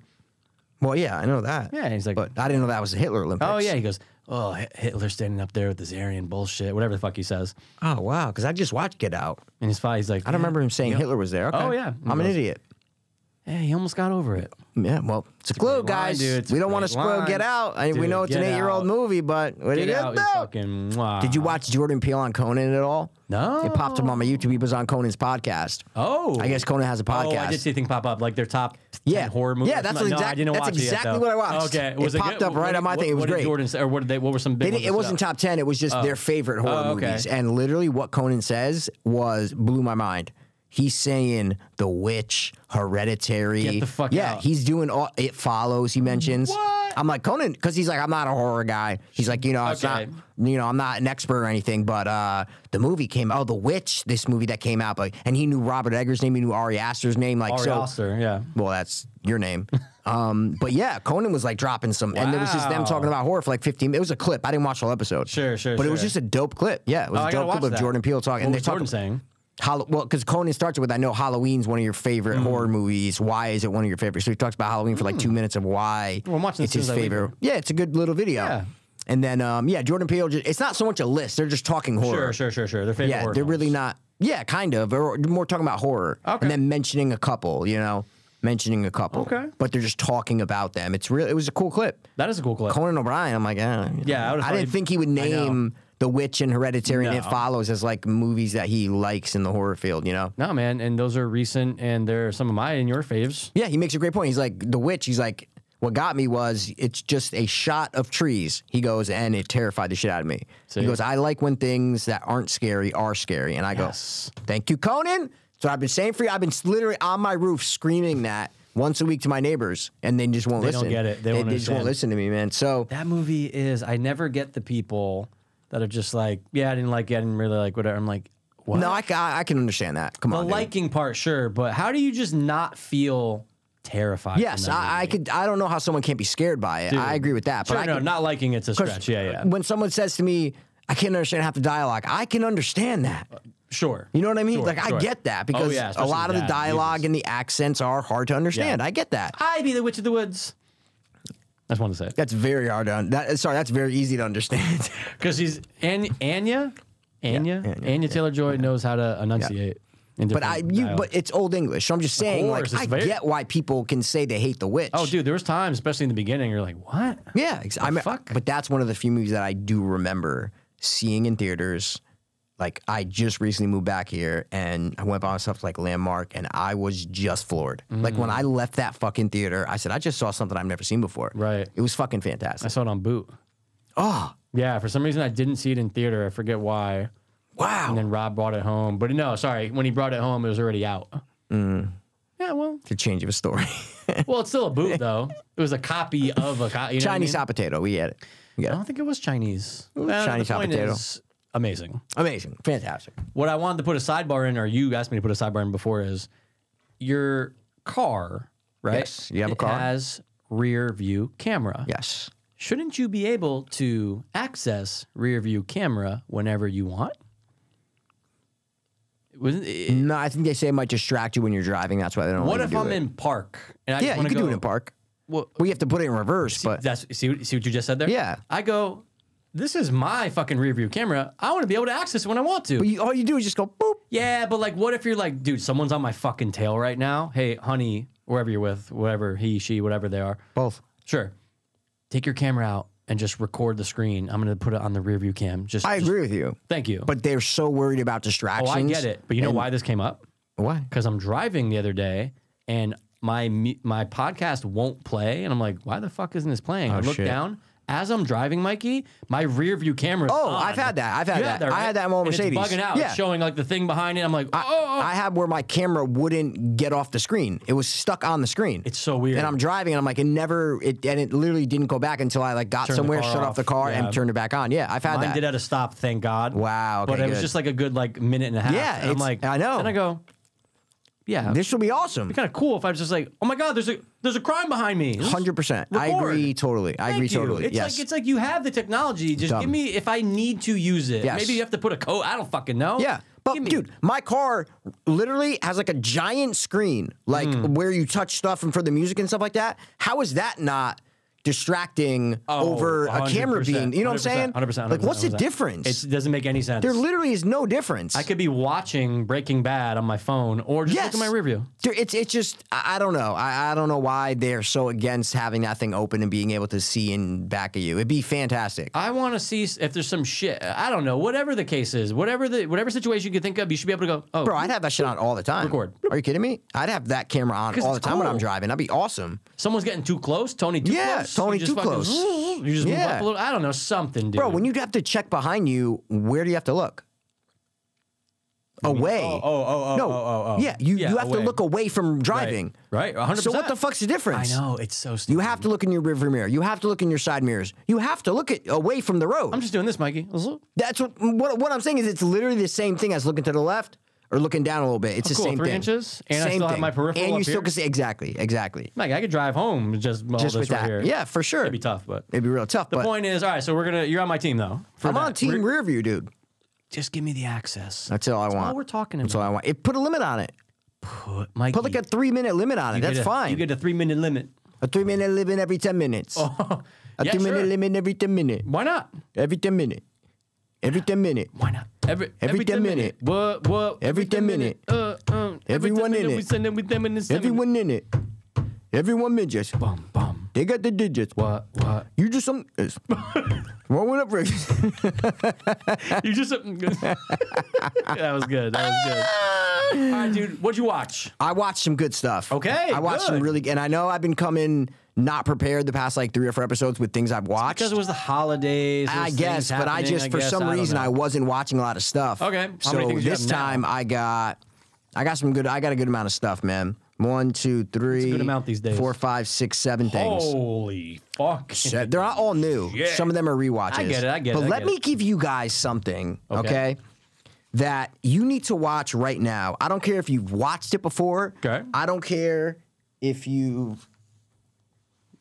[SPEAKER 2] Well, yeah, I know that.
[SPEAKER 3] Yeah, he's like,
[SPEAKER 2] But I didn't know that was the Hitler Olympics.
[SPEAKER 3] oh yeah, he goes, oh Hi- Hitler standing up there with his Aryan bullshit, whatever the fuck he says,
[SPEAKER 2] Oh wow, because I just watched Get Out.
[SPEAKER 3] and his father, he's like,
[SPEAKER 2] I don't remember him saying Hitler was there. Okay.
[SPEAKER 3] Oh, yeah.
[SPEAKER 2] I'm an idiot.
[SPEAKER 3] Hey, he almost got over it.
[SPEAKER 2] Yeah, well, it's, a clue,
[SPEAKER 3] great
[SPEAKER 2] guys.
[SPEAKER 3] line, dude. It's
[SPEAKER 2] we
[SPEAKER 3] a
[SPEAKER 2] don't want to
[SPEAKER 3] great
[SPEAKER 2] spoil
[SPEAKER 3] line.
[SPEAKER 2] Get Out. I, we
[SPEAKER 3] Dude,
[SPEAKER 2] know it's an
[SPEAKER 3] Get
[SPEAKER 2] eight-year-old
[SPEAKER 3] Out.
[SPEAKER 2] movie, but what
[SPEAKER 3] Get
[SPEAKER 2] did you
[SPEAKER 3] out,
[SPEAKER 2] do?
[SPEAKER 3] you fucking. mwah.
[SPEAKER 2] Did you watch Jordan Peele on Conan at all?
[SPEAKER 3] No.
[SPEAKER 2] It popped up on my YouTube. He was on Conan's podcast.
[SPEAKER 3] Oh,
[SPEAKER 2] I guess Conan has a podcast.
[SPEAKER 3] Oh, I did see a thing pop up like their top ten
[SPEAKER 2] Yeah.
[SPEAKER 3] horror movies.
[SPEAKER 2] Yeah, that's
[SPEAKER 3] no,
[SPEAKER 2] exact-
[SPEAKER 3] I didn't
[SPEAKER 2] that's
[SPEAKER 3] watch
[SPEAKER 2] exactly
[SPEAKER 3] it yet, though.
[SPEAKER 2] what I watched.
[SPEAKER 3] Okay,
[SPEAKER 2] It popped up right
[SPEAKER 3] What-
[SPEAKER 2] on my
[SPEAKER 3] what-
[SPEAKER 2] thing. It was
[SPEAKER 3] what did
[SPEAKER 2] great.
[SPEAKER 3] Jordan say, or what did they? What were some
[SPEAKER 2] They
[SPEAKER 3] big?
[SPEAKER 2] didn't-
[SPEAKER 3] ones
[SPEAKER 2] it
[SPEAKER 3] that
[SPEAKER 2] wasn't
[SPEAKER 3] stood out?
[SPEAKER 2] top 10. It was just their favorite horror
[SPEAKER 3] Oh, okay.
[SPEAKER 2] movies. And literally, what Conan says was blew my mind. He's saying The Witch, Hereditary.
[SPEAKER 3] Get the fuck
[SPEAKER 2] yeah,
[SPEAKER 3] out.
[SPEAKER 2] he's doing all It Follows, he mentions.
[SPEAKER 3] What?
[SPEAKER 2] I'm like, Conan, because he's like, I'm not a horror guy. He's like, you know, it's
[SPEAKER 3] Okay.
[SPEAKER 2] not, you know, I'm not an expert or anything, but uh, the movie came, oh, The Witch, this movie that came out, but, and he knew Robert Eggers' name, he knew Ari Aster's name. Like,
[SPEAKER 3] Ari
[SPEAKER 2] so,
[SPEAKER 3] Aster, yeah.
[SPEAKER 2] well, that's your name. Um, but yeah, Conan was like dropping some, and there was just them
[SPEAKER 3] Wow.
[SPEAKER 2] talking about horror for like 15. It was a clip. I didn't watch the whole episode.
[SPEAKER 3] Sure, sure,
[SPEAKER 2] But it was
[SPEAKER 3] sure.
[SPEAKER 2] just a dope clip. Yeah, it was
[SPEAKER 3] Oh,
[SPEAKER 2] a
[SPEAKER 3] I gotta
[SPEAKER 2] dope clip
[SPEAKER 3] watch
[SPEAKER 2] of
[SPEAKER 3] that.
[SPEAKER 2] Jordan Peele talking.
[SPEAKER 3] What
[SPEAKER 2] and
[SPEAKER 3] was
[SPEAKER 2] they talk-
[SPEAKER 3] Jordan saying?
[SPEAKER 2] Hall- well, because Conan starts with I know Halloween's one of your favorite
[SPEAKER 3] Mm-hmm.
[SPEAKER 2] horror movies. Why is it one of your favorites? So he talks about Halloween for like two minutes of why
[SPEAKER 3] Mm. Well, I'm watching this
[SPEAKER 2] it's
[SPEAKER 3] as
[SPEAKER 2] his
[SPEAKER 3] soon as I leave
[SPEAKER 2] favorite. Yeah, it's a good little video.
[SPEAKER 3] Yeah.
[SPEAKER 2] And then um, yeah, Jordan Peele. Just, it's not so much a list; they're just talking
[SPEAKER 3] Sure,
[SPEAKER 2] horror.
[SPEAKER 3] sure, sure, sure. Their favorite.
[SPEAKER 2] Yeah,
[SPEAKER 3] horror
[SPEAKER 2] they're
[SPEAKER 3] films.
[SPEAKER 2] really not. Yeah, kind of. Or more talking about horror.
[SPEAKER 3] Okay.
[SPEAKER 2] And then mentioning a couple, you know, mentioning a couple.
[SPEAKER 3] Okay.
[SPEAKER 2] But they're just talking about them. It's real. It was a cool clip.
[SPEAKER 3] That is a cool clip.
[SPEAKER 2] Conan O'Brien. I'm like, eh,
[SPEAKER 3] Yeah, I
[SPEAKER 2] I,
[SPEAKER 3] would've thought
[SPEAKER 2] didn't
[SPEAKER 3] he'd-
[SPEAKER 2] think he would
[SPEAKER 3] I know.
[SPEAKER 2] name The Witch and Hereditary and It
[SPEAKER 3] No.
[SPEAKER 2] Follows as like movies that he likes in the horror field. You know.
[SPEAKER 3] No, man, and those are recent, and they're some of my and your faves.
[SPEAKER 2] Yeah, he makes a great point. He's like, The Witch. He's like, what got me was it's just a shot of trees. He goes, and it terrified the shit out of me.
[SPEAKER 3] See?
[SPEAKER 2] He goes, I like when things that aren't scary are scary, and I go,
[SPEAKER 3] Yes.
[SPEAKER 2] Thank you, Conan. So I've been saying for you, I've been s- literally on my roof screaming that once a week to my neighbors, and they just won't
[SPEAKER 3] They don't
[SPEAKER 2] listen.
[SPEAKER 3] get it. They won't
[SPEAKER 2] just won't
[SPEAKER 3] understand.
[SPEAKER 2] listen to me, man. So
[SPEAKER 3] That movie is. I never get the people that are just like, yeah, I didn't like it. I didn't really like whatever. I'm like, what?
[SPEAKER 2] no, I, ca- I, I can understand that. Come
[SPEAKER 3] the
[SPEAKER 2] on, dude.
[SPEAKER 3] liking part, sure, but how do you just not feel terrified? from
[SPEAKER 2] yes,
[SPEAKER 3] that
[SPEAKER 2] I, I
[SPEAKER 3] movie?
[SPEAKER 2] could. I don't know how someone can't be scared by it. I agree with that. But
[SPEAKER 3] Sure,
[SPEAKER 2] I
[SPEAKER 3] no,
[SPEAKER 2] could-
[SPEAKER 3] not liking it's a
[SPEAKER 2] 'cause
[SPEAKER 3] stretch. Yeah, yeah.
[SPEAKER 2] When someone says to me, "I can't understand half the dialogue," I can understand that.
[SPEAKER 3] Sure.
[SPEAKER 2] You know what I mean?
[SPEAKER 3] Sure,
[SPEAKER 2] like
[SPEAKER 3] sure.
[SPEAKER 2] I get that
[SPEAKER 3] Oh,
[SPEAKER 2] because
[SPEAKER 3] yeah,
[SPEAKER 2] a
[SPEAKER 3] especially
[SPEAKER 2] lot of the
[SPEAKER 3] that,
[SPEAKER 2] dialogue
[SPEAKER 3] Jesus.
[SPEAKER 2] and the accents are hard to understand. I get that.
[SPEAKER 3] I be the witch of the woods. I just wanted to say it.
[SPEAKER 2] That's very hard to. Un- that, sorry, that's very easy to understand.
[SPEAKER 3] Because he's An- Anya, Anya,
[SPEAKER 2] Anya,
[SPEAKER 3] Anya Taylor Joy knows how to enunciate. in
[SPEAKER 2] But I,
[SPEAKER 3] different
[SPEAKER 2] you,
[SPEAKER 3] dialects.
[SPEAKER 2] but it's old English. So I'm just saying,
[SPEAKER 3] course,
[SPEAKER 2] like,
[SPEAKER 3] it's
[SPEAKER 2] I
[SPEAKER 3] very-
[SPEAKER 2] get why people can say they hate the witch.
[SPEAKER 3] oh, dude, there was times, especially in the beginning, you're like, what?
[SPEAKER 2] yeah, ex- I mean,
[SPEAKER 3] fuck?
[SPEAKER 2] But that's one of the few movies that I do remember seeing in theaters. Like, I just recently moved back here, and I went by myself to like Landmark, and I was just floored. Like
[SPEAKER 3] Mm.
[SPEAKER 2] when I left that fucking theater, I said, I just saw something I've never seen before.
[SPEAKER 3] Right.
[SPEAKER 2] It was fucking
[SPEAKER 3] I
[SPEAKER 2] fantastic.
[SPEAKER 3] saw it on boot.
[SPEAKER 2] Oh
[SPEAKER 3] Yeah, for some reason I didn't see it in theater. I forget why.
[SPEAKER 2] wow!
[SPEAKER 3] And then Rob brought it home. But no, sorry, when he brought it home, it was already out.
[SPEAKER 2] Mm.
[SPEAKER 3] Yeah, well,
[SPEAKER 2] it's a change of a story.
[SPEAKER 3] well, it's still a boot though. It was a copy of a copy.
[SPEAKER 2] Chinese
[SPEAKER 3] I, mean?
[SPEAKER 2] hot potato. We had it. We
[SPEAKER 3] I
[SPEAKER 2] got
[SPEAKER 3] don't
[SPEAKER 2] it.
[SPEAKER 3] think it was Chinese.
[SPEAKER 2] Chinese
[SPEAKER 3] the
[SPEAKER 2] hot
[SPEAKER 3] point
[SPEAKER 2] potato.
[SPEAKER 3] is Amazing.
[SPEAKER 2] Amazing. Fantastic.
[SPEAKER 3] What I wanted to put a sidebar in, or you asked me to put a sidebar in before, is your car, right?
[SPEAKER 2] Yes, you have a
[SPEAKER 3] It
[SPEAKER 2] car.
[SPEAKER 3] has rear view camera.
[SPEAKER 2] Yes.
[SPEAKER 3] Shouldn't you be able to access rear view camera whenever you want? Wasn't it-
[SPEAKER 2] No, I think they say it might distract you when you're driving. That's why they don't.
[SPEAKER 3] what
[SPEAKER 2] let
[SPEAKER 3] if
[SPEAKER 2] you do
[SPEAKER 3] I'm
[SPEAKER 2] it.
[SPEAKER 3] in park and I
[SPEAKER 2] Yeah,
[SPEAKER 3] just
[SPEAKER 2] you
[SPEAKER 3] want to
[SPEAKER 2] can
[SPEAKER 3] go?
[SPEAKER 2] do it in park.
[SPEAKER 3] Well,
[SPEAKER 2] Well, you have to put it in reverse, but
[SPEAKER 3] that's see what- see what you just said there.
[SPEAKER 2] Yeah.
[SPEAKER 3] I go. This is my fucking rear view camera. I want to be able to access it when I want to.
[SPEAKER 2] but you, all you do is just go boop.
[SPEAKER 3] Yeah, but like, what if you're like, dude, someone's on my fucking tail right now? Hey, honey, wherever you're with, whatever he, she, whatever they are.
[SPEAKER 2] Both.
[SPEAKER 3] Sure, take your camera out and just record the screen. I'm gonna put it on the rear view cam. Just,
[SPEAKER 2] I
[SPEAKER 3] just-
[SPEAKER 2] agree with you,
[SPEAKER 3] Thank you.
[SPEAKER 2] but they're so worried about
[SPEAKER 3] oh,
[SPEAKER 2] distractions.
[SPEAKER 3] I get it. Oh, But you know why this came up?
[SPEAKER 2] Why?
[SPEAKER 3] Because I'm driving the other day and my mu- my podcast won't play, and I'm like, why the fuck isn't this playing? I look
[SPEAKER 2] Oh, shit.
[SPEAKER 3] down. As I'm driving, Mikey, my rear view camera.
[SPEAKER 2] Oh, I've had that. I've had that. I had that on
[SPEAKER 3] and
[SPEAKER 2] Mercedes.
[SPEAKER 3] It's bugging out.
[SPEAKER 2] Yeah.
[SPEAKER 3] It's showing like the thing behind it. I'm like, oh, oh, oh.
[SPEAKER 2] I had where my camera wouldn't get off the screen. It was stuck on the screen.
[SPEAKER 3] It's so weird.
[SPEAKER 2] And I'm driving, and I'm like, it never, it and it literally didn't go back until I like got
[SPEAKER 3] Turned the
[SPEAKER 2] somewhere,
[SPEAKER 3] car
[SPEAKER 2] shut off the
[SPEAKER 3] off.
[SPEAKER 2] car,
[SPEAKER 3] Yeah.
[SPEAKER 2] and turned it back on. Yeah, I've had
[SPEAKER 3] Mine
[SPEAKER 2] that.
[SPEAKER 3] did at a stop, thank God.
[SPEAKER 2] Wow, okay,
[SPEAKER 3] but it was
[SPEAKER 2] good.
[SPEAKER 3] just like a good like minute and a half.
[SPEAKER 2] Yeah,
[SPEAKER 3] and I'm
[SPEAKER 2] it's-
[SPEAKER 3] like,
[SPEAKER 2] I know.
[SPEAKER 3] And I go, yeah, this
[SPEAKER 2] this will be awesome.
[SPEAKER 3] kind of cool. If I was just like, oh my God, there's a there's a crime behind me. Let's
[SPEAKER 2] Hundred percent. I
[SPEAKER 3] record.
[SPEAKER 2] agree totally. I
[SPEAKER 3] Thank
[SPEAKER 2] agree
[SPEAKER 3] you.
[SPEAKER 2] totally.
[SPEAKER 3] It's
[SPEAKER 2] yes.
[SPEAKER 3] like it's like you have the technology. Just give
[SPEAKER 2] Dumb.
[SPEAKER 3] me if I need to use it.
[SPEAKER 2] Yes.
[SPEAKER 3] Maybe you have to put a code. I don't fucking know.
[SPEAKER 2] Yeah. But
[SPEAKER 3] Give me-
[SPEAKER 2] dude, my car literally has like a giant screen, like
[SPEAKER 3] Mm.
[SPEAKER 2] where you touch stuff and for the music and stuff like that. How is that not distracting
[SPEAKER 3] Oh,
[SPEAKER 2] over a camera
[SPEAKER 3] 100%,
[SPEAKER 2] being? You know what I'm
[SPEAKER 3] 100%,
[SPEAKER 2] saying?
[SPEAKER 3] 100%,
[SPEAKER 2] Like, what's the
[SPEAKER 3] 100%.
[SPEAKER 2] difference?
[SPEAKER 3] It's- It doesn't make any sense.
[SPEAKER 2] there literally is no difference.
[SPEAKER 3] I could be watching Breaking Bad on my phone or just
[SPEAKER 2] Yes.
[SPEAKER 3] look at my review.
[SPEAKER 2] There- It's it's just I, I don't know. I, I don't know why they're so against having that thing open and being able to see in back of you. It'd be fantastic.
[SPEAKER 3] I want to see s- if there's some shit. I don't know. Whatever the case is, whatever the whatever situation you can think of, you should be able to go. Oh,
[SPEAKER 2] Bro, I'd have that shit on all the time.
[SPEAKER 3] Record.
[SPEAKER 2] Are you kidding me? I'd have that camera on
[SPEAKER 3] 'Cause
[SPEAKER 2] all the
[SPEAKER 3] it's
[SPEAKER 2] time when I'm
[SPEAKER 3] cool.
[SPEAKER 2] driving. That'd be awesome.
[SPEAKER 3] Someone's getting too close. Tony too
[SPEAKER 2] Yeah,
[SPEAKER 3] close.
[SPEAKER 2] Tony
[SPEAKER 3] You just
[SPEAKER 2] too
[SPEAKER 3] fucking-
[SPEAKER 2] close.
[SPEAKER 3] You just move
[SPEAKER 2] Yeah.
[SPEAKER 3] up a little. I don't know something, dude.
[SPEAKER 2] Bro, when you have to check behind you, where do you have to look? Away.
[SPEAKER 3] Oh, oh, oh, oh,
[SPEAKER 2] no.
[SPEAKER 3] oh, oh, oh.
[SPEAKER 2] Yeah, you,
[SPEAKER 3] Yeah,
[SPEAKER 2] you have
[SPEAKER 3] away.
[SPEAKER 2] to look away from
[SPEAKER 3] Right.
[SPEAKER 2] driving.
[SPEAKER 3] right, 100.
[SPEAKER 2] So what the fuck's
[SPEAKER 3] I
[SPEAKER 2] the difference?
[SPEAKER 3] know it's so stupid.
[SPEAKER 2] You have to look in your rearview mirror. You have to look in your side mirrors. You have to look at away from the road.
[SPEAKER 3] I'm just doing this, Mikey. Cool.
[SPEAKER 2] That's what, what what I'm saying is it's literally the same thing as looking to the left or looking down a little bit. It's the
[SPEAKER 3] Oh, Three
[SPEAKER 2] same thing.
[SPEAKER 3] inches, and I
[SPEAKER 2] Same
[SPEAKER 3] still have
[SPEAKER 2] thing.
[SPEAKER 3] my peripheral
[SPEAKER 2] And you
[SPEAKER 3] up
[SPEAKER 2] still
[SPEAKER 3] here.
[SPEAKER 2] can see exactly, exactly.
[SPEAKER 3] Mike, I could drive home with just all this
[SPEAKER 2] Just with
[SPEAKER 3] right
[SPEAKER 2] that,
[SPEAKER 3] here.
[SPEAKER 2] yeah, for sure.
[SPEAKER 3] it'd be tough, but
[SPEAKER 2] It'd be real tough.
[SPEAKER 3] the
[SPEAKER 2] but
[SPEAKER 3] point is, all right. So we're gonna. You're on my team though. for
[SPEAKER 2] I'm on
[SPEAKER 3] that.
[SPEAKER 2] team
[SPEAKER 3] We're-
[SPEAKER 2] rearview, dude.
[SPEAKER 3] Just give me the access.
[SPEAKER 2] That's all I
[SPEAKER 3] That's
[SPEAKER 2] want.
[SPEAKER 3] all we're talking about.
[SPEAKER 2] That's all I want. It put a limit on it.
[SPEAKER 3] Put, Mikey,
[SPEAKER 2] Put like a three minute limit on it.
[SPEAKER 3] you
[SPEAKER 2] That's
[SPEAKER 3] get a-
[SPEAKER 2] fine.
[SPEAKER 3] You get a three minute limit.
[SPEAKER 2] a three minute limit every ten minutes.
[SPEAKER 3] Oh,
[SPEAKER 2] a
[SPEAKER 3] yeah,
[SPEAKER 2] three minute
[SPEAKER 3] sure.
[SPEAKER 2] limit every ten minute.
[SPEAKER 3] Why not?
[SPEAKER 2] Every ten minute. Every ten minute.
[SPEAKER 3] Why not? Every
[SPEAKER 2] Every 10 minute.
[SPEAKER 3] What what?
[SPEAKER 2] Every 10 minute.
[SPEAKER 3] Uh, um, 10
[SPEAKER 2] Everyone
[SPEAKER 3] minute,
[SPEAKER 2] in
[SPEAKER 3] We
[SPEAKER 2] it.
[SPEAKER 3] send them with them in the seven.
[SPEAKER 2] Everyone in it. Everyone midgets.
[SPEAKER 3] Bum bum.
[SPEAKER 2] They got the digits.
[SPEAKER 3] What what?
[SPEAKER 2] You just some. it's- Roll it up, Rick.
[SPEAKER 3] You just that was good. That was good. All right, dude. What'd you watch?
[SPEAKER 2] I watched some good stuff.
[SPEAKER 3] Okay,
[SPEAKER 2] I watched some
[SPEAKER 3] good.
[SPEAKER 2] really, and I know I've been coming not prepared the past like three or four episodes with things I've watched.
[SPEAKER 3] Because it was the holidays.
[SPEAKER 2] I
[SPEAKER 3] there's
[SPEAKER 2] guess,
[SPEAKER 3] things
[SPEAKER 2] but I
[SPEAKER 3] happening,
[SPEAKER 2] just for
[SPEAKER 3] guess,
[SPEAKER 2] some
[SPEAKER 3] don't
[SPEAKER 2] reason I
[SPEAKER 3] know.
[SPEAKER 2] wasn't watching a lot of stuff.
[SPEAKER 3] Okay, how
[SPEAKER 2] so
[SPEAKER 3] many things you
[SPEAKER 2] this
[SPEAKER 3] have now?
[SPEAKER 2] time I got, I got some good. I got a good amount of stuff, man. One, two, three,
[SPEAKER 3] amount these days.
[SPEAKER 2] four, five, six, seven things.
[SPEAKER 3] Holy fuck.
[SPEAKER 2] Shit, They're not all new.
[SPEAKER 3] Shit.
[SPEAKER 2] Some of them are rewatches.
[SPEAKER 3] I get it, I get it,
[SPEAKER 2] But
[SPEAKER 3] I
[SPEAKER 2] let
[SPEAKER 3] get
[SPEAKER 2] me
[SPEAKER 3] it.
[SPEAKER 2] give you guys something, okay.
[SPEAKER 3] Okay.
[SPEAKER 2] That you need to watch right now. I don't care if you've watched it before.
[SPEAKER 3] Okay.
[SPEAKER 2] I don't care if you've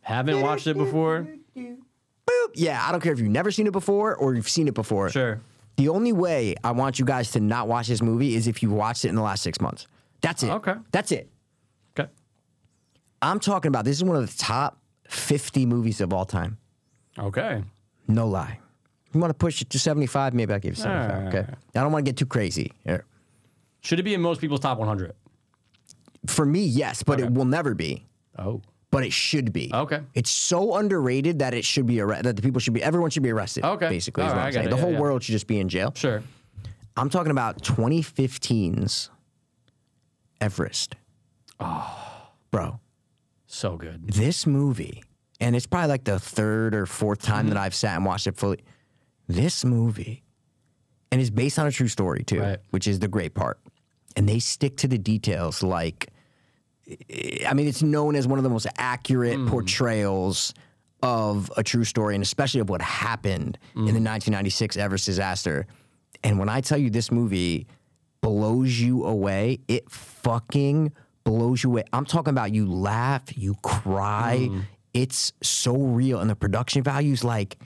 [SPEAKER 3] Haven't watched it before.
[SPEAKER 2] boop. Yeah, I don't care if you've never seen it before or you've seen it before.
[SPEAKER 3] Sure.
[SPEAKER 2] The only way I want you guys to not watch this movie is if you watched it in the last six months. That's it.
[SPEAKER 3] Okay.
[SPEAKER 2] That's it.
[SPEAKER 3] Okay.
[SPEAKER 2] I'm talking about this is one of the top 50 movies of all time.
[SPEAKER 3] Okay.
[SPEAKER 2] No lie. You want to push it to 75? Maybe I'll give you 75.
[SPEAKER 3] Alright.
[SPEAKER 2] Okay. I don't want to get too crazy. here.
[SPEAKER 3] Should it be in most people's top 100?
[SPEAKER 2] For me, yes, but it
[SPEAKER 3] Okay.
[SPEAKER 2] will never be.
[SPEAKER 3] Oh.
[SPEAKER 2] But it should be.
[SPEAKER 3] Okay.
[SPEAKER 2] It's so underrated that it should be arre- that the people should be everyone should be arrested.
[SPEAKER 3] Okay.
[SPEAKER 2] Basically, is what
[SPEAKER 3] Alright, I
[SPEAKER 2] I'm
[SPEAKER 3] got
[SPEAKER 2] saying.
[SPEAKER 3] it.
[SPEAKER 2] The
[SPEAKER 3] Yeah,
[SPEAKER 2] whole
[SPEAKER 3] yeah.
[SPEAKER 2] world should just be in jail.
[SPEAKER 3] Sure.
[SPEAKER 2] I'm talking about 2015's Everest. Oh. Bro,
[SPEAKER 3] So good.
[SPEAKER 2] this movie, and it's probably like the third or fourth time that I've sat and watched it fully. This movie, and it's based on a true story too,
[SPEAKER 3] Right.
[SPEAKER 2] which is the great part. And they stick to the details like, I mean, it's known as one of the most accurate portrayals of a true story, and especially of what happened in the 1996 Everest disaster. And when I tell you this movie blows you away, it fucking blows you away. I'm talking about you laugh, you cry. It's so real, and the production value is like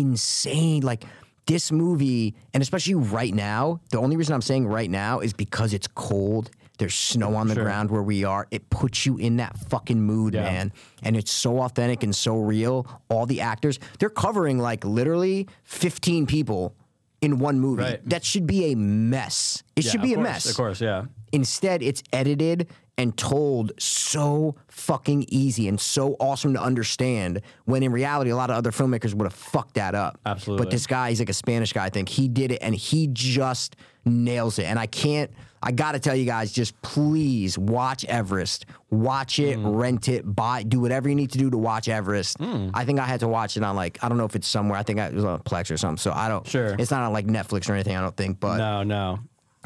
[SPEAKER 2] insane. Like this movie, and especially right now, the only reason I'm saying right now is because it's cold. There's snow on the ground where we are. It puts you in that fucking mood,
[SPEAKER 3] Yeah.
[SPEAKER 2] man. And it's so authentic and so real. All the actors, they're covering like literally 15 people in one movie.
[SPEAKER 3] Right.
[SPEAKER 2] That should be a mess. It
[SPEAKER 3] Yeah,
[SPEAKER 2] should be
[SPEAKER 3] of
[SPEAKER 2] a
[SPEAKER 3] course,
[SPEAKER 2] mess.
[SPEAKER 3] Of course, yeah.
[SPEAKER 2] Instead, it's edited and told so fucking easy and so awesome to understand when in reality, a lot of other filmmakers would have fucked that up.
[SPEAKER 3] Absolutely.
[SPEAKER 2] But this guy, he's like a Spanish guy, I think. He did it and he just nails it. And I can't, I gotta tell you guys, just please watch Everest. Watch it,
[SPEAKER 3] Mm.
[SPEAKER 2] rent it, buy, do whatever you need to do to watch Everest.
[SPEAKER 3] Hmm.
[SPEAKER 2] I think I had to watch it on like, I don't know if it's somewhere. I think I, it was on Plex or something. So I don't,
[SPEAKER 3] Sure.
[SPEAKER 2] It's not on like Netflix or anything, I don't think. But
[SPEAKER 3] No, no.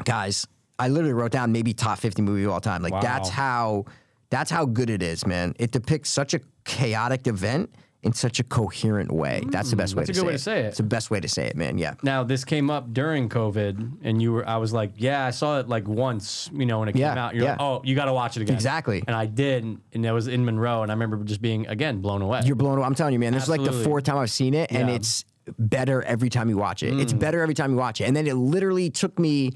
[SPEAKER 2] guys i literally wrote down maybe top 50 movie of all time like
[SPEAKER 3] Wow.
[SPEAKER 2] that's how that's how good it is man it depicts such a chaotic event in such a coherent way that's the best way,
[SPEAKER 3] Mm. that's
[SPEAKER 2] to,
[SPEAKER 3] a good
[SPEAKER 2] say
[SPEAKER 3] way to say it.
[SPEAKER 2] it's the best way to say it man yeah
[SPEAKER 3] Now this came up during COVID, and you were. I was like, yeah, I saw it like once, you know, when it
[SPEAKER 2] Yeah,
[SPEAKER 3] came out. You're like,
[SPEAKER 2] yeah.
[SPEAKER 3] oh, you got to watch it again.
[SPEAKER 2] Exactly.
[SPEAKER 3] And I did, and it was in Monroe, and I remember just being again blown away.
[SPEAKER 2] you're blown away i'm telling you man this is like the
[SPEAKER 3] Absolutely.
[SPEAKER 2] fourth time i've seen it and
[SPEAKER 3] Yeah. Mm.
[SPEAKER 2] it's better every time you watch it it's better every time you watch it and then it literally took me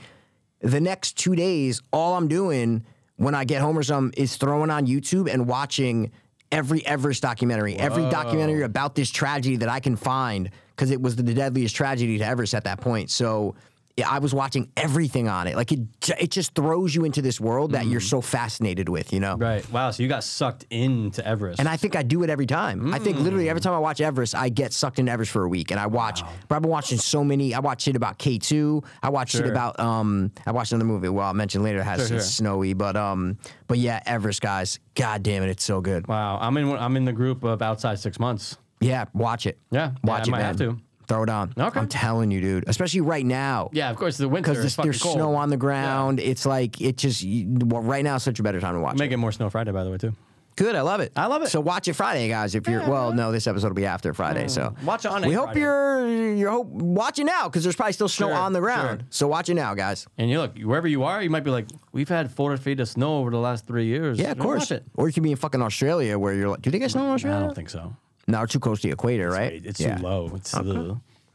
[SPEAKER 2] the next two days all i'm doing when i get home or something is throwing on youtube and watching every everest documentary every documentary about this tragedy that i can find because it was the deadliest tragedy to everest at that point so yeah, i was watching everything on it like it, ju- it just throws you into this world that
[SPEAKER 3] Mm.
[SPEAKER 2] you're so fascinated with you know
[SPEAKER 3] right. Wow. So you got sucked into Everest.
[SPEAKER 2] and I think I do it every time. I think literally
[SPEAKER 3] Hmm.
[SPEAKER 2] every time I watch Everest, I get sucked into Everest for a week. And I watch, but I've been watching so many. I watch shit about K2. I watch shit
[SPEAKER 3] Sure.
[SPEAKER 2] about, um, I watched another movie. Well, I'll mention later. It has
[SPEAKER 3] Sure,
[SPEAKER 2] it's
[SPEAKER 3] sure.
[SPEAKER 2] snowy, but, um, but yeah, Everest, guys. God damn it. It's so good.
[SPEAKER 3] wow. I'm in. I'm in the group of outside six months.
[SPEAKER 2] Yeah. Watch it.
[SPEAKER 3] Yeah, yeah, I
[SPEAKER 2] Watch it,
[SPEAKER 3] might
[SPEAKER 2] man.
[SPEAKER 3] have to.
[SPEAKER 2] Throw it on.
[SPEAKER 3] Okay.
[SPEAKER 2] I'm telling you, dude. Especially right now.
[SPEAKER 3] Yeah. Of course, the winter.
[SPEAKER 2] Because
[SPEAKER 3] Because
[SPEAKER 2] there's snow on the ground. It's like, it just, you, well, right now is such a better time to watch it.
[SPEAKER 3] Make it more snow Friday, by the way, too.
[SPEAKER 2] Good, I love it. I
[SPEAKER 3] love it.
[SPEAKER 2] So watch it Friday, guys. If you're well, no, this episode will be after Friday. So
[SPEAKER 3] Hmm. Watch it on
[SPEAKER 2] We
[SPEAKER 3] a
[SPEAKER 2] hope
[SPEAKER 3] Friday.
[SPEAKER 2] you're you're hope watch it now because there's probably still snow
[SPEAKER 3] Sure,
[SPEAKER 2] on the ground.
[SPEAKER 3] sure.
[SPEAKER 2] So watch it now, guys.
[SPEAKER 3] And you look wherever you are, you might be like, we've had four feet of snow over the last three years.
[SPEAKER 2] Yeah, of
[SPEAKER 3] You know, watch
[SPEAKER 2] course.
[SPEAKER 3] it.
[SPEAKER 2] Or you could be in fucking Australia where you're like, do they get snow in
[SPEAKER 3] I
[SPEAKER 2] Australia?
[SPEAKER 3] don't think so.
[SPEAKER 2] No, we're too close to the equator, right?
[SPEAKER 3] It's
[SPEAKER 2] Eh, yeah.
[SPEAKER 3] too low. It's, uh,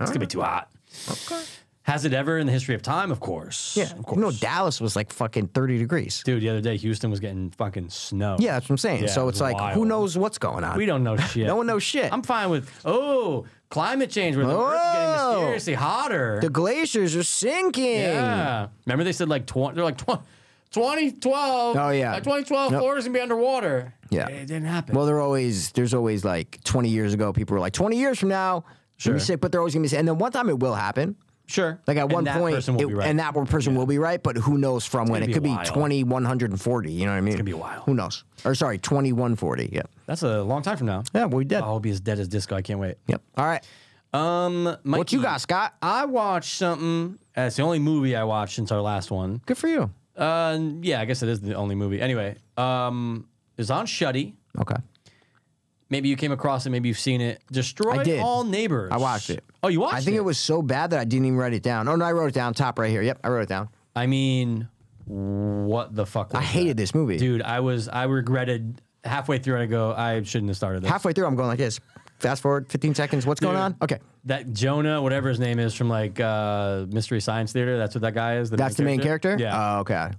[SPEAKER 3] it's gonna be too hot. Okay. Has it ever in the history of time? Of course.
[SPEAKER 2] Yeah,
[SPEAKER 3] Of course.
[SPEAKER 2] no, Dallas was like fucking 30 degrees.
[SPEAKER 3] Dude, the other day Houston was getting fucking snow.
[SPEAKER 2] Yeah, that's what I'm saying.
[SPEAKER 3] Yeah,
[SPEAKER 2] so
[SPEAKER 3] it
[SPEAKER 2] it's
[SPEAKER 3] was
[SPEAKER 2] like, who
[SPEAKER 3] wild.
[SPEAKER 2] knows what's going on?
[SPEAKER 3] We don't know shit.
[SPEAKER 2] No one knows shit.
[SPEAKER 3] I'm fine with oh climate change where the Earth's getting
[SPEAKER 2] Whoa.
[SPEAKER 3] mysteriously hotter.
[SPEAKER 2] the glaciers are sinking.
[SPEAKER 3] yeah. Remember they said like twenty. They're like twenty. 2012.
[SPEAKER 2] Oh, yeah.
[SPEAKER 3] By 2012,
[SPEAKER 2] Nope.
[SPEAKER 3] Florida's gonna be underwater.
[SPEAKER 2] Yeah.
[SPEAKER 3] It didn't happen.
[SPEAKER 2] Well, they're always there's always like 20 years ago, people were like 20 years from now. Sure.
[SPEAKER 3] Sure.
[SPEAKER 2] Sick, but they're always gonna be sick. And then one time it will happen.
[SPEAKER 3] sure.
[SPEAKER 2] Like at
[SPEAKER 3] And
[SPEAKER 2] one
[SPEAKER 3] that
[SPEAKER 2] point,
[SPEAKER 3] person will
[SPEAKER 2] it-
[SPEAKER 3] be right.
[SPEAKER 2] and that one person will be right, but who knows from when?
[SPEAKER 3] gonna
[SPEAKER 2] It
[SPEAKER 3] be
[SPEAKER 2] could be
[SPEAKER 3] wild.
[SPEAKER 2] 20, 140. You know what I mean? It's
[SPEAKER 3] gonna be wild.
[SPEAKER 2] Who knows? Or sorry, 2140. Yeah.
[SPEAKER 3] That's a long time from now.
[SPEAKER 2] Yeah, we did.
[SPEAKER 3] I'll be as dead as disco. I can't wait.
[SPEAKER 2] Yep. All right.
[SPEAKER 3] Um, Mikey,
[SPEAKER 2] What you got, Scott?
[SPEAKER 3] I watched something. uh, It's the only movie I watched since our last one.
[SPEAKER 2] Good for you.
[SPEAKER 3] Uh, yeah, I guess it is the only movie. Anyway, um, it's on Shuddy.
[SPEAKER 2] Okay.
[SPEAKER 3] Maybe you came across it. Maybe you've seen it. Destroy
[SPEAKER 2] I did.
[SPEAKER 3] all neighbors.
[SPEAKER 2] I watched it.
[SPEAKER 3] Oh, you watched it?
[SPEAKER 2] I think it was so bad that I didn't even write it down. Oh no, I wrote it down top right here. Yep, I wrote it down.
[SPEAKER 3] I mean, what the fuck?
[SPEAKER 2] I
[SPEAKER 3] was
[SPEAKER 2] hated
[SPEAKER 3] that?
[SPEAKER 2] this movie.
[SPEAKER 3] dude. I was. I regretted halfway through. I go. I shouldn't have started this.
[SPEAKER 2] Halfway through, I'm going like this. Fast forward 15 seconds. What's going
[SPEAKER 3] Dude.
[SPEAKER 2] on? Okay.
[SPEAKER 3] that Jonah, whatever his name is, from like uh, Mystery Science Theater. That's what that guy is.
[SPEAKER 2] That's the main character?
[SPEAKER 3] Yeah,
[SPEAKER 2] Oh, okay.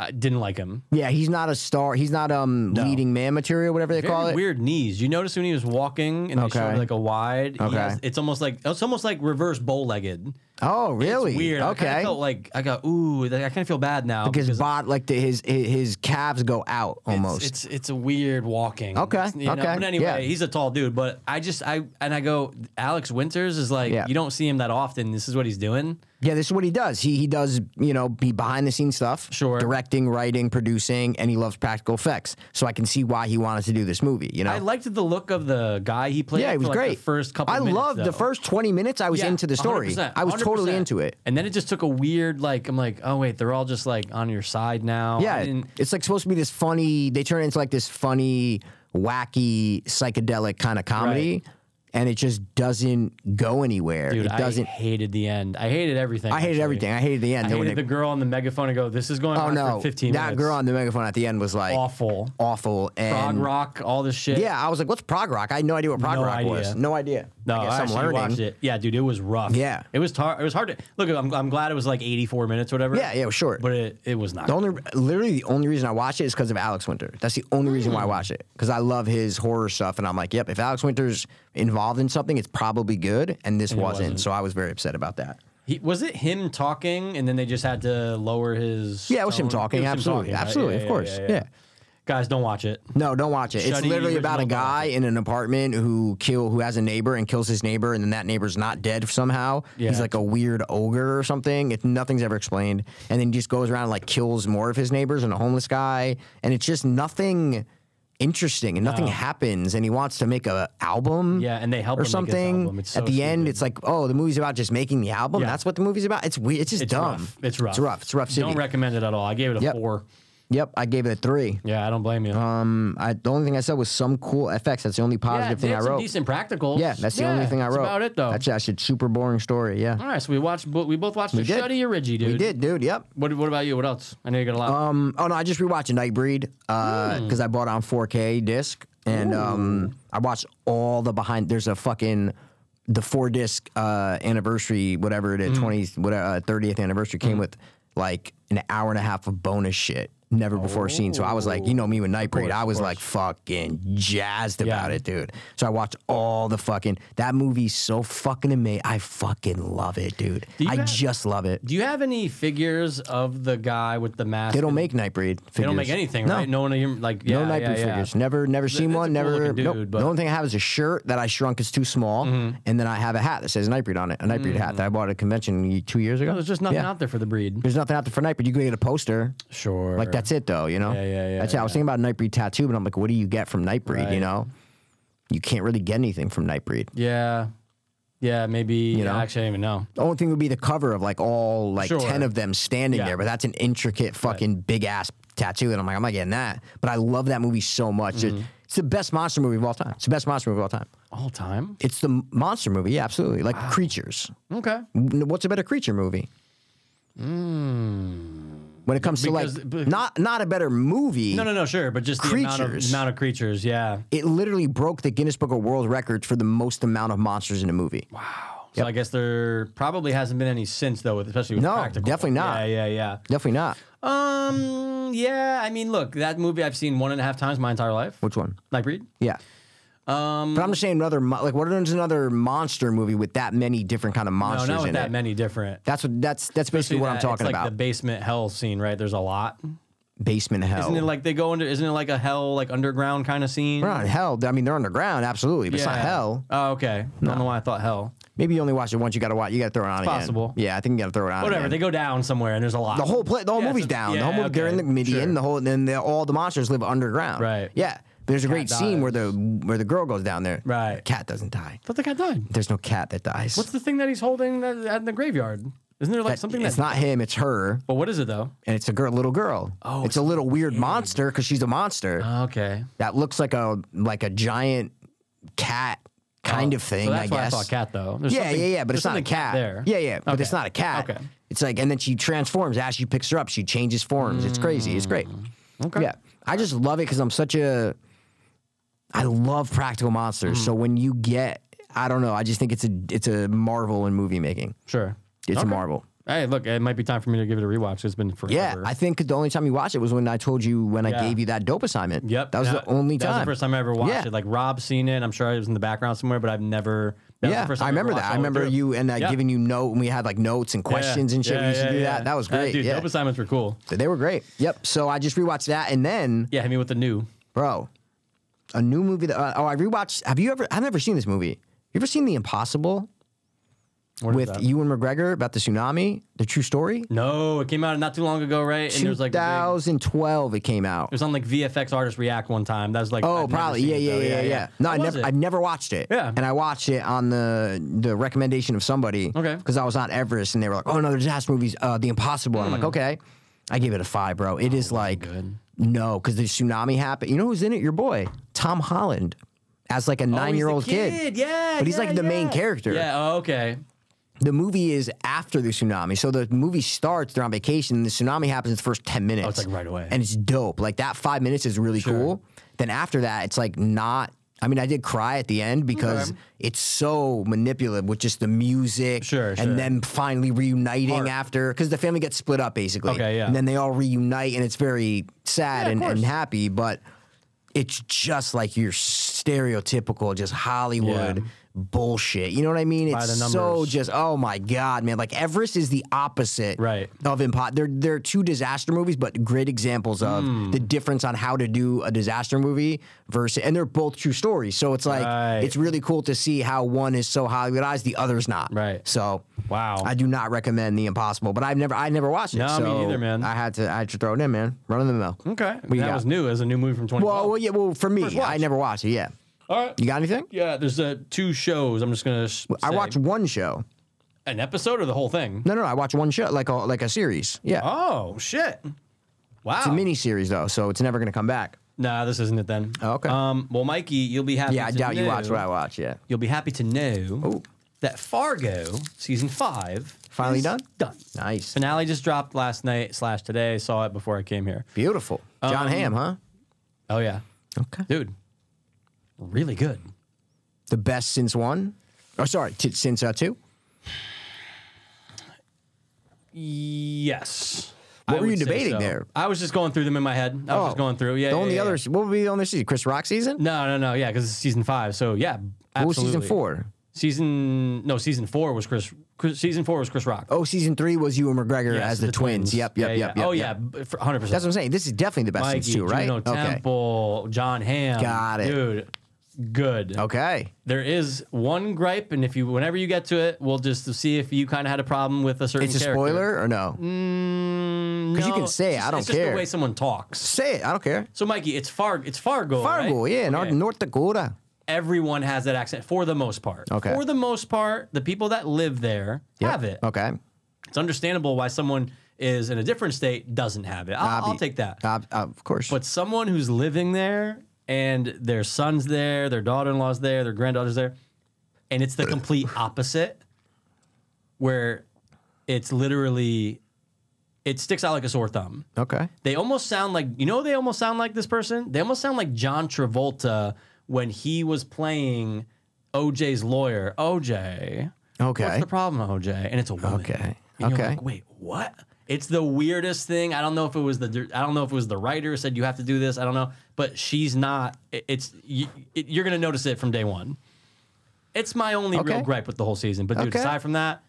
[SPEAKER 3] I didn't like him.
[SPEAKER 2] Yeah, he's not a star. He's not um leading man material, whatever they
[SPEAKER 3] Very
[SPEAKER 2] call it.
[SPEAKER 3] weird knees. You notice when he was walking and they showed
[SPEAKER 2] Okay.
[SPEAKER 3] like a wide. he
[SPEAKER 2] Okay.
[SPEAKER 3] has- it's almost like it's almost like reverse bow legged.
[SPEAKER 2] Oh, really?
[SPEAKER 3] It's weird. I kinda
[SPEAKER 2] Okay.
[SPEAKER 3] felt like I got ooh. like, I kind of feel bad now
[SPEAKER 2] Because bot like the, his his his calves go out
[SPEAKER 3] it's-
[SPEAKER 2] almost.
[SPEAKER 3] It's, it's a weird walking.
[SPEAKER 2] Okay,
[SPEAKER 3] It's- you know,
[SPEAKER 2] okay,
[SPEAKER 3] But anyway,
[SPEAKER 2] yeah.
[SPEAKER 3] he's a tall dude. But I just I and I go. Alex Winters is like
[SPEAKER 2] Yeah.
[SPEAKER 3] you don't see him that often. This is what he's doing.
[SPEAKER 2] yeah, this is what he does. He he does you know be behind the scenes stuff.
[SPEAKER 3] Sure.
[SPEAKER 2] Directing, writing, producing, and he loves practical effects. So I can see why he wanted to do this movie. You know.
[SPEAKER 3] I liked the look of the guy he played.
[SPEAKER 2] Oh. yeah, it
[SPEAKER 3] for,
[SPEAKER 2] was
[SPEAKER 3] like, the
[SPEAKER 2] great.
[SPEAKER 3] first couple.
[SPEAKER 2] I
[SPEAKER 3] minutes,
[SPEAKER 2] loved
[SPEAKER 3] though.
[SPEAKER 2] the first twenty minutes. I was
[SPEAKER 3] Yeah,
[SPEAKER 2] into the story.
[SPEAKER 3] 100%,
[SPEAKER 2] I was totally
[SPEAKER 3] 100%.
[SPEAKER 2] into it.
[SPEAKER 3] And then it just took a weird like I'm like oh wait they're all just like on your side now. I
[SPEAKER 2] Yeah,
[SPEAKER 3] didn't-
[SPEAKER 2] it's like supposed to be this funny. They turn it into like this funny, wacky, psychedelic kind of comedy, and it just doesn't go anywhere.
[SPEAKER 3] Dude,
[SPEAKER 2] it doesn't.
[SPEAKER 3] I hated the end. I hated everything.
[SPEAKER 2] I hated
[SPEAKER 3] actually.
[SPEAKER 2] everything. I hated the end.
[SPEAKER 3] I
[SPEAKER 2] Then when
[SPEAKER 3] hated the
[SPEAKER 2] they-
[SPEAKER 3] girl on the megaphone and go, this is going
[SPEAKER 2] oh
[SPEAKER 3] on
[SPEAKER 2] no,
[SPEAKER 3] for 15
[SPEAKER 2] that
[SPEAKER 3] minutes.
[SPEAKER 2] girl on the megaphone at the end was like
[SPEAKER 3] Awful.
[SPEAKER 2] awful and.
[SPEAKER 3] Prog rock, all this shit.
[SPEAKER 2] Yeah, I was like, "What's prog rock?" I had no idea what prog
[SPEAKER 3] No
[SPEAKER 2] rock was.
[SPEAKER 3] idea.
[SPEAKER 2] No idea.
[SPEAKER 3] No,
[SPEAKER 2] I
[SPEAKER 3] I,
[SPEAKER 2] guess am
[SPEAKER 3] actually
[SPEAKER 2] learning.
[SPEAKER 3] watched it. Yeah, dude, it was rough.
[SPEAKER 2] Yeah.
[SPEAKER 3] It was tar- It was hard to look. I'm, I'm glad it was like 84 minutes or whatever.
[SPEAKER 2] Yeah, yeah, it was short.
[SPEAKER 3] But it, it was not.
[SPEAKER 2] The only, literally, the only reason I watch it is because of Alex Winter. That's the only reason why I watch it because I love his horror stuff, and I'm like, yep, if Alex Winter's involved in something, it's probably good, and this wasn't,
[SPEAKER 3] wasn't.
[SPEAKER 2] So I was very upset about that.
[SPEAKER 3] He, was it him talking, and then they just had to lower his?
[SPEAKER 2] Yeah, it was him
[SPEAKER 3] tone?
[SPEAKER 2] talking, absolutely,
[SPEAKER 3] right?
[SPEAKER 2] absolutely, of course, yeah.
[SPEAKER 3] Guys, don't watch it.
[SPEAKER 2] No, don't watch it. it's
[SPEAKER 3] Shuddy
[SPEAKER 2] literally about a
[SPEAKER 3] original
[SPEAKER 2] guy in an apartment who kill who has a neighbor and kills his neighbor, and then that neighbor's not dead somehow. He's
[SPEAKER 3] Yeah.
[SPEAKER 2] like a weird ogre or something. It, nothing's ever explained, and then he just goes around and like kills more of his neighbors and a homeless guy, and it's just nothing interesting and nothing happens. And he wants to make a album,
[SPEAKER 3] Yeah, and they help him make
[SPEAKER 2] or
[SPEAKER 3] his
[SPEAKER 2] something.
[SPEAKER 3] album. It's so
[SPEAKER 2] At the end,
[SPEAKER 3] stupid.
[SPEAKER 2] it's like, oh, the movie's about just making the album.
[SPEAKER 3] Yeah.
[SPEAKER 2] That's what the movie's about. It's weird. It's just
[SPEAKER 3] It's
[SPEAKER 2] dumb.
[SPEAKER 3] rough. It's rough.
[SPEAKER 2] It's rough. It's rough. City.
[SPEAKER 3] Don't recommend it at all. I gave it a
[SPEAKER 2] Yep.
[SPEAKER 3] four.
[SPEAKER 2] yep, I gave it a three.
[SPEAKER 3] Yeah, I don't blame you.
[SPEAKER 2] Um, I, the only thing I said was some cool FX. That's the only
[SPEAKER 3] yeah,
[SPEAKER 2] positive
[SPEAKER 3] they
[SPEAKER 2] thing
[SPEAKER 3] had
[SPEAKER 2] I
[SPEAKER 3] some
[SPEAKER 2] wrote.
[SPEAKER 3] Decent practicals.
[SPEAKER 2] Yeah, that's the only thing I wrote.
[SPEAKER 3] That's about it though.
[SPEAKER 2] That's actually a super boring story. Yeah,
[SPEAKER 3] all right, so we watched. bo- We both watched the
[SPEAKER 2] did.
[SPEAKER 3] Shuddy or Reggie, dude.
[SPEAKER 2] we did, dude. Yep.
[SPEAKER 3] What, what about you? What else? I know you got a lot.
[SPEAKER 2] Um. Oh no, I just rewatched Nightbreed
[SPEAKER 3] Mm.
[SPEAKER 2] because I bought it on 4K disc, and um, I watched all the behind. There's a fucking the four disc uh anniversary, whatever it is,
[SPEAKER 3] Mm.
[SPEAKER 2] 20th, whatever uh, 30th anniversary came with like an hour and a half of bonus shit. Never before seen. So I was like, you know me with Nightbreed. I was like fucking jazzed about it, dude. So I watched all the fucking that movie's so fucking amazing. I fucking love it, dude.
[SPEAKER 3] you
[SPEAKER 2] I
[SPEAKER 3] have-
[SPEAKER 2] just love it.
[SPEAKER 3] Do you have any figures of the guy with the mask?
[SPEAKER 2] They don't make Nightbreed. Figures.
[SPEAKER 3] They don't make anything,
[SPEAKER 2] No.
[SPEAKER 3] right? No one of your like yeah,
[SPEAKER 2] No Nightbreed
[SPEAKER 3] yeah, yeah.
[SPEAKER 2] figures. Never, never seen
[SPEAKER 3] it's a
[SPEAKER 2] one.
[SPEAKER 3] cool-looking
[SPEAKER 2] Never. nope.
[SPEAKER 3] dude,
[SPEAKER 2] The
[SPEAKER 3] but- Mm-hmm.
[SPEAKER 2] only thing I have is a shirt that I shrunk is too small, and then I have a hat that says Nightbreed on it. A Nightbreed hat that I bought at a convention y- two years ago.
[SPEAKER 3] Mm. There's just nothing
[SPEAKER 2] Yeah.
[SPEAKER 3] out there for the breed.
[SPEAKER 2] There's nothing out there for Nightbreed. You can get a poster.
[SPEAKER 3] Sure.
[SPEAKER 2] Like that's it though, you know.
[SPEAKER 3] Yeah, yeah, yeah,
[SPEAKER 2] That's how I was thinking about Nightbreed tattoo, but I'm like, what do you get from Nightbreed? You
[SPEAKER 3] Right.
[SPEAKER 2] know, you can't really get anything from Nightbreed.
[SPEAKER 3] Yeah. Yeah, maybe.
[SPEAKER 2] know?
[SPEAKER 3] yeah, actually, I don't even know.
[SPEAKER 2] The only thing would be the cover of like all like
[SPEAKER 3] Sure.
[SPEAKER 2] ten of them standing
[SPEAKER 3] Yeah.
[SPEAKER 2] there, but that's an intricate fucking big ass tattoo, and I'm like, I'm not getting that. But I love that movie so much. It-
[SPEAKER 3] Mm-hmm.
[SPEAKER 2] it's the best monster movie of all time. It's the best monster movie of all time.
[SPEAKER 3] All time.
[SPEAKER 2] It's the monster movie, yeah, absolutely. Like creatures.
[SPEAKER 3] Okay.
[SPEAKER 2] N- What's a better creature movie? When it comes to
[SPEAKER 3] Hmm. Because-
[SPEAKER 2] like
[SPEAKER 3] but-
[SPEAKER 2] not not a better movie.
[SPEAKER 3] No, no, no. Sure, but just the amount of,
[SPEAKER 2] Creatures.
[SPEAKER 3] amount of creatures. Yeah.
[SPEAKER 2] It literally broke the Guinness Book of World Records for the most amount of monsters in a movie. Wow.
[SPEAKER 3] So I guess there probably hasn't been any since though, with especially with
[SPEAKER 2] No,
[SPEAKER 3] practical.
[SPEAKER 2] definitely not.
[SPEAKER 3] Yeah, yeah,
[SPEAKER 2] Definitely not.
[SPEAKER 3] yeah. Um, yeah. I mean, look, that movie I've seen one and a half times my entire life.
[SPEAKER 2] Which one?
[SPEAKER 3] Nightbreed.
[SPEAKER 2] Yeah. Um, but I'm just saying another mo- like what is another monster movie with that many different kind of
[SPEAKER 3] No,
[SPEAKER 2] monsters
[SPEAKER 3] not with
[SPEAKER 2] in
[SPEAKER 3] that
[SPEAKER 2] it?
[SPEAKER 3] many different.
[SPEAKER 2] That's what that's that's basically what I'm
[SPEAKER 3] That-
[SPEAKER 2] talking
[SPEAKER 3] it's like
[SPEAKER 2] about.
[SPEAKER 3] The basement hell scene, right? There's a lot.
[SPEAKER 2] Basement hell.
[SPEAKER 3] Isn't it like they go into? Isn't it like a hell, like underground kind of scene?
[SPEAKER 2] They're not hell. I mean, they're underground, absolutely, but it's not
[SPEAKER 3] Yeah.
[SPEAKER 2] hell.
[SPEAKER 3] Oh, okay. I don't know why I thought hell.
[SPEAKER 2] Maybe you only watch it once. You got to watch. You got to throw it on. again.
[SPEAKER 3] possible.
[SPEAKER 2] Yeah, I think you got to throw it on.
[SPEAKER 3] Whatever.
[SPEAKER 2] again.
[SPEAKER 3] They go down somewhere, and there's a lot.
[SPEAKER 2] the whole play, the whole
[SPEAKER 3] Yeah,
[SPEAKER 2] movie's
[SPEAKER 3] so-
[SPEAKER 2] down.
[SPEAKER 3] yeah,
[SPEAKER 2] the whole movie, they're in the
[SPEAKER 3] okay,
[SPEAKER 2] median.
[SPEAKER 3] sure.
[SPEAKER 2] The whole then the, all the monsters live underground.
[SPEAKER 3] Right.
[SPEAKER 2] Yeah. There's a great scene
[SPEAKER 3] dies.
[SPEAKER 2] where the where the girl goes down there.
[SPEAKER 3] Right.
[SPEAKER 2] Cat doesn't die.
[SPEAKER 3] But the guy died.
[SPEAKER 2] There's no cat that dies.
[SPEAKER 3] What's the thing that he's holding that, at the graveyard? Isn't there like something
[SPEAKER 2] It's
[SPEAKER 3] that's
[SPEAKER 2] not him. It's her,
[SPEAKER 3] But what is it though?
[SPEAKER 2] and it's a girl, little girl.
[SPEAKER 3] Oh,
[SPEAKER 2] it's, a little weird monster because she's a monster
[SPEAKER 3] Uh-huh. Okay.
[SPEAKER 2] that looks like a like a giant cat kind of thing.
[SPEAKER 3] Oh, So that's
[SPEAKER 2] I
[SPEAKER 3] why
[SPEAKER 2] guess.
[SPEAKER 3] I saw a cat though. There's
[SPEAKER 2] Yeah, yeah,
[SPEAKER 3] something-
[SPEAKER 2] yeah, but it's
[SPEAKER 3] there's
[SPEAKER 2] not
[SPEAKER 3] something
[SPEAKER 2] a cat.
[SPEAKER 3] there.
[SPEAKER 2] Yeah, yeah, but it's
[SPEAKER 3] Okay.
[SPEAKER 2] not a cat.
[SPEAKER 3] Okay.
[SPEAKER 2] It's like, and then she transforms. As she picks her up, she changes forms. It's crazy. It's great.
[SPEAKER 3] Mm,
[SPEAKER 2] Okay. Yeah, I just love it because I'm such a. I love practical
[SPEAKER 3] Mm.
[SPEAKER 2] monsters. So when you get, I don't know, I just think it's a it's a marvel in movie making.
[SPEAKER 3] Sure.
[SPEAKER 2] It's a
[SPEAKER 3] Okay.
[SPEAKER 2] marvel.
[SPEAKER 3] Hey, look, it might be time for me to give it a rewatch. It's been forever.
[SPEAKER 2] Yeah, I think the only time you watched it was when I told you when I
[SPEAKER 3] Yeah.
[SPEAKER 2] gave you that dope assignment.
[SPEAKER 3] Yep.
[SPEAKER 2] that was
[SPEAKER 3] Now-
[SPEAKER 2] the only
[SPEAKER 3] that
[SPEAKER 2] time.
[SPEAKER 3] was the first time I ever watched
[SPEAKER 2] Yeah.
[SPEAKER 3] it. Like Rob seen it. I'm sure it was in the background somewhere, but I've never. That was the
[SPEAKER 2] yeah,
[SPEAKER 3] first time
[SPEAKER 2] I
[SPEAKER 3] ever
[SPEAKER 2] remember
[SPEAKER 3] watched
[SPEAKER 2] that. I
[SPEAKER 3] all the way
[SPEAKER 2] remember
[SPEAKER 3] through.
[SPEAKER 2] you and I
[SPEAKER 3] Yeah.
[SPEAKER 2] giving you note, and we had like notes and
[SPEAKER 3] Yeah.
[SPEAKER 2] questions and shit.
[SPEAKER 3] Yeah,
[SPEAKER 2] we used to
[SPEAKER 3] yeah,
[SPEAKER 2] do
[SPEAKER 3] yeah.
[SPEAKER 2] that. That was
[SPEAKER 3] Uh,
[SPEAKER 2] great.
[SPEAKER 3] dude,
[SPEAKER 2] yeah.
[SPEAKER 3] dope assignments were cool.
[SPEAKER 2] They were great. Yep. So I just rewatched that, and then
[SPEAKER 3] Yeah, hit me with the new.
[SPEAKER 2] bro, a new movie that uh, oh I rewatched. Have you ever? I've never seen this movie. You ever seen The Impossible
[SPEAKER 3] What is
[SPEAKER 2] with
[SPEAKER 3] that?
[SPEAKER 2] Ewan McGregor about the tsunami? The true story.
[SPEAKER 3] No, it came out not too long ago, right? And there's like a big-
[SPEAKER 2] 2012, it came
[SPEAKER 3] It
[SPEAKER 2] out.
[SPEAKER 3] was on like VFX Artist React one time. That was like
[SPEAKER 2] Oh,
[SPEAKER 3] I've never
[SPEAKER 2] probably.
[SPEAKER 3] seen
[SPEAKER 2] Yeah,
[SPEAKER 3] it,
[SPEAKER 2] yeah,
[SPEAKER 3] though.
[SPEAKER 2] yeah, yeah, No,
[SPEAKER 3] How
[SPEAKER 2] I
[SPEAKER 3] was
[SPEAKER 2] never,
[SPEAKER 3] it? Oh,
[SPEAKER 2] I've never watched it.
[SPEAKER 3] Yeah.
[SPEAKER 2] And I watched it on the the recommendation of somebody.
[SPEAKER 3] Okay.
[SPEAKER 2] Because I was on Everest, and they were like, "Oh, another disaster movies, uh, The Impossible."
[SPEAKER 3] Hmm.
[SPEAKER 2] And I'm like, "Okay." I gave it a five, bro.
[SPEAKER 3] Oh,
[SPEAKER 2] It is like no, because the tsunami happened. You know who's in it? Your boy, Tom Holland, as like a nine
[SPEAKER 3] Oh, he's the
[SPEAKER 2] year old
[SPEAKER 3] Yeah,
[SPEAKER 2] But he's, like,
[SPEAKER 3] yeah,
[SPEAKER 2] the main
[SPEAKER 3] yeah.
[SPEAKER 2] character.
[SPEAKER 3] Yeah. Oh, okay.
[SPEAKER 2] the movie is after the tsunami. So the movie starts, they're on vacation, and the tsunami happens in the first 10 minutes.
[SPEAKER 3] Oh, like, right away.
[SPEAKER 2] And it's dope. Like that five minutes is really cool. Then after that, it's like not. I mean, I did cry at the end because it's so manipulative with just the music
[SPEAKER 3] Sure,
[SPEAKER 2] and
[SPEAKER 3] sure.
[SPEAKER 2] them finally reuniting
[SPEAKER 3] Heart.
[SPEAKER 2] after because the family gets split up basically.
[SPEAKER 3] Okay, yeah.
[SPEAKER 2] And then they all reunite and it's very
[SPEAKER 3] Yeah,
[SPEAKER 2] sad
[SPEAKER 3] of
[SPEAKER 2] and, and
[SPEAKER 3] course.
[SPEAKER 2] happy, but it's just like your stereotypical, just Hollywood
[SPEAKER 3] Yeah.
[SPEAKER 2] bullshit. You know what I mean?
[SPEAKER 3] By
[SPEAKER 2] it's
[SPEAKER 3] the
[SPEAKER 2] so
[SPEAKER 3] numbers.
[SPEAKER 2] just oh my god, man! Like Everest is the opposite,
[SPEAKER 3] Right.
[SPEAKER 2] Of impo- they're they're two disaster movies, but great examples of
[SPEAKER 3] Hmm.
[SPEAKER 2] the difference on how to do a disaster movie versus, and they're both true stories. So it's like
[SPEAKER 3] Right.
[SPEAKER 2] it's really cool to see how one is so Hollywoodized, the other's not,
[SPEAKER 3] Right.
[SPEAKER 2] So
[SPEAKER 3] Wow.
[SPEAKER 2] I do not recommend The Impossible, but I've never I never watched it.
[SPEAKER 3] No, me
[SPEAKER 2] so
[SPEAKER 3] neither, man.
[SPEAKER 2] I had to I had to throw it in, man. Run of the mill.
[SPEAKER 3] Okay.
[SPEAKER 2] you
[SPEAKER 3] that
[SPEAKER 2] got?
[SPEAKER 3] was new. It was a new movie from 2012.
[SPEAKER 2] Well, well, yeah, well, for me, I
[SPEAKER 3] watch.
[SPEAKER 2] never watched it. Yeah,
[SPEAKER 3] All right.
[SPEAKER 2] you got anything?
[SPEAKER 3] Yeah. There's uh, two shows. I'm just gonna. s-
[SPEAKER 2] I
[SPEAKER 3] say.
[SPEAKER 2] watched one show.
[SPEAKER 3] an episode or the whole thing.
[SPEAKER 2] No, no, I watch one show, like a like a series. Yeah,
[SPEAKER 3] Oh shit. Wow.
[SPEAKER 2] it's a mini series though, so it's never gonna come back.
[SPEAKER 3] nah, this isn't it then.
[SPEAKER 2] Oh, Okay.
[SPEAKER 3] Um. Well, Mikey, you'll be happy.
[SPEAKER 2] Yeah, I
[SPEAKER 3] to
[SPEAKER 2] doubt you
[SPEAKER 3] know-
[SPEAKER 2] watch what I watch. Yeah,
[SPEAKER 3] You'll be happy to know that Fargo season five
[SPEAKER 2] Finally
[SPEAKER 3] is
[SPEAKER 2] done?
[SPEAKER 3] Done.
[SPEAKER 2] nice,
[SPEAKER 3] Finale just dropped last night slash today. Saw it before I came here.
[SPEAKER 2] beautiful. John
[SPEAKER 3] Um,
[SPEAKER 2] Hamm, huh?
[SPEAKER 3] Oh yeah,
[SPEAKER 2] Okay,
[SPEAKER 3] dude, really good.
[SPEAKER 2] the best since one. Oh, sorry, t- since uh, two.
[SPEAKER 3] Yes.
[SPEAKER 2] What
[SPEAKER 3] I
[SPEAKER 2] were you
[SPEAKER 3] would say
[SPEAKER 2] debating
[SPEAKER 3] so.
[SPEAKER 2] there?
[SPEAKER 3] I was just going through them in my head. I was
[SPEAKER 2] oh,
[SPEAKER 3] just going through. Yeah.
[SPEAKER 2] the
[SPEAKER 3] yeah,
[SPEAKER 2] only
[SPEAKER 3] yeah,
[SPEAKER 2] other
[SPEAKER 3] yeah.
[SPEAKER 2] what would be the only season? Chris Rock season?
[SPEAKER 3] No, no, no. Yeah, because it's season five. So yeah, absolutely.
[SPEAKER 2] What was season four?
[SPEAKER 3] Season no, season four was Chris. Chris season four was Chris Rock.
[SPEAKER 2] Oh, season three was you and McGregor
[SPEAKER 3] Yes,
[SPEAKER 2] as the, twins. Yep, yep,
[SPEAKER 3] yeah,
[SPEAKER 2] yep,
[SPEAKER 3] yeah.
[SPEAKER 2] yep.
[SPEAKER 3] Oh
[SPEAKER 2] yep.
[SPEAKER 3] yeah, hundred percent.
[SPEAKER 2] that's what I'm saying. This is definitely the best
[SPEAKER 3] Mikey,
[SPEAKER 2] since two, right?
[SPEAKER 3] Juno
[SPEAKER 2] okay,
[SPEAKER 3] Temple, John Hamm.
[SPEAKER 2] Got it.
[SPEAKER 3] dude. Good.
[SPEAKER 2] okay.
[SPEAKER 3] There is one gripe, and if you, whenever you get to it, we'll just see if you kind of had a problem with a certain.
[SPEAKER 2] It's a
[SPEAKER 3] character.
[SPEAKER 2] spoiler or no?
[SPEAKER 3] Mm. Because
[SPEAKER 2] you can say it, I don't
[SPEAKER 3] it's just
[SPEAKER 2] care.
[SPEAKER 3] the way someone talks.
[SPEAKER 2] Say it. I don't care.
[SPEAKER 3] So, Mikey, it's Fargo. It's Fargo.
[SPEAKER 2] Fargo,
[SPEAKER 3] right?
[SPEAKER 2] yeah, North,
[SPEAKER 3] Okay.
[SPEAKER 2] North Dakota.
[SPEAKER 3] Everyone has that accent for the most part.
[SPEAKER 2] Okay.
[SPEAKER 3] For the most part, the people that live there
[SPEAKER 2] Yep.
[SPEAKER 3] have it.
[SPEAKER 2] Okay.
[SPEAKER 3] It's understandable why someone is in a different state doesn't have it. I'll, I'll
[SPEAKER 2] Obvi-
[SPEAKER 3] take that.
[SPEAKER 2] Uh, uh, of course.
[SPEAKER 3] But someone who's living there and their son's there, their daughter in law's there, their granddaughter's there, and it's the complete opposite where it's literally, it sticks out like a sore thumb.
[SPEAKER 2] okay.
[SPEAKER 3] They almost sound like, you know, they almost sound like this person? They almost sound like John Travolta when he was playing OJ's lawyer. OJ.
[SPEAKER 2] Okay.
[SPEAKER 3] What's the problem, OJ? And it's a woman.
[SPEAKER 2] Okay.
[SPEAKER 3] And
[SPEAKER 2] Okay.
[SPEAKER 3] You're like, Wait, what? It's the weirdest thing. I don't know if it was the dir- I don't know if it was the writer said you have to do this. I don't know, but she's not. it- It's you, it, you're gonna notice it from day one. It's my only
[SPEAKER 2] Okay.
[SPEAKER 3] real gripe with the whole season. But dude,
[SPEAKER 2] Okay.
[SPEAKER 3] aside from that,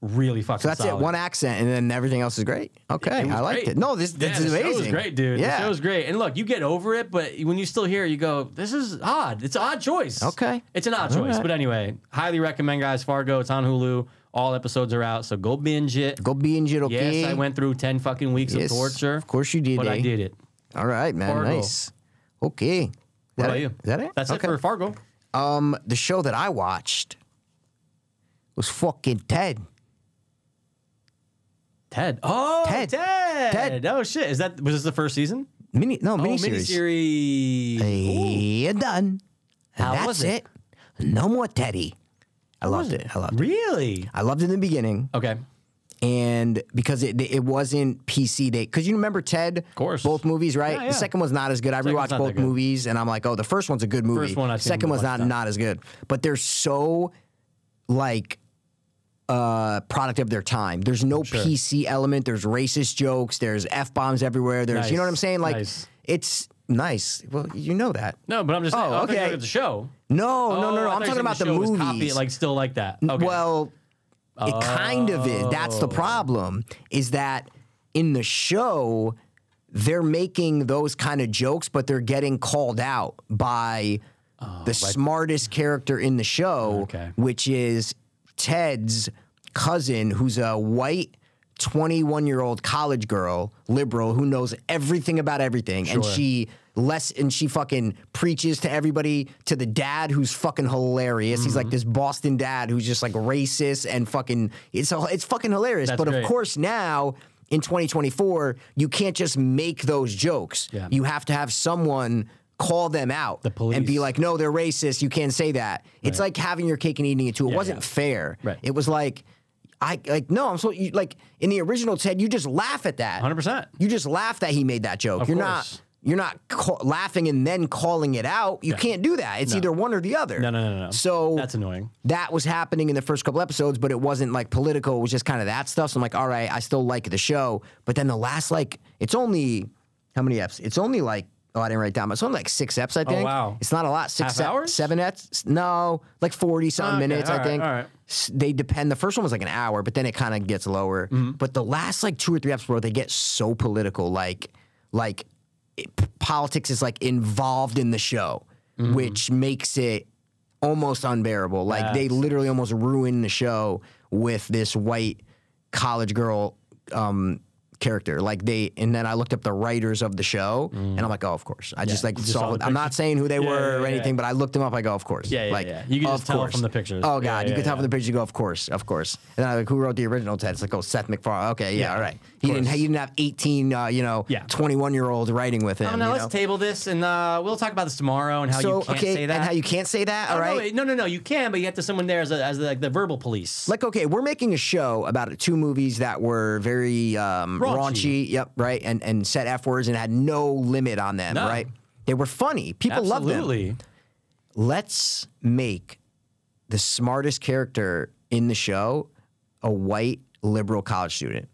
[SPEAKER 3] really fucking.
[SPEAKER 2] So that's
[SPEAKER 3] solid.
[SPEAKER 2] it. One accent, and then everything else is great. Okay,
[SPEAKER 3] was
[SPEAKER 2] I liked
[SPEAKER 3] great.
[SPEAKER 2] it. No, this, this
[SPEAKER 3] Yeah,
[SPEAKER 2] is
[SPEAKER 3] the
[SPEAKER 2] amazing.
[SPEAKER 3] Show was great, dude.
[SPEAKER 2] Yeah.
[SPEAKER 3] The show was great. And look, you get over it, but when you still hear it, you go, this is odd. It's an odd choice.
[SPEAKER 2] Okay.
[SPEAKER 3] It's an odd choice.
[SPEAKER 2] right.
[SPEAKER 3] But anyway, highly recommend, guys. Fargo, it's on Hulu. All episodes are out. So go binge it.
[SPEAKER 2] Go be in it,
[SPEAKER 3] yes,
[SPEAKER 2] okay?
[SPEAKER 3] I went through 10 fucking weeks
[SPEAKER 2] Yes,
[SPEAKER 3] of torture.
[SPEAKER 2] Of course you did.
[SPEAKER 3] But I
[SPEAKER 2] eh?
[SPEAKER 3] did it.
[SPEAKER 2] All right, man.
[SPEAKER 3] Fargo.
[SPEAKER 2] Nice. Okay. Is
[SPEAKER 3] What
[SPEAKER 2] that
[SPEAKER 3] about
[SPEAKER 2] it?
[SPEAKER 3] you?
[SPEAKER 2] Is that it?
[SPEAKER 3] That's
[SPEAKER 2] Okay.
[SPEAKER 3] it for Fargo.
[SPEAKER 2] Um, the show that I watched was fucking Ted.
[SPEAKER 3] Ted. Oh,
[SPEAKER 2] Ted.
[SPEAKER 3] Ted.
[SPEAKER 2] Ted.
[SPEAKER 3] Oh, shit. Is that, was this the first season?
[SPEAKER 2] Mini, no,
[SPEAKER 3] Oh,
[SPEAKER 2] miniseries.
[SPEAKER 3] miniseries.
[SPEAKER 2] Yeah, done. And
[SPEAKER 3] How
[SPEAKER 2] that's
[SPEAKER 3] was it?
[SPEAKER 2] No more Teddy. I loved it. I loved it.
[SPEAKER 3] Really?
[SPEAKER 2] I loved it in the beginning,
[SPEAKER 3] Okay.
[SPEAKER 2] and because it it wasn't PC day. Because you remember Ted, of
[SPEAKER 3] course.
[SPEAKER 2] both movies, right?
[SPEAKER 3] Yeah,
[SPEAKER 2] The
[SPEAKER 3] yeah.
[SPEAKER 2] second one's not as good. I
[SPEAKER 3] Second's
[SPEAKER 2] rewatched
[SPEAKER 3] not
[SPEAKER 2] both
[SPEAKER 3] that good.
[SPEAKER 2] movies, and I'm like, oh, the first one's a good movie.
[SPEAKER 3] First one I've seen
[SPEAKER 2] second
[SPEAKER 3] a
[SPEAKER 2] one's
[SPEAKER 3] bunch
[SPEAKER 2] not
[SPEAKER 3] of times.
[SPEAKER 2] not as good, but they're so like uh, product of their time. There's no PC element. There's racist jokes. There's f bombs everywhere. There's you know what I'm
[SPEAKER 3] Nice,
[SPEAKER 2] saying? Like
[SPEAKER 3] nice.
[SPEAKER 2] it's nice. Well, you know that.
[SPEAKER 3] No, but I'm just saying,
[SPEAKER 2] Oh,
[SPEAKER 3] I thought you
[SPEAKER 2] okay.
[SPEAKER 3] looked at the show.
[SPEAKER 2] No,
[SPEAKER 3] Oh,
[SPEAKER 2] no, no, no.
[SPEAKER 3] I thought
[SPEAKER 2] I'm
[SPEAKER 3] you
[SPEAKER 2] talking
[SPEAKER 3] said
[SPEAKER 2] about the,
[SPEAKER 3] show was
[SPEAKER 2] movies.
[SPEAKER 3] copy, like still like that. Okay. Oh.
[SPEAKER 2] Well, it kind of is. That's the problem. Is that in the show they're making those kind of jokes, but they're getting called out by the smartest character in the show,
[SPEAKER 3] Oh, Okay.
[SPEAKER 2] which is Ted's cousin, who's a white. 21 year old college girl, liberal, who knows everything about everything. And she less and she fucking preaches to everybody, to the dad who's fucking hilarious. He's
[SPEAKER 3] Mm-hmm.
[SPEAKER 2] like this Boston dad who's just like racist and fucking it's it's fucking hilarious.
[SPEAKER 3] That's
[SPEAKER 2] but of
[SPEAKER 3] great.
[SPEAKER 2] course now in 2024, you can't just make those jokes.
[SPEAKER 3] Yeah.
[SPEAKER 2] You have to have someone call them out and be
[SPEAKER 3] police.
[SPEAKER 2] like, no, they're racist. You can't say that. It's like having your cake and eating it too. It wasn't
[SPEAKER 3] yeah.
[SPEAKER 2] fair.
[SPEAKER 3] Right.
[SPEAKER 2] It was like, I like no, I'm so you, like in the original Ted, you just laugh at that.
[SPEAKER 3] 100%.
[SPEAKER 2] You just laugh that he made that joke. you're not
[SPEAKER 3] course.
[SPEAKER 2] you're not ca- laughing and then calling it out. You can't do that. It's either one or the other.
[SPEAKER 3] No, no, no, no.
[SPEAKER 2] So
[SPEAKER 3] That's annoying.
[SPEAKER 2] That was happening in the first couple episodes, but it wasn't like political. It was just kind of that stuff. So I'm like, all right, I still like the show. But then the last like, it's only how many eps? It's only like oh, I didn't write it down. But it's only like six eps, I think.
[SPEAKER 3] Oh, wow.
[SPEAKER 2] it's not a lot. Six
[SPEAKER 3] Half
[SPEAKER 2] ep-
[SPEAKER 3] hours?
[SPEAKER 2] seven eps? No, like forty something
[SPEAKER 3] Okay,
[SPEAKER 2] minutes, I
[SPEAKER 3] all right,
[SPEAKER 2] think.
[SPEAKER 3] all right.
[SPEAKER 2] S- They depend. The first one was like an hour, but then it kind of gets lower.
[SPEAKER 3] Mm-hmm.
[SPEAKER 2] But the last like two or three eps, bro, they get so political. Like, like it, p- politics is like involved in the show,
[SPEAKER 3] Mm-hmm.
[SPEAKER 2] which makes it almost unbearable. Like they literally almost ruin the show with this white college girl um, character. Like they, and then I looked up the writers of the show, and I'm like, oh, of course. I just like
[SPEAKER 3] Mm. just
[SPEAKER 2] saw.
[SPEAKER 3] saw
[SPEAKER 2] it.
[SPEAKER 3] the
[SPEAKER 2] I'm not saying who they were
[SPEAKER 3] yeah,
[SPEAKER 2] or
[SPEAKER 3] yeah, yeah.
[SPEAKER 2] anything, but I looked them up. I go, of course.
[SPEAKER 3] Yeah, yeah,
[SPEAKER 2] like,
[SPEAKER 3] yeah. You can
[SPEAKER 2] of
[SPEAKER 3] just tell
[SPEAKER 2] course.
[SPEAKER 3] from the pictures.
[SPEAKER 2] Oh god,
[SPEAKER 3] Yeah,
[SPEAKER 2] you
[SPEAKER 3] yeah,
[SPEAKER 2] can tell
[SPEAKER 3] yeah.
[SPEAKER 2] from the pictures. You go, of course, of course. And then I like, who wrote the original Ted? It's like, oh, Seth MacFarlane. Okay, yeah, all right. He didn't. He didn't have 18, uh, you know,
[SPEAKER 3] Yeah.
[SPEAKER 2] 21 year old writing with him.
[SPEAKER 3] Um, now
[SPEAKER 2] you
[SPEAKER 3] let's
[SPEAKER 2] know?
[SPEAKER 3] table this, and uh, we'll talk about this tomorrow and how
[SPEAKER 2] so
[SPEAKER 3] you can't
[SPEAKER 2] okay,
[SPEAKER 3] say that.
[SPEAKER 2] and how you can't say that. All
[SPEAKER 3] Oh,
[SPEAKER 2] right.
[SPEAKER 3] no, wait, no, no, no, you can, but you have to someone there as, a, as like the verbal police.
[SPEAKER 2] like okay we're making a show about two movies that were very um, raunchy.
[SPEAKER 3] Raunchy.
[SPEAKER 2] yep right and and said f words and had no limit on them
[SPEAKER 3] No.
[SPEAKER 2] right they were funny people loved them
[SPEAKER 3] Absolutely.
[SPEAKER 2] let's make the smartest character in the show a white liberal college student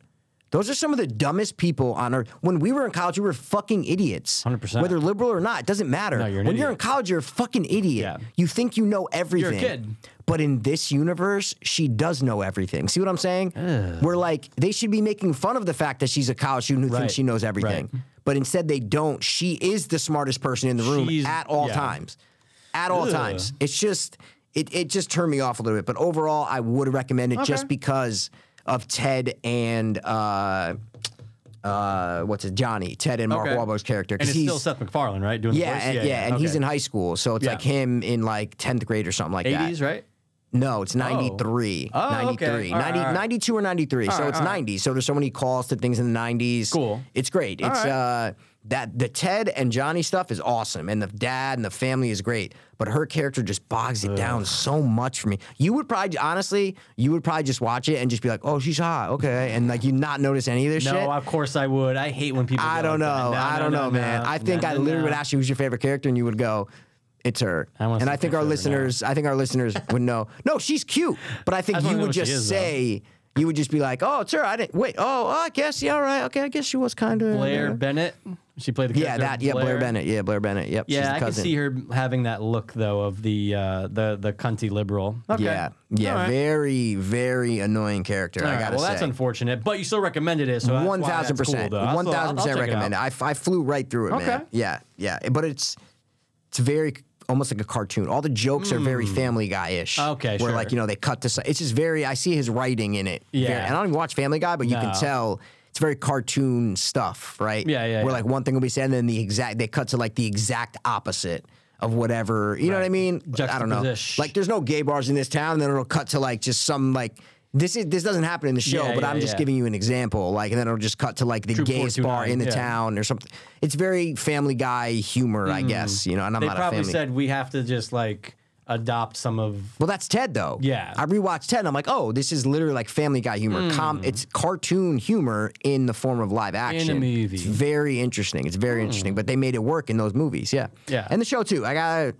[SPEAKER 2] those are some of the dumbest people on earth. When we were in college, we were fucking idiots.
[SPEAKER 3] 100%.
[SPEAKER 2] Whether liberal or not, it doesn't matter.
[SPEAKER 3] No, you're an
[SPEAKER 2] when you're in
[SPEAKER 3] idiot.
[SPEAKER 2] college, you're a fucking idiot.
[SPEAKER 3] Yeah.
[SPEAKER 2] You think you know everything.
[SPEAKER 3] kid.
[SPEAKER 2] But in this universe, she does know everything. See what I'm saying? We're like, they should be making fun of the fact that she's a college student who
[SPEAKER 3] Right.
[SPEAKER 2] thinks she knows everything. But instead, they don't. She is the smartest person in the room
[SPEAKER 3] She's-
[SPEAKER 2] at all
[SPEAKER 3] yeah.
[SPEAKER 2] times. At all
[SPEAKER 3] Ugh.
[SPEAKER 2] times. It's just, it, it just turned me off a little bit. But overall, I would recommend it just because of Ted and, uh, uh, what's it, Johnny, Ted and Mark
[SPEAKER 3] Okay.
[SPEAKER 2] Wahlberg's character.
[SPEAKER 3] And
[SPEAKER 2] 'cause
[SPEAKER 3] it's still Seth MacFarlane, right? Doing the
[SPEAKER 2] yeah,
[SPEAKER 3] voice?
[SPEAKER 2] and, yeah, and he's
[SPEAKER 3] okay.
[SPEAKER 2] in high school, so it's
[SPEAKER 3] Yeah.
[SPEAKER 2] like him in like 10th grade or something like that.
[SPEAKER 3] 80s, right?
[SPEAKER 2] No, it's 93.
[SPEAKER 3] Oh, okay.
[SPEAKER 2] 93.
[SPEAKER 3] All right,
[SPEAKER 2] 90
[SPEAKER 3] all right.
[SPEAKER 2] 92 or 93. so
[SPEAKER 3] right,
[SPEAKER 2] it's
[SPEAKER 3] all right.
[SPEAKER 2] 90. So there's so many calls to things in the 90s.
[SPEAKER 3] Cool.
[SPEAKER 2] It's great. it's
[SPEAKER 3] right.
[SPEAKER 2] uh that the Ted and Johnny stuff is awesome and the dad and the family is great, but her character just bogs it down so much for me. You would probably honestly, you would probably just watch it and just be like, "Oh, she's hot." Okay. And like you not notice any of this shit.
[SPEAKER 3] No, of course I would. I hate when people.
[SPEAKER 2] I
[SPEAKER 3] go like
[SPEAKER 2] don't
[SPEAKER 3] that.
[SPEAKER 2] know.
[SPEAKER 3] No,
[SPEAKER 2] I
[SPEAKER 3] no,
[SPEAKER 2] don't
[SPEAKER 3] no,
[SPEAKER 2] know,
[SPEAKER 3] no,
[SPEAKER 2] man. I
[SPEAKER 3] no,
[SPEAKER 2] think
[SPEAKER 3] no,
[SPEAKER 2] I literally
[SPEAKER 3] no.
[SPEAKER 2] would ask you who's your favorite character, and you would go, It's her.
[SPEAKER 3] I wanna
[SPEAKER 2] and
[SPEAKER 3] see
[SPEAKER 2] I
[SPEAKER 3] a
[SPEAKER 2] think
[SPEAKER 3] picture
[SPEAKER 2] our
[SPEAKER 3] of her now.
[SPEAKER 2] listeners, I think our listeners would know. No, she's cute, but I think
[SPEAKER 3] just wanna
[SPEAKER 2] you
[SPEAKER 3] know
[SPEAKER 2] would
[SPEAKER 3] what she
[SPEAKER 2] just
[SPEAKER 3] is, though.
[SPEAKER 2] say you would just be like, "Oh, it's her." I didn't wait. Oh, I guess yeah, all right. Okay, I guess she was kind of
[SPEAKER 3] Blair Bennett. She played the
[SPEAKER 2] Yeah,
[SPEAKER 3] character
[SPEAKER 2] that.
[SPEAKER 3] of
[SPEAKER 2] Yeah, Blair Bennett. Yeah, Blair Bennett. Yep. she's
[SPEAKER 3] Yeah,
[SPEAKER 2] the
[SPEAKER 3] I can
[SPEAKER 2] cousin.
[SPEAKER 3] see her having that look though of the uh, the the cunty liberal. Okay.
[SPEAKER 2] Yeah, yeah,
[SPEAKER 3] All right.
[SPEAKER 2] very, very annoying character.
[SPEAKER 3] All
[SPEAKER 2] I
[SPEAKER 3] right,
[SPEAKER 2] gotta
[SPEAKER 3] well,
[SPEAKER 2] say.
[SPEAKER 3] that's unfortunate, but you still recommended it, so that's why
[SPEAKER 2] One
[SPEAKER 3] that's
[SPEAKER 2] thousand percent.
[SPEAKER 3] cool, though. I'll
[SPEAKER 2] One
[SPEAKER 3] still- I'll-
[SPEAKER 2] thousand
[SPEAKER 3] I'll
[SPEAKER 2] percent
[SPEAKER 3] check it out.
[SPEAKER 2] recommend it. I, f- I flew right through it, man.
[SPEAKER 3] Okay.
[SPEAKER 2] Yeah, yeah. But it's it's very c- almost like a cartoon. All the jokes are very Family Guy ish.
[SPEAKER 3] Hmm. Okay,
[SPEAKER 2] Where
[SPEAKER 3] sure.
[SPEAKER 2] like you know they cut this. It's just very. I see his writing in it.
[SPEAKER 3] Yeah.
[SPEAKER 2] Very- and I don't even watch Family Guy, but you can
[SPEAKER 3] No.
[SPEAKER 2] tell. It's very cartoon stuff, right?
[SPEAKER 3] Yeah, yeah,
[SPEAKER 2] Where
[SPEAKER 3] yeah.
[SPEAKER 2] like one thing will be said, and then the exact they cut to like the exact opposite of whatever. You know what I mean? I don't know.
[SPEAKER 3] Juxtaposition.
[SPEAKER 2] Like there's no gay bars in this town. Then it'll cut to like just some like this is this doesn't happen in the show,
[SPEAKER 3] Yeah,
[SPEAKER 2] but
[SPEAKER 3] yeah,
[SPEAKER 2] I'm just
[SPEAKER 3] yeah.
[SPEAKER 2] giving giving you an example, like, and then it'll just cut to like the
[SPEAKER 3] Troop
[SPEAKER 2] gayest bar
[SPEAKER 3] 429,
[SPEAKER 2] in the
[SPEAKER 3] yeah.
[SPEAKER 2] town or something. It's very Family Guy humor, I guess, you know. And I'm
[SPEAKER 3] Mm-hmm. They
[SPEAKER 2] not a
[SPEAKER 3] probably
[SPEAKER 2] family.
[SPEAKER 3] said we have to just like adopt some of
[SPEAKER 2] well, that's Ted though.
[SPEAKER 3] Yeah.
[SPEAKER 2] I rewatched Ted. and I'm like, oh, this is literally like Family Guy humor. Com-
[SPEAKER 3] Mm.
[SPEAKER 2] it's cartoon humor in the form of live action
[SPEAKER 3] movie. Mm.
[SPEAKER 2] It's very interesting. It's very interesting, but they made it work in those movies. Yeah.
[SPEAKER 3] Yeah.
[SPEAKER 2] And the show too. I got.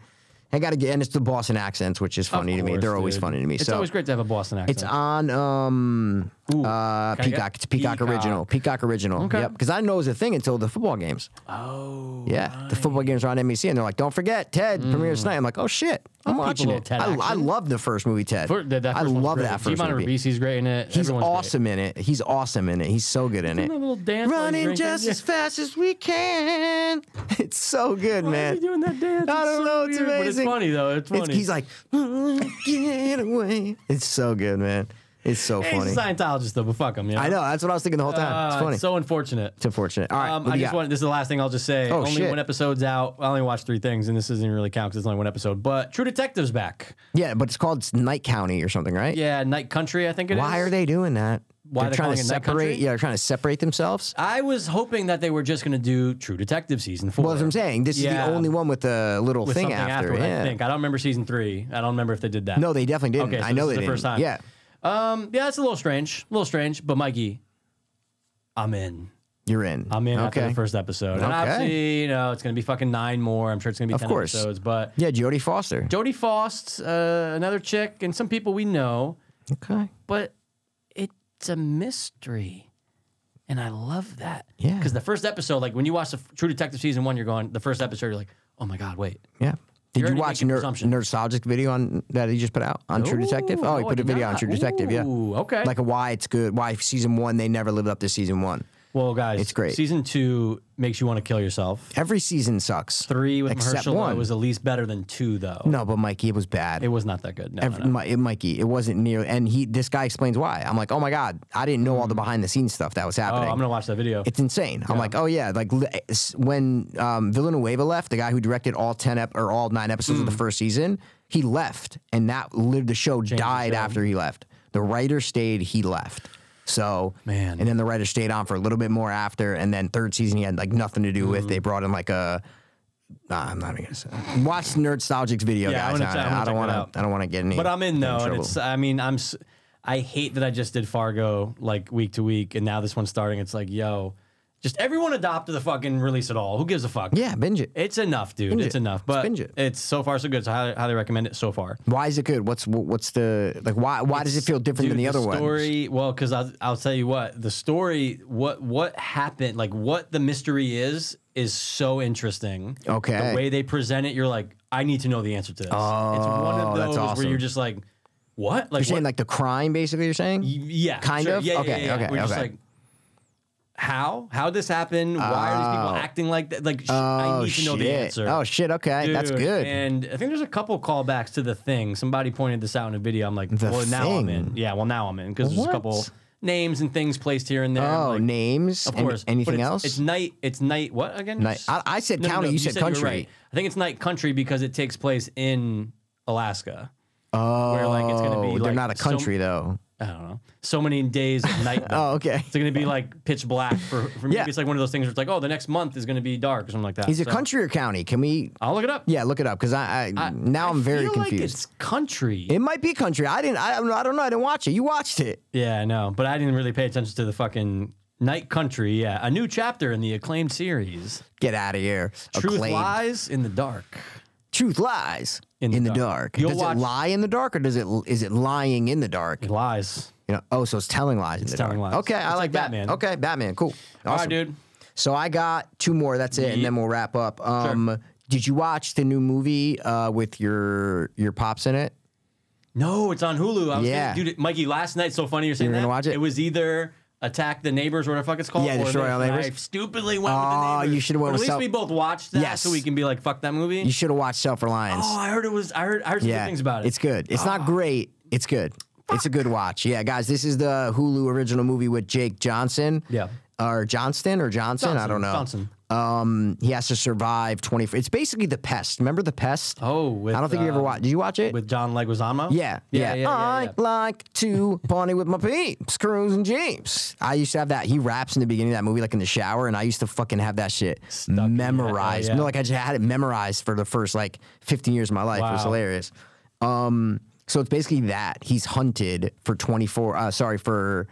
[SPEAKER 2] I got to get, and it's the Boston accents, which is
[SPEAKER 3] of
[SPEAKER 2] funny to me.
[SPEAKER 3] course,
[SPEAKER 2] They're always
[SPEAKER 3] dude.
[SPEAKER 2] funny to me.
[SPEAKER 3] It's
[SPEAKER 2] so
[SPEAKER 3] always great to have a Boston accent.
[SPEAKER 2] It's uh, on um
[SPEAKER 3] Ooh.
[SPEAKER 2] uh
[SPEAKER 3] Can I get-
[SPEAKER 2] Peacock. It's Peacock,
[SPEAKER 3] Peacock.
[SPEAKER 2] original. Peacock original.
[SPEAKER 3] Okay.
[SPEAKER 2] Yep. Because I know it's a thing until the football games.
[SPEAKER 3] oh,
[SPEAKER 2] Yeah, the football games are on NBC, and they're like, "Don't forget Ted premieres tonight." I'm like, "Oh shit, I'm
[SPEAKER 3] People
[SPEAKER 2] watching
[SPEAKER 3] Mm. love
[SPEAKER 2] it."
[SPEAKER 3] Ted
[SPEAKER 2] I, I
[SPEAKER 3] action.
[SPEAKER 2] love the first movie, Ted.
[SPEAKER 3] Fir- that, that
[SPEAKER 2] I
[SPEAKER 3] first one's
[SPEAKER 2] love
[SPEAKER 3] great.
[SPEAKER 2] that first
[SPEAKER 3] Gimon
[SPEAKER 2] movie.
[SPEAKER 3] Ribisi's great in it.
[SPEAKER 2] He's
[SPEAKER 3] Everyone's great.
[SPEAKER 2] awesome in it. He's awesome in it. He's so good in it.
[SPEAKER 3] that little dance while he's
[SPEAKER 2] Running
[SPEAKER 3] drinking?
[SPEAKER 2] just
[SPEAKER 3] Yeah.
[SPEAKER 2] as fast as we can. It's so good,
[SPEAKER 3] Why
[SPEAKER 2] man.
[SPEAKER 3] is he doing that dance?
[SPEAKER 2] I
[SPEAKER 3] It's
[SPEAKER 2] don't
[SPEAKER 3] so
[SPEAKER 2] know. It's
[SPEAKER 3] weird, but
[SPEAKER 2] amazing.
[SPEAKER 3] It's funny though. It's
[SPEAKER 2] It's-
[SPEAKER 3] funny.
[SPEAKER 2] he's like, "Mm, get away. It's so good, man. It's so
[SPEAKER 3] Hey,
[SPEAKER 2] funny.
[SPEAKER 3] he's a Scientologist though, but fuck him. You
[SPEAKER 2] I know. That's what I was thinking the whole time.
[SPEAKER 3] Uh,
[SPEAKER 2] it's funny.
[SPEAKER 3] so unfortunate.
[SPEAKER 2] It's unfortunate. All right.
[SPEAKER 3] um,
[SPEAKER 2] what
[SPEAKER 3] I
[SPEAKER 2] do you
[SPEAKER 3] just
[SPEAKER 2] got?
[SPEAKER 3] want this is the last thing I'll just say.
[SPEAKER 2] Oh,
[SPEAKER 3] only
[SPEAKER 2] shit.
[SPEAKER 3] one episode's out. I only watched three things, and this doesn't really count because it's only one episode. But True Detective's back.
[SPEAKER 2] yeah, but it's called Night County or something, right?
[SPEAKER 3] Yeah, Night Country, I think it is.
[SPEAKER 2] Why are they doing that?
[SPEAKER 3] Why
[SPEAKER 2] they're
[SPEAKER 3] they're
[SPEAKER 2] trying to
[SPEAKER 3] calling it Night
[SPEAKER 2] separate.
[SPEAKER 3] Country?
[SPEAKER 2] Yeah, they're trying to separate themselves.
[SPEAKER 3] I was hoping that they were just going to do True Detective season four.
[SPEAKER 2] Well, as I'm saying, this is
[SPEAKER 3] Yeah.
[SPEAKER 2] the only one with the little
[SPEAKER 3] with
[SPEAKER 2] thing
[SPEAKER 3] something
[SPEAKER 2] after.
[SPEAKER 3] afterward,
[SPEAKER 2] yeah.
[SPEAKER 3] I think I don't remember season three. I don't remember if they did that.
[SPEAKER 2] No, they definitely didn't.
[SPEAKER 3] Okay, so
[SPEAKER 2] I know
[SPEAKER 3] this
[SPEAKER 2] they
[SPEAKER 3] is the
[SPEAKER 2] didn't.
[SPEAKER 3] first time.
[SPEAKER 2] Yeah.
[SPEAKER 3] Um, yeah, it's a little strange, a little strange. But Mikey, I'm in.
[SPEAKER 2] You're in.
[SPEAKER 3] I'm in after
[SPEAKER 2] Okay.
[SPEAKER 3] the first episode. And
[SPEAKER 2] Okay.
[SPEAKER 3] obviously, you know, it's going to be fucking nine more. I'm sure it's going to be ten
[SPEAKER 2] course.
[SPEAKER 3] episodes. But
[SPEAKER 2] Yeah, Jodie Foster.
[SPEAKER 3] Jodie Faust, uh, another chick, and some people we know,
[SPEAKER 2] okay.
[SPEAKER 3] but it's a mystery. And I love that.
[SPEAKER 2] Yeah.
[SPEAKER 3] Because the first episode, like when you watch the f- True Detective season one, you're going, the first episode, you're like, oh my God, wait.
[SPEAKER 2] Yeah. Did
[SPEAKER 3] You're
[SPEAKER 2] you
[SPEAKER 3] already
[SPEAKER 2] watch
[SPEAKER 3] making
[SPEAKER 2] Ner-
[SPEAKER 3] presumptions.
[SPEAKER 2] Nerdsologic video on that he just put out on True Detective?
[SPEAKER 3] Ooh,
[SPEAKER 2] Oh, he
[SPEAKER 3] no, I
[SPEAKER 2] put a
[SPEAKER 3] did
[SPEAKER 2] video on
[SPEAKER 3] not.
[SPEAKER 2] True Detective.
[SPEAKER 3] Ooh,
[SPEAKER 2] Yeah.
[SPEAKER 3] okay.
[SPEAKER 2] Like a why it's good, why season one they never lived up to season one.
[SPEAKER 3] well, guys,
[SPEAKER 2] It's great.
[SPEAKER 3] Season two makes you want to kill yourself.
[SPEAKER 2] Every season sucks.
[SPEAKER 3] Three with
[SPEAKER 2] Except
[SPEAKER 3] Mahershala
[SPEAKER 2] one.
[SPEAKER 3] was at least better than two, though.
[SPEAKER 2] No, but Mikey, it was bad.
[SPEAKER 3] It was not that good. No, no,
[SPEAKER 2] Ev-
[SPEAKER 3] no.
[SPEAKER 2] Mi- it, Mikey, it wasn't near. And he, this guy explains why. I'm like, oh my god, I didn't know all the behind the scenes stuff that was
[SPEAKER 3] Mm. Oh,
[SPEAKER 2] happening.
[SPEAKER 3] I'm going to watch that video.
[SPEAKER 2] it's insane. I'm like, oh yeah, like li- s- when um, Villanueva left, the guy who directed all ten ep- or all nine episodes
[SPEAKER 3] Mm.
[SPEAKER 2] of the first season, he left, and that lived the show died after he left. The writer stayed, he left. So
[SPEAKER 3] Man.
[SPEAKER 2] and then the writer stayed on for a little bit more after, and then third season he had like nothing to do
[SPEAKER 3] Mm.
[SPEAKER 2] with. They brought in like a. Nah, I'm not even gonna say. Watch Nerdstalgic's video,
[SPEAKER 3] Yeah, I
[SPEAKER 2] guys.
[SPEAKER 3] wanna
[SPEAKER 2] I,
[SPEAKER 3] check- I
[SPEAKER 2] I
[SPEAKER 3] wanna
[SPEAKER 2] don't
[SPEAKER 3] check
[SPEAKER 2] want
[SPEAKER 3] that out.
[SPEAKER 2] to. I don't want to get any.
[SPEAKER 3] But I'm in though, and
[SPEAKER 2] trouble.
[SPEAKER 3] it's. I mean, I'm. s- I hate that I just did Fargo like week to week, and now this one's starting. It's like, yo, just everyone adopt the fucking release it all. Who gives a fuck?
[SPEAKER 2] Yeah, binge it.
[SPEAKER 3] it's enough, dude.
[SPEAKER 2] Binge
[SPEAKER 3] it's
[SPEAKER 2] it.
[SPEAKER 3] enough.
[SPEAKER 2] Let's
[SPEAKER 3] But
[SPEAKER 2] binge it.
[SPEAKER 3] it's so far so good. So highly, highly recommend it so far.
[SPEAKER 2] Why is it good? What's wh- what's the like? Why why does it feel different than
[SPEAKER 3] Dude,
[SPEAKER 2] the other one?
[SPEAKER 3] story, Well, because I'll, I'll tell you what the story, what what happened, like what the mystery is, is so interesting.
[SPEAKER 2] Okay.
[SPEAKER 3] the way they present it, you're like, I need to know the answer to this. Oh, it's one
[SPEAKER 2] Oh,
[SPEAKER 3] of
[SPEAKER 2] that's
[SPEAKER 3] those
[SPEAKER 2] awesome.
[SPEAKER 3] where you're just like, what?
[SPEAKER 2] You're
[SPEAKER 3] Like,
[SPEAKER 2] saying
[SPEAKER 3] what-
[SPEAKER 2] like the crime, basically. You're saying.
[SPEAKER 3] Y- Yeah.
[SPEAKER 2] Kind
[SPEAKER 3] sure.
[SPEAKER 2] of?
[SPEAKER 3] Yeah, yeah,
[SPEAKER 2] Okay,
[SPEAKER 3] yeah, yeah.
[SPEAKER 2] okay,
[SPEAKER 3] We're just
[SPEAKER 2] okay.
[SPEAKER 3] like, how? How'd this happen? Why are these
[SPEAKER 2] Oh.
[SPEAKER 3] people acting like that? Like, sh- I
[SPEAKER 2] Oh
[SPEAKER 3] need to know
[SPEAKER 2] shit!
[SPEAKER 3] the answer.
[SPEAKER 2] Oh shit! Okay, that's
[SPEAKER 3] Dude,
[SPEAKER 2] good.
[SPEAKER 3] And I think there's a couple callbacks to the thing. Somebody pointed this out in a video. I'm like, well, now I'm
[SPEAKER 2] Thing?
[SPEAKER 3] in. Yeah, well, now I'm in because there's
[SPEAKER 2] What?
[SPEAKER 3] a couple names and things placed here and there. I'm
[SPEAKER 2] oh,
[SPEAKER 3] like,
[SPEAKER 2] names.
[SPEAKER 3] of
[SPEAKER 2] An-
[SPEAKER 3] course. But
[SPEAKER 2] anything
[SPEAKER 3] it's-
[SPEAKER 2] else?
[SPEAKER 3] It's night. It's night. What again?
[SPEAKER 2] Night- I- I said county, you said
[SPEAKER 3] were
[SPEAKER 2] country.
[SPEAKER 3] I think it's night country because it takes place in Alaska.
[SPEAKER 2] oh,
[SPEAKER 3] where, like, it's gonna be,
[SPEAKER 2] they're
[SPEAKER 3] like,
[SPEAKER 2] not a
[SPEAKER 3] so-
[SPEAKER 2] country though.
[SPEAKER 3] I don't know. So many days of night.
[SPEAKER 2] Oh, okay.
[SPEAKER 3] It's gonna be like pitch black for for me.
[SPEAKER 2] Yeah.
[SPEAKER 3] It's like one of those things where it's like, oh, the next month is gonna be dark or something like that.
[SPEAKER 2] Is it
[SPEAKER 3] So,
[SPEAKER 2] country or county? Can we?
[SPEAKER 3] I'll look it up.
[SPEAKER 2] Yeah, look it up because I, I, now
[SPEAKER 3] I
[SPEAKER 2] I'm very
[SPEAKER 3] feel Like
[SPEAKER 2] confused.
[SPEAKER 3] it's country.
[SPEAKER 2] it might be country. I didn't. I, don't know- I don't know. I didn't watch it. You watched it.
[SPEAKER 3] yeah, I know, but I didn't really pay attention to the fucking night country. Yeah, a new chapter in the acclaimed series,
[SPEAKER 2] Get out of here.
[SPEAKER 3] Truth
[SPEAKER 2] Acclaimed.
[SPEAKER 3] Lies in the Dark.
[SPEAKER 2] Truth lies in the, dark.
[SPEAKER 3] You'll
[SPEAKER 2] Does
[SPEAKER 3] watch-
[SPEAKER 2] it lie in the dark, or does it is it lying in the dark?
[SPEAKER 3] He lies.
[SPEAKER 2] You know, oh, so it's telling lies in the
[SPEAKER 3] telling
[SPEAKER 2] dark.
[SPEAKER 3] lies.
[SPEAKER 2] Okay, I
[SPEAKER 3] It's
[SPEAKER 2] like,
[SPEAKER 3] like
[SPEAKER 2] that.
[SPEAKER 3] Batman.
[SPEAKER 2] Okay, Batman, cool. Awesome.
[SPEAKER 3] All right, dude.
[SPEAKER 2] So I got two more. That's it, and then we'll wrap up. Um, Did you watch the new movie uh, with your your pops in it?
[SPEAKER 3] No, it's on Hulu. I was yeah.
[SPEAKER 2] Yeah.
[SPEAKER 3] dude, Mikey, last night, so funny you're saying
[SPEAKER 2] You were
[SPEAKER 3] that.
[SPEAKER 2] gonna watch it?
[SPEAKER 3] It was either Attack the Neighbors, whatever the fuck it's called.
[SPEAKER 2] Yeah, Destroy
[SPEAKER 3] or
[SPEAKER 2] All Neighbors.
[SPEAKER 3] I stupidly went
[SPEAKER 2] Oh,
[SPEAKER 3] with the neighbors.
[SPEAKER 2] you should've went
[SPEAKER 3] Or
[SPEAKER 2] with
[SPEAKER 3] At least
[SPEAKER 2] South-
[SPEAKER 3] we both watched that
[SPEAKER 2] Yes.
[SPEAKER 3] so we can be like, fuck that movie.
[SPEAKER 2] You should have watched Self Reliance.
[SPEAKER 3] oh, I heard it was, I heard, I heard some good things about it. Ah.
[SPEAKER 2] It's good. It's not great. It's good. It's a good watch. Yeah, guys, this is the Hulu original movie with Jake Johnson.
[SPEAKER 3] Yeah.
[SPEAKER 2] Or Johnston or Johnson. I
[SPEAKER 3] Johnson,
[SPEAKER 2] don't know.
[SPEAKER 3] Johnson.
[SPEAKER 2] Um, he has to survive 24. It's basically The Pest. Remember The Pest?
[SPEAKER 3] Oh, with,
[SPEAKER 2] I don't think you ever
[SPEAKER 3] um,
[SPEAKER 2] watched. Did you watch it?
[SPEAKER 3] With John Leguizamo?
[SPEAKER 2] yeah, yeah.
[SPEAKER 3] Yeah, yeah, yeah.
[SPEAKER 2] I
[SPEAKER 3] yeah.
[SPEAKER 2] like to party with my peeps, Cruz and James. I used to have that. He raps in the beginning of that movie, like in the shower, and I used to fucking have that shit
[SPEAKER 3] in your head. Oh,
[SPEAKER 2] memorized.
[SPEAKER 3] yeah.
[SPEAKER 2] No, like I just had it memorized for the first like 15 years of my life. It was
[SPEAKER 3] Wow.
[SPEAKER 2] hilarious. Um, so it's basically that he's hunted for 24. Uh, sorry for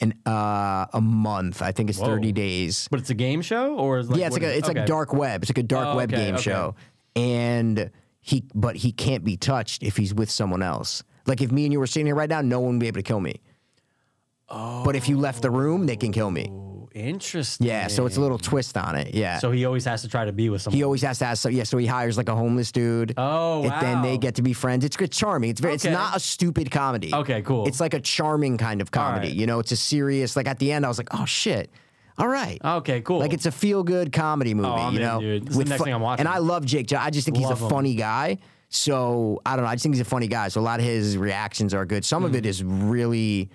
[SPEAKER 2] an uh, a month. I think it's 30 days.
[SPEAKER 3] But it's a game show or is like
[SPEAKER 2] yeah, it's
[SPEAKER 3] what
[SPEAKER 2] like a,
[SPEAKER 3] is-
[SPEAKER 2] it's
[SPEAKER 3] okay.
[SPEAKER 2] like dark web. It's like a dark
[SPEAKER 3] Oh,
[SPEAKER 2] web
[SPEAKER 3] okay,
[SPEAKER 2] game
[SPEAKER 3] okay.
[SPEAKER 2] show. And he, but he can't be touched if he's with someone else. Like if me and you were sitting here right now, no one would be able to kill me. Oh. But if you left the room, they can kill me.
[SPEAKER 3] Oh, Interesting.
[SPEAKER 2] Yeah, so it's a little twist on it. Yeah.
[SPEAKER 3] So he always has to try to be with someone.
[SPEAKER 2] He always has to ask. So yeah, so he hires like a homeless dude.
[SPEAKER 3] Oh,
[SPEAKER 2] And then they
[SPEAKER 3] wow.
[SPEAKER 2] get to be friends. It's it's charming. It's very. It's
[SPEAKER 3] Okay.
[SPEAKER 2] not a stupid comedy.
[SPEAKER 3] Okay, cool.
[SPEAKER 2] It's like a charming kind of comedy.
[SPEAKER 3] right.
[SPEAKER 2] You know, it's a serious. Like at the end, I was like, oh shit, all right.
[SPEAKER 3] okay, cool.
[SPEAKER 2] Like it's a feel good comedy movie.
[SPEAKER 3] I'm
[SPEAKER 2] you
[SPEAKER 3] in,
[SPEAKER 2] know,
[SPEAKER 3] dude. This is the next
[SPEAKER 2] fu-
[SPEAKER 3] thing I'm watching.
[SPEAKER 2] And I love Jake. Jo- I just think he's
[SPEAKER 3] Love
[SPEAKER 2] a
[SPEAKER 3] him.
[SPEAKER 2] funny guy. So I don't know. I just think he's a funny guy. So a lot of his reactions are good. Some of
[SPEAKER 3] Mm-hmm.
[SPEAKER 2] it is really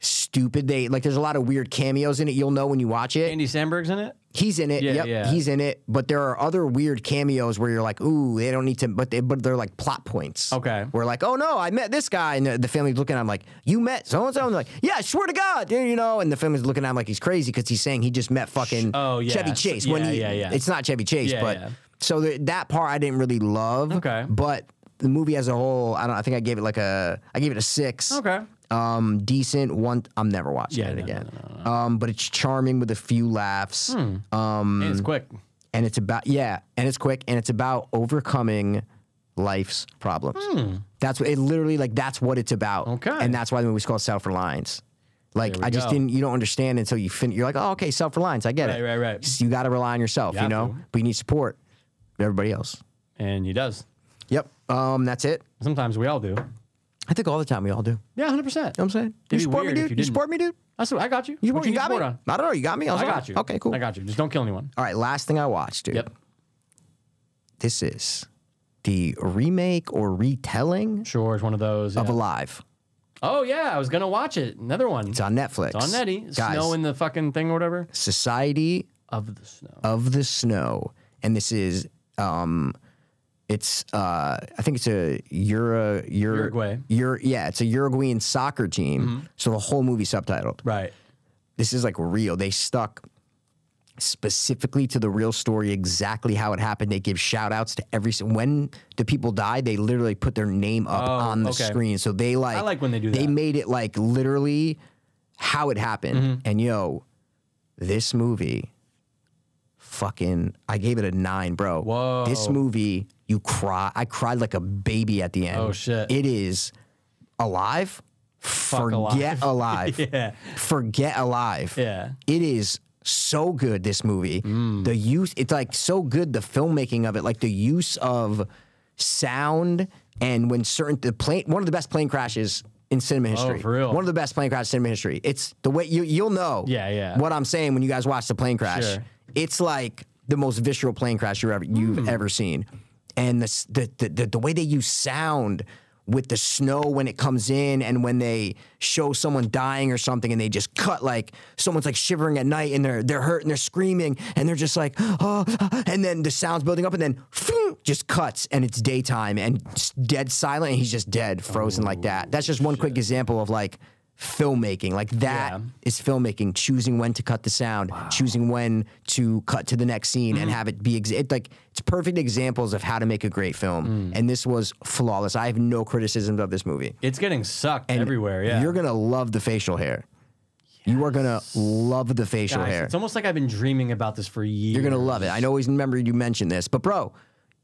[SPEAKER 2] stupid. They like there's a lot of weird cameos in it. You'll know when you watch it.
[SPEAKER 3] Andy Samberg's in it?
[SPEAKER 2] He's in it.
[SPEAKER 3] Yeah,
[SPEAKER 2] yep,
[SPEAKER 3] yeah.
[SPEAKER 2] he's in it. But there are other weird cameos where you're like, ooh, they don't need to. But they, but they're like plot points.
[SPEAKER 3] Okay.
[SPEAKER 2] We're like, oh no, I met this guy, and the, the family's looking at him like, you met so and so. Like, yeah, I swear to God, dude, you know. And the family's looking at him like he's crazy because he's saying he just met fucking
[SPEAKER 3] Oh, yeah.
[SPEAKER 2] Chevy
[SPEAKER 3] So-
[SPEAKER 2] Chase.
[SPEAKER 3] yeah,
[SPEAKER 2] when he,
[SPEAKER 3] yeah, yeah.
[SPEAKER 2] It's not Chevy Chase,
[SPEAKER 3] Yeah,
[SPEAKER 2] but
[SPEAKER 3] yeah.
[SPEAKER 2] so the, that part I didn't really love.
[SPEAKER 3] Okay.
[SPEAKER 2] But the movie as a whole, I don't. I think I gave it like a. I gave it a six
[SPEAKER 3] Okay.
[SPEAKER 2] um, decent. One, I'm never watching
[SPEAKER 3] Yeah,
[SPEAKER 2] it
[SPEAKER 3] no, Hmm. no,
[SPEAKER 2] again. Um, but it's charming with a few laughs. Um,
[SPEAKER 3] And
[SPEAKER 2] Mm.
[SPEAKER 3] it's quick.
[SPEAKER 2] And it's about yeah, and it's quick, and it's about overcoming life's problems. That's what it literally like. That's what it's about.
[SPEAKER 3] Hmm. Okay.
[SPEAKER 2] and that's why the movie's called Self Reliance. Like
[SPEAKER 3] There we
[SPEAKER 2] I just
[SPEAKER 3] go.
[SPEAKER 2] didn't. You don't understand until you fin- You're like, oh, okay, self reliance. I get
[SPEAKER 3] Right,
[SPEAKER 2] it.
[SPEAKER 3] right, right.
[SPEAKER 2] You got to rely on yourself.
[SPEAKER 3] You
[SPEAKER 2] You,
[SPEAKER 3] have
[SPEAKER 2] know,
[SPEAKER 3] to.
[SPEAKER 2] but you need support. from Everybody else.
[SPEAKER 3] And he does.
[SPEAKER 2] Yep. Um, that's it.
[SPEAKER 3] Sometimes we all do.
[SPEAKER 2] I think all the time we all do. You
[SPEAKER 3] Yeah, 100%.
[SPEAKER 2] know what I'm saying?
[SPEAKER 3] It'd be
[SPEAKER 2] You support me,
[SPEAKER 3] weird if
[SPEAKER 2] dude.
[SPEAKER 3] you
[SPEAKER 2] You,
[SPEAKER 3] didn't.
[SPEAKER 2] support me, dude.
[SPEAKER 3] That's what I got you.
[SPEAKER 2] You,
[SPEAKER 3] What
[SPEAKER 2] support, you
[SPEAKER 3] need
[SPEAKER 2] got me.
[SPEAKER 3] support on?
[SPEAKER 2] I don't know. You got me. was
[SPEAKER 3] I
[SPEAKER 2] like,
[SPEAKER 3] got you.
[SPEAKER 2] Okay, cool.
[SPEAKER 3] I got you. Just don't kill anyone.
[SPEAKER 2] All right, last thing I watched, dude.
[SPEAKER 3] Yep.
[SPEAKER 2] This is the remake or retelling
[SPEAKER 3] Sure, it's one of those.
[SPEAKER 2] of
[SPEAKER 3] yeah.
[SPEAKER 2] Alive.
[SPEAKER 3] oh, yeah, I was going to watch it. Another one.
[SPEAKER 2] It's on Netflix.
[SPEAKER 3] It's on Netty.
[SPEAKER 2] Guys,
[SPEAKER 3] Snow in the fucking thing or whatever.
[SPEAKER 2] Society
[SPEAKER 3] Of the snow.
[SPEAKER 2] of the Snow, and this is um, it's uh, I think it's a Euro, Euro,
[SPEAKER 3] Uruguay. Mm-hmm.
[SPEAKER 2] Ur, yeah, it's a Uruguayan soccer team. So the whole movie subtitled.
[SPEAKER 3] Right.
[SPEAKER 2] this is like real. They stuck specifically to the real story, exactly how it happened. They give shout outs to every when the people died, they literally put their name up
[SPEAKER 3] Oh,
[SPEAKER 2] on the
[SPEAKER 3] okay.
[SPEAKER 2] screen. So they like
[SPEAKER 3] I like when they do
[SPEAKER 2] They
[SPEAKER 3] that.
[SPEAKER 2] made it like literally how it happened.
[SPEAKER 3] Mm-hmm.
[SPEAKER 2] And yo, this movie fucking I gave it a 9, bro.
[SPEAKER 3] Whoa.
[SPEAKER 2] This movie you cry I cried like a baby at the end.
[SPEAKER 3] Oh, shit.
[SPEAKER 2] It is alive.
[SPEAKER 3] Alive.
[SPEAKER 2] Forget alive.
[SPEAKER 3] Yeah.
[SPEAKER 2] Forget Alive.
[SPEAKER 3] Yeah.
[SPEAKER 2] It is so good, this movie.
[SPEAKER 3] Mm.
[SPEAKER 2] The use, it's like so good, the filmmaking of it, like the use of sound and when certain, the plane, one of the best plane crashes in cinema history.
[SPEAKER 3] Oh, for real?
[SPEAKER 2] One of the best plane crashes in cinema history. It's the way you, you'll know
[SPEAKER 3] Yeah, yeah.
[SPEAKER 2] what I'm saying when you guys watch the plane crash.
[SPEAKER 3] Sure.
[SPEAKER 2] It's like the most visceral plane crash you ever, you've
[SPEAKER 3] Hmm.
[SPEAKER 2] ever seen. And the, s- the, the, the, the way they use sound with the snow when it comes in and when they show someone dying or something and they just cut like someone's like shivering at night and they're they're hurt and they're screaming and they're just like oh and then the sound's building up and then just cuts and it's daytime and s- dead silent and he's just dead frozen like that that's just one quick example of like filmmaking like that
[SPEAKER 3] Yeah.
[SPEAKER 2] is filmmaking choosing when to cut the sound choosing when to cut to the next scene
[SPEAKER 3] Mm-hmm.
[SPEAKER 2] and have it be ex- it, like it's perfect examples of how to make a great film
[SPEAKER 3] Mm.
[SPEAKER 2] and this was flawless i have no criticisms of this movie
[SPEAKER 3] It's getting sucked everywhere. Yeah.
[SPEAKER 2] you're gonna love the facial hair you are gonna love the facial
[SPEAKER 3] Guys,
[SPEAKER 2] hair
[SPEAKER 3] It's almost like I've been dreaming about this for years.
[SPEAKER 2] you're gonna love it i always remember you mentioned this but bro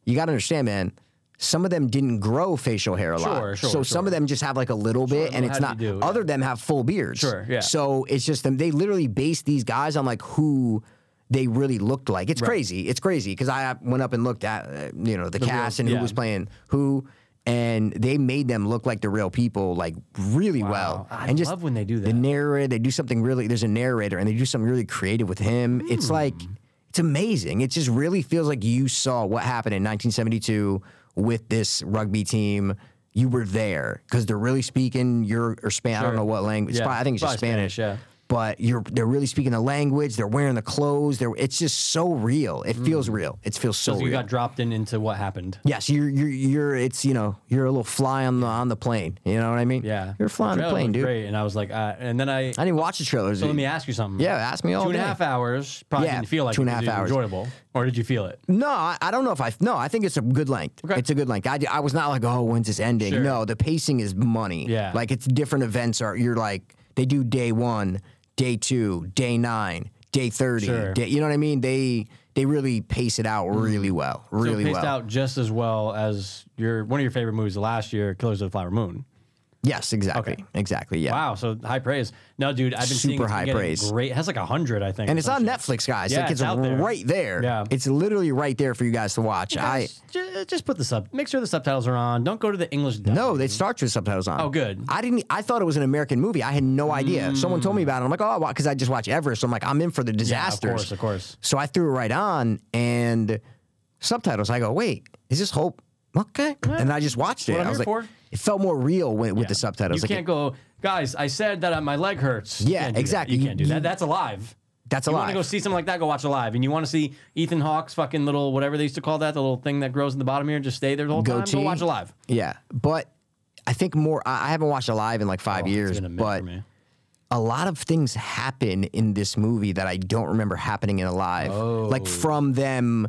[SPEAKER 2] you got to understand, man. Some of them didn't grow facial hair a lot,
[SPEAKER 3] Sure, sure,
[SPEAKER 2] so some
[SPEAKER 3] sure.
[SPEAKER 2] of them just have like a little bit, and
[SPEAKER 3] little
[SPEAKER 2] it's
[SPEAKER 3] how
[SPEAKER 2] not.
[SPEAKER 3] do you do,
[SPEAKER 2] Other them have full beards,
[SPEAKER 3] Sure, yeah.
[SPEAKER 2] So it's just them. They literally based these guys on like who they really looked like. It's crazy. It's crazy because I went up and looked at uh, you know the, cast and
[SPEAKER 3] yeah.
[SPEAKER 2] who was playing who. And they made them look like the real people, like really well.
[SPEAKER 3] I
[SPEAKER 2] and just
[SPEAKER 3] love when they do
[SPEAKER 2] the
[SPEAKER 3] that.
[SPEAKER 2] narrator. They do something really. There's a narrator, and they do something really creative with him.
[SPEAKER 3] Hmm.
[SPEAKER 2] It's like it's amazing. It just really feels like you saw what happened in 1972 with this rugby team. You were there because they're really speaking your or Spanish. I don't
[SPEAKER 3] Sure.
[SPEAKER 2] know what language. It's
[SPEAKER 3] Yeah,
[SPEAKER 2] probably- I think it's just
[SPEAKER 3] probably
[SPEAKER 2] Spanish.
[SPEAKER 3] Spanish, yeah.
[SPEAKER 2] But you're they're really speaking the language. They're wearing the clothes. They're it's just so real. It feels real. It feels so
[SPEAKER 3] Hmm. you
[SPEAKER 2] real.
[SPEAKER 3] got dropped in into what happened.
[SPEAKER 2] Yes, you're you're you're it's you know you're a little fly on the on the plane. You know what I mean?
[SPEAKER 3] Yeah,
[SPEAKER 2] you're flying the
[SPEAKER 3] trailer
[SPEAKER 2] plane,
[SPEAKER 3] looked
[SPEAKER 2] dude.
[SPEAKER 3] Great, and I was like, uh, and then I.
[SPEAKER 2] I didn't watch the trailers.
[SPEAKER 3] so let me ask you something.
[SPEAKER 2] yeah, ask me all
[SPEAKER 3] Two and a
[SPEAKER 2] day.
[SPEAKER 3] half hours. Probably
[SPEAKER 2] Yeah,
[SPEAKER 3] didn't feel like
[SPEAKER 2] two and
[SPEAKER 3] it.
[SPEAKER 2] a half
[SPEAKER 3] Was it
[SPEAKER 2] hours.
[SPEAKER 3] enjoyable, or did you feel it?
[SPEAKER 2] No, I, I don't know if I no. I think it's a good length.
[SPEAKER 3] Okay.
[SPEAKER 2] It's a good length. I, I was not like oh when's this ending.
[SPEAKER 3] Sure.
[SPEAKER 2] No, the pacing is money.
[SPEAKER 3] Yeah.
[SPEAKER 2] like it's different events are you're like they do day one, day two, day nine, day thirty.
[SPEAKER 3] Sure. Mm-hmm.
[SPEAKER 2] Day, you know what I mean? They they really pace it out really well, really
[SPEAKER 3] so it paced
[SPEAKER 2] well.
[SPEAKER 3] out just as well as your one of your favorite movies of last year, Killers of the Flower Moon.
[SPEAKER 2] Yes, exactly,
[SPEAKER 3] Okay.
[SPEAKER 2] exactly. Yeah,
[SPEAKER 3] Wow, so high praise. No, dude, I've been seeing
[SPEAKER 2] Super
[SPEAKER 3] it's been
[SPEAKER 2] high
[SPEAKER 3] getting
[SPEAKER 2] praise.
[SPEAKER 3] Great, it has like hundred, I think, or
[SPEAKER 2] and it's
[SPEAKER 3] some
[SPEAKER 2] on
[SPEAKER 3] shit.
[SPEAKER 2] Netflix, guys.
[SPEAKER 3] Yeah,
[SPEAKER 2] like it's,
[SPEAKER 3] it's out there.
[SPEAKER 2] right there.
[SPEAKER 3] Yeah.
[SPEAKER 2] it's literally right there for you guys to watch. I
[SPEAKER 3] Guys, ju- just put the sub. Make sure the subtitles are on. Don't go to the English. dub.
[SPEAKER 2] No, they start with subtitles on.
[SPEAKER 3] Oh, good. Mm.
[SPEAKER 2] I didn't. e, I thought it was an American movie. I had no idea. Someone told me about it. I'm like, oh, because I just watch Everest. So I'm like, I'm in for the
[SPEAKER 3] Yeah, of
[SPEAKER 2] disasters.
[SPEAKER 3] course, of course.
[SPEAKER 2] So I threw it right on and subtitles. I go, wait, is this Hope? Okay. And I just watched it.
[SPEAKER 3] what I'm
[SPEAKER 2] I was
[SPEAKER 3] here
[SPEAKER 2] like,
[SPEAKER 3] for.
[SPEAKER 2] it felt more real when, with the subtitles.
[SPEAKER 3] You
[SPEAKER 2] like,
[SPEAKER 3] can't go, guys. I said that uh, my leg hurts.
[SPEAKER 2] Yeah,
[SPEAKER 3] can't do that.
[SPEAKER 2] exactly.
[SPEAKER 3] You
[SPEAKER 2] You-
[SPEAKER 3] can't do
[SPEAKER 2] you-
[SPEAKER 3] that. That's alive.
[SPEAKER 2] That's
[SPEAKER 3] you
[SPEAKER 2] a
[SPEAKER 3] want
[SPEAKER 2] lie.
[SPEAKER 3] to go see something like that? Go watch alive. And you want to see Ethan Hawke's fucking little whatever they used to call that, the little thing that grows in the bottom here, just stay there the whole
[SPEAKER 2] Goatee.
[SPEAKER 3] time. Go watch alive.
[SPEAKER 2] yeah, but I think more. I, I haven't watched Alive in like five
[SPEAKER 3] Oh, It's
[SPEAKER 2] years,
[SPEAKER 3] been a minute
[SPEAKER 2] but
[SPEAKER 3] for me.
[SPEAKER 2] a lot of things happen in this movie that I don't remember happening in Alive.
[SPEAKER 3] Oh.
[SPEAKER 2] Like from them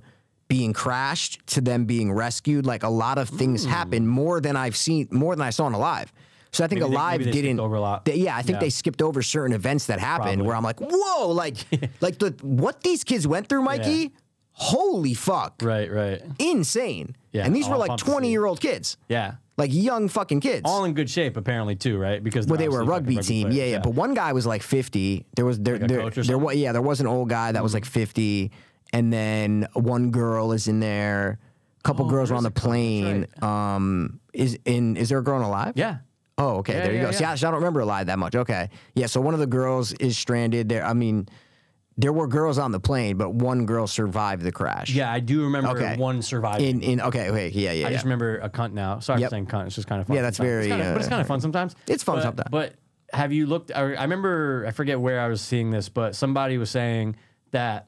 [SPEAKER 2] being crashed to them being rescued, like a lot of things
[SPEAKER 3] Hmm.
[SPEAKER 2] happen more than I've seen, more than I saw in Alive. So I think
[SPEAKER 3] Maybe they-
[SPEAKER 2] Alive
[SPEAKER 3] maybe they skipped
[SPEAKER 2] didn't.
[SPEAKER 3] over a lot.
[SPEAKER 2] they- yeah, I think
[SPEAKER 3] Yeah.
[SPEAKER 2] they skipped over certain events that happened where I'm like, whoa, like, like the what these kids went through, Mikey. Holy fuck,
[SPEAKER 3] right, right.
[SPEAKER 2] insane.
[SPEAKER 3] Yeah,
[SPEAKER 2] and these were
[SPEAKER 3] all
[SPEAKER 2] like
[SPEAKER 3] pumped to see.
[SPEAKER 2] 20 year old kids,
[SPEAKER 3] Yeah.
[SPEAKER 2] like young fucking kids.
[SPEAKER 3] All in good shape, apparently, too, right? Because
[SPEAKER 2] Well, they were a rugby, team. yeah, yeah, But one guy was like fifty. There was there
[SPEAKER 3] a
[SPEAKER 2] there,
[SPEAKER 3] coach or Hmm.
[SPEAKER 2] there was yeah there was an old guy that was like fifty, and then one girl is in there. A
[SPEAKER 3] Oh,
[SPEAKER 2] couple girls were on the plane. Um, is in is there a girl in alive?
[SPEAKER 3] yeah.
[SPEAKER 2] Oh, okay.
[SPEAKER 3] Yeah,
[SPEAKER 2] there you
[SPEAKER 3] yeah,
[SPEAKER 2] go. See,
[SPEAKER 3] yeah.
[SPEAKER 2] I, see, I don't remember alive that much. Okay. Yeah. So one of the girls is stranded there. I mean, there were girls on the plane, but one girl survived the crash.
[SPEAKER 3] Yeah, I do remember
[SPEAKER 2] Okay.
[SPEAKER 3] one surviving.
[SPEAKER 2] In in okay okay yeah yeah.
[SPEAKER 3] I
[SPEAKER 2] yeah.
[SPEAKER 3] just remember a cunt now. Sorry
[SPEAKER 2] Yep.
[SPEAKER 3] for saying cunt. It's just kind of fun.
[SPEAKER 2] Yeah, that's
[SPEAKER 3] sometimes. It's
[SPEAKER 2] very,
[SPEAKER 3] kinda- but it's
[SPEAKER 2] uh,
[SPEAKER 3] kind of fun sometimes.
[SPEAKER 2] It's fun
[SPEAKER 3] But-
[SPEAKER 2] sometimes.
[SPEAKER 3] But have you looked? I I remember. I forget where I was seeing this, but somebody was saying that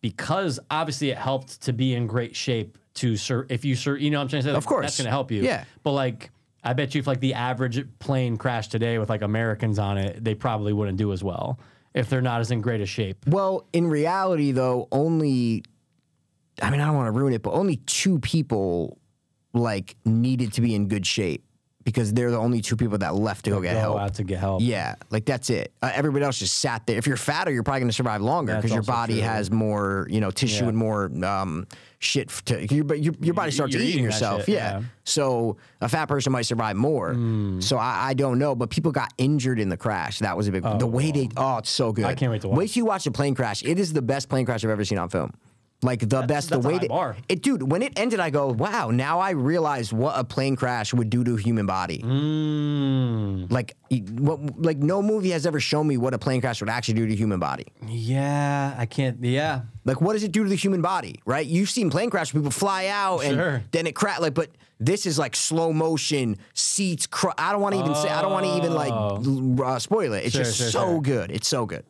[SPEAKER 3] because obviously it helped to be in great shape to sur- if you sur- you know what I'm trying to say. Like,
[SPEAKER 2] course.
[SPEAKER 3] that's going to help you.
[SPEAKER 2] Yeah.
[SPEAKER 3] But like. I bet you if like the average plane crashed today with like Americans on it, they probably wouldn't do as well if they're not as in great a shape.
[SPEAKER 2] Well, in reality, though, only I mean, I don't want to ruin it, but only two people like needed to be in good shape because they're the only two people that left to go get
[SPEAKER 3] Go
[SPEAKER 2] help.
[SPEAKER 3] out to get help.
[SPEAKER 2] Yeah, like that's it. Uh, everybody else just sat there. If you're fatter, you're probably going to survive longer
[SPEAKER 3] That's
[SPEAKER 2] because your
[SPEAKER 3] also
[SPEAKER 2] body
[SPEAKER 3] true.
[SPEAKER 2] has more, you know, tissue and more um, shit. f- To, your, your, your body starts
[SPEAKER 3] you're
[SPEAKER 2] eating
[SPEAKER 3] eating that
[SPEAKER 2] yourself.
[SPEAKER 3] shit,
[SPEAKER 2] yeah.
[SPEAKER 3] yeah. Hmm.
[SPEAKER 2] So a fat person might survive more. So I, I don't know, but people got injured in the crash. That was a big. the way they. Oh, it's so good. I
[SPEAKER 3] can't wait to watch
[SPEAKER 2] Wait till you watch a plane crash. It is the best plane crash I've ever seen on film. Like the
[SPEAKER 3] that's
[SPEAKER 2] best, the
[SPEAKER 3] a
[SPEAKER 2] way
[SPEAKER 3] high
[SPEAKER 2] they-
[SPEAKER 3] bar.
[SPEAKER 2] it, dude. When it ended, I go, wow. Now I realize what a plane crash would do to a human body.
[SPEAKER 3] Mm,
[SPEAKER 2] Like y- what? Like no movie has ever shown me what a plane crash would actually do to a human body.
[SPEAKER 3] yeah, I can't. Yeah,
[SPEAKER 2] Like what does it do to the human body? Right? You've seen plane crash people fly out and
[SPEAKER 3] Sure.
[SPEAKER 2] then it crash. Like, but this is like slow motion seats. Cr- I don't want to even say. I don't want to even like l- uh, spoil it. It's
[SPEAKER 3] Oh. Sure,
[SPEAKER 2] just
[SPEAKER 3] sure,
[SPEAKER 2] so
[SPEAKER 3] sure.
[SPEAKER 2] good. It's so good.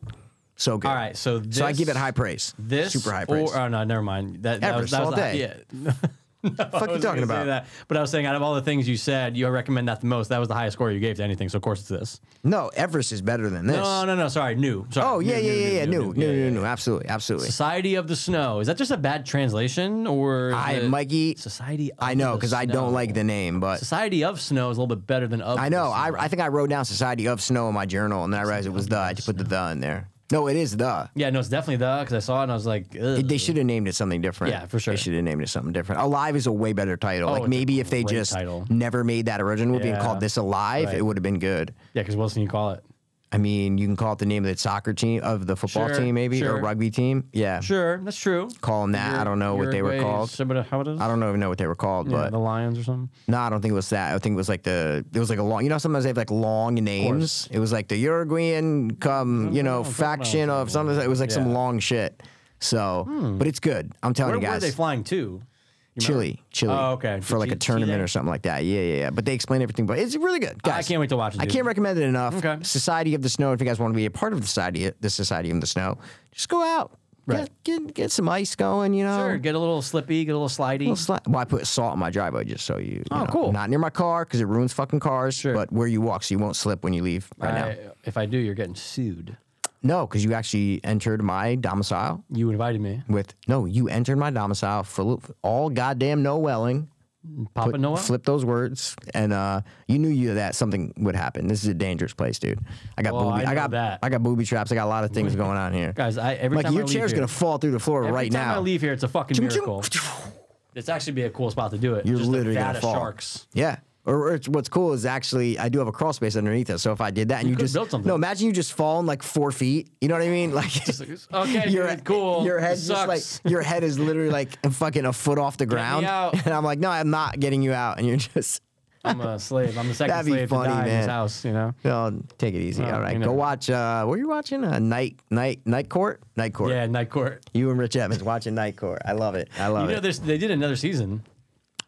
[SPEAKER 2] So good.
[SPEAKER 3] All right, so this,
[SPEAKER 2] So I give it high praise.
[SPEAKER 3] This
[SPEAKER 2] super high
[SPEAKER 3] or-
[SPEAKER 2] praise.
[SPEAKER 3] oh no, never mind. That, that was,
[SPEAKER 2] Everest
[SPEAKER 3] that was
[SPEAKER 2] all
[SPEAKER 3] the high-
[SPEAKER 2] day.
[SPEAKER 3] Yeah.
[SPEAKER 2] fuck you talking about?
[SPEAKER 3] That. But I was saying, out of all the things you said, you recommend that the most. That was the highest score you gave to anything. So of course it's this.
[SPEAKER 2] No, Everest is better than this.
[SPEAKER 3] No, no, no. Sorry, new. Sorry.
[SPEAKER 2] Oh yeah,
[SPEAKER 3] New,
[SPEAKER 2] yeah,
[SPEAKER 3] new,
[SPEAKER 2] yeah, yeah.
[SPEAKER 3] new,
[SPEAKER 2] New,
[SPEAKER 3] new,
[SPEAKER 2] new,
[SPEAKER 3] yeah,
[SPEAKER 2] new,
[SPEAKER 3] yeah.
[SPEAKER 2] new. Absolutely, absolutely.
[SPEAKER 3] Society of the Snow. Is that just a bad translation or? is
[SPEAKER 2] I,
[SPEAKER 3] it
[SPEAKER 2] Mikey,
[SPEAKER 3] Society. Of
[SPEAKER 2] I know
[SPEAKER 3] the
[SPEAKER 2] because I
[SPEAKER 3] Snow?
[SPEAKER 2] don't like the name, but
[SPEAKER 3] Society of Snow is a little bit better than of.
[SPEAKER 2] I
[SPEAKER 3] the
[SPEAKER 2] know.
[SPEAKER 3] Snow.
[SPEAKER 2] I, I think I wrote down Society of Snow in my journal, and then I realized it was the. I had to put the the in there. No, it is the.
[SPEAKER 3] Yeah, no, it's definitely the because I saw it and I was like, Ugh.
[SPEAKER 2] They should have named it something different.
[SPEAKER 3] Uh, Yeah, for sure.
[SPEAKER 2] They should have named it something different. Alive is a way better title.
[SPEAKER 3] Oh,
[SPEAKER 2] like
[SPEAKER 3] it's a
[SPEAKER 2] maybe if they
[SPEAKER 3] great
[SPEAKER 2] just
[SPEAKER 3] title.
[SPEAKER 2] never made that original movie and
[SPEAKER 3] Yeah.
[SPEAKER 2] called this Alive,
[SPEAKER 3] Right.
[SPEAKER 2] it would have been good.
[SPEAKER 3] yeah, because what else can you call it?
[SPEAKER 2] I mean, you can call it the name of the soccer team of the football
[SPEAKER 3] Sure,
[SPEAKER 2] team, maybe or
[SPEAKER 3] sure.
[SPEAKER 2] rugby team. Yeah,
[SPEAKER 3] Sure, that's true.
[SPEAKER 2] call them that. I don't know what they were
[SPEAKER 3] Uruguay,
[SPEAKER 2] called.
[SPEAKER 3] Sibira- How it is?
[SPEAKER 2] I don't even know what they were called,
[SPEAKER 3] Yeah,
[SPEAKER 2] but
[SPEAKER 3] the Lions or something.
[SPEAKER 2] no, I don't think it was that. I think it was like the it was like a long. You know, sometimes they have like long names. It was like the Uruguayan come you
[SPEAKER 3] no,
[SPEAKER 2] know
[SPEAKER 3] no,
[SPEAKER 2] faction
[SPEAKER 3] no,
[SPEAKER 2] of something. It was like some
[SPEAKER 3] Yeah. Hmm.
[SPEAKER 2] long shit. So, but it's good. I'm telling
[SPEAKER 3] Where
[SPEAKER 2] you
[SPEAKER 3] where are
[SPEAKER 2] guys.
[SPEAKER 3] they flying to? You remember?
[SPEAKER 2] Chile, Chile.
[SPEAKER 3] Oh, okay.
[SPEAKER 2] For like
[SPEAKER 3] Did you
[SPEAKER 2] a
[SPEAKER 3] see
[SPEAKER 2] tournament
[SPEAKER 3] that?
[SPEAKER 2] or something like that. Yeah, yeah, yeah. But they explain everything, but it's really good.
[SPEAKER 3] I-
[SPEAKER 2] Guys,
[SPEAKER 3] I can't wait to watch it.
[SPEAKER 2] I
[SPEAKER 3] dude.
[SPEAKER 2] can't recommend it enough.
[SPEAKER 3] Okay.
[SPEAKER 2] Society of the Snow. If you guys want to be a part of the society, the Society of the Snow, just go out.
[SPEAKER 3] Right.
[SPEAKER 2] Get, get get some ice going. You know.
[SPEAKER 3] Sure, get a little slippy, get a little slidey.
[SPEAKER 2] Little sli- well, I put salt in my driveway just so you. you
[SPEAKER 3] Oh,
[SPEAKER 2] know,
[SPEAKER 3] cool.
[SPEAKER 2] Not near my car because it ruins fucking cars. But where you walk, so you won't slip when you leave right now.
[SPEAKER 3] I- if I do, you're getting sued.
[SPEAKER 2] No, because you actually entered my domicile
[SPEAKER 3] You invited me,
[SPEAKER 2] with no. You entered my domicile full of all goddamn no welling.
[SPEAKER 3] Papa Noah.
[SPEAKER 2] Flip those words, and uh, you knew you that something would happen. This is a dangerous place, dude. I got
[SPEAKER 3] Well,
[SPEAKER 2] booby.
[SPEAKER 3] I know
[SPEAKER 2] got
[SPEAKER 3] that.
[SPEAKER 2] I got booby traps. I got a lot of things going on here.
[SPEAKER 3] Guys, I every
[SPEAKER 2] Like
[SPEAKER 3] time
[SPEAKER 2] your
[SPEAKER 3] I leave
[SPEAKER 2] chair's
[SPEAKER 3] here,
[SPEAKER 2] gonna fall through the floor
[SPEAKER 3] every
[SPEAKER 2] right
[SPEAKER 3] time
[SPEAKER 2] now.
[SPEAKER 3] I leave here, it's a fucking
[SPEAKER 2] Ching,
[SPEAKER 3] miracle. It's actually be a cool spot to do it.
[SPEAKER 2] You're
[SPEAKER 3] Just a
[SPEAKER 2] literally
[SPEAKER 3] vat
[SPEAKER 2] gonna
[SPEAKER 3] of
[SPEAKER 2] fall.
[SPEAKER 3] Sharks.
[SPEAKER 2] Yeah. Or, or it's, what's cool is actually I do have a crawl space underneath it. So if I did that and you,
[SPEAKER 3] could
[SPEAKER 2] just
[SPEAKER 3] build something.
[SPEAKER 2] no, imagine you just fall in like four feet. You know what I mean? Like
[SPEAKER 3] Okay,
[SPEAKER 2] your
[SPEAKER 3] dude, cool.
[SPEAKER 2] Your head
[SPEAKER 3] This
[SPEAKER 2] just
[SPEAKER 3] sucks.
[SPEAKER 2] like your head is literally like fucking a foot off the ground.
[SPEAKER 3] out.
[SPEAKER 2] And I'm like, no, I'm not getting you out. And you're just
[SPEAKER 3] I'm a slave. I'm the second
[SPEAKER 2] That'd be
[SPEAKER 3] slave
[SPEAKER 2] funny,
[SPEAKER 3] to die in his
[SPEAKER 2] man.
[SPEAKER 3] house. You know.
[SPEAKER 2] no, "Oh, take it easy.
[SPEAKER 3] Well,
[SPEAKER 2] All right,
[SPEAKER 3] Oh, you
[SPEAKER 2] go
[SPEAKER 3] know.
[SPEAKER 2] watch. Uh, what are you watching? Uh, night, night, night court, night court.
[SPEAKER 3] Yeah, night court.
[SPEAKER 2] You and Rich Evans watching night court. I love it. I love
[SPEAKER 3] You know,
[SPEAKER 2] it.
[SPEAKER 3] there's- they did another season.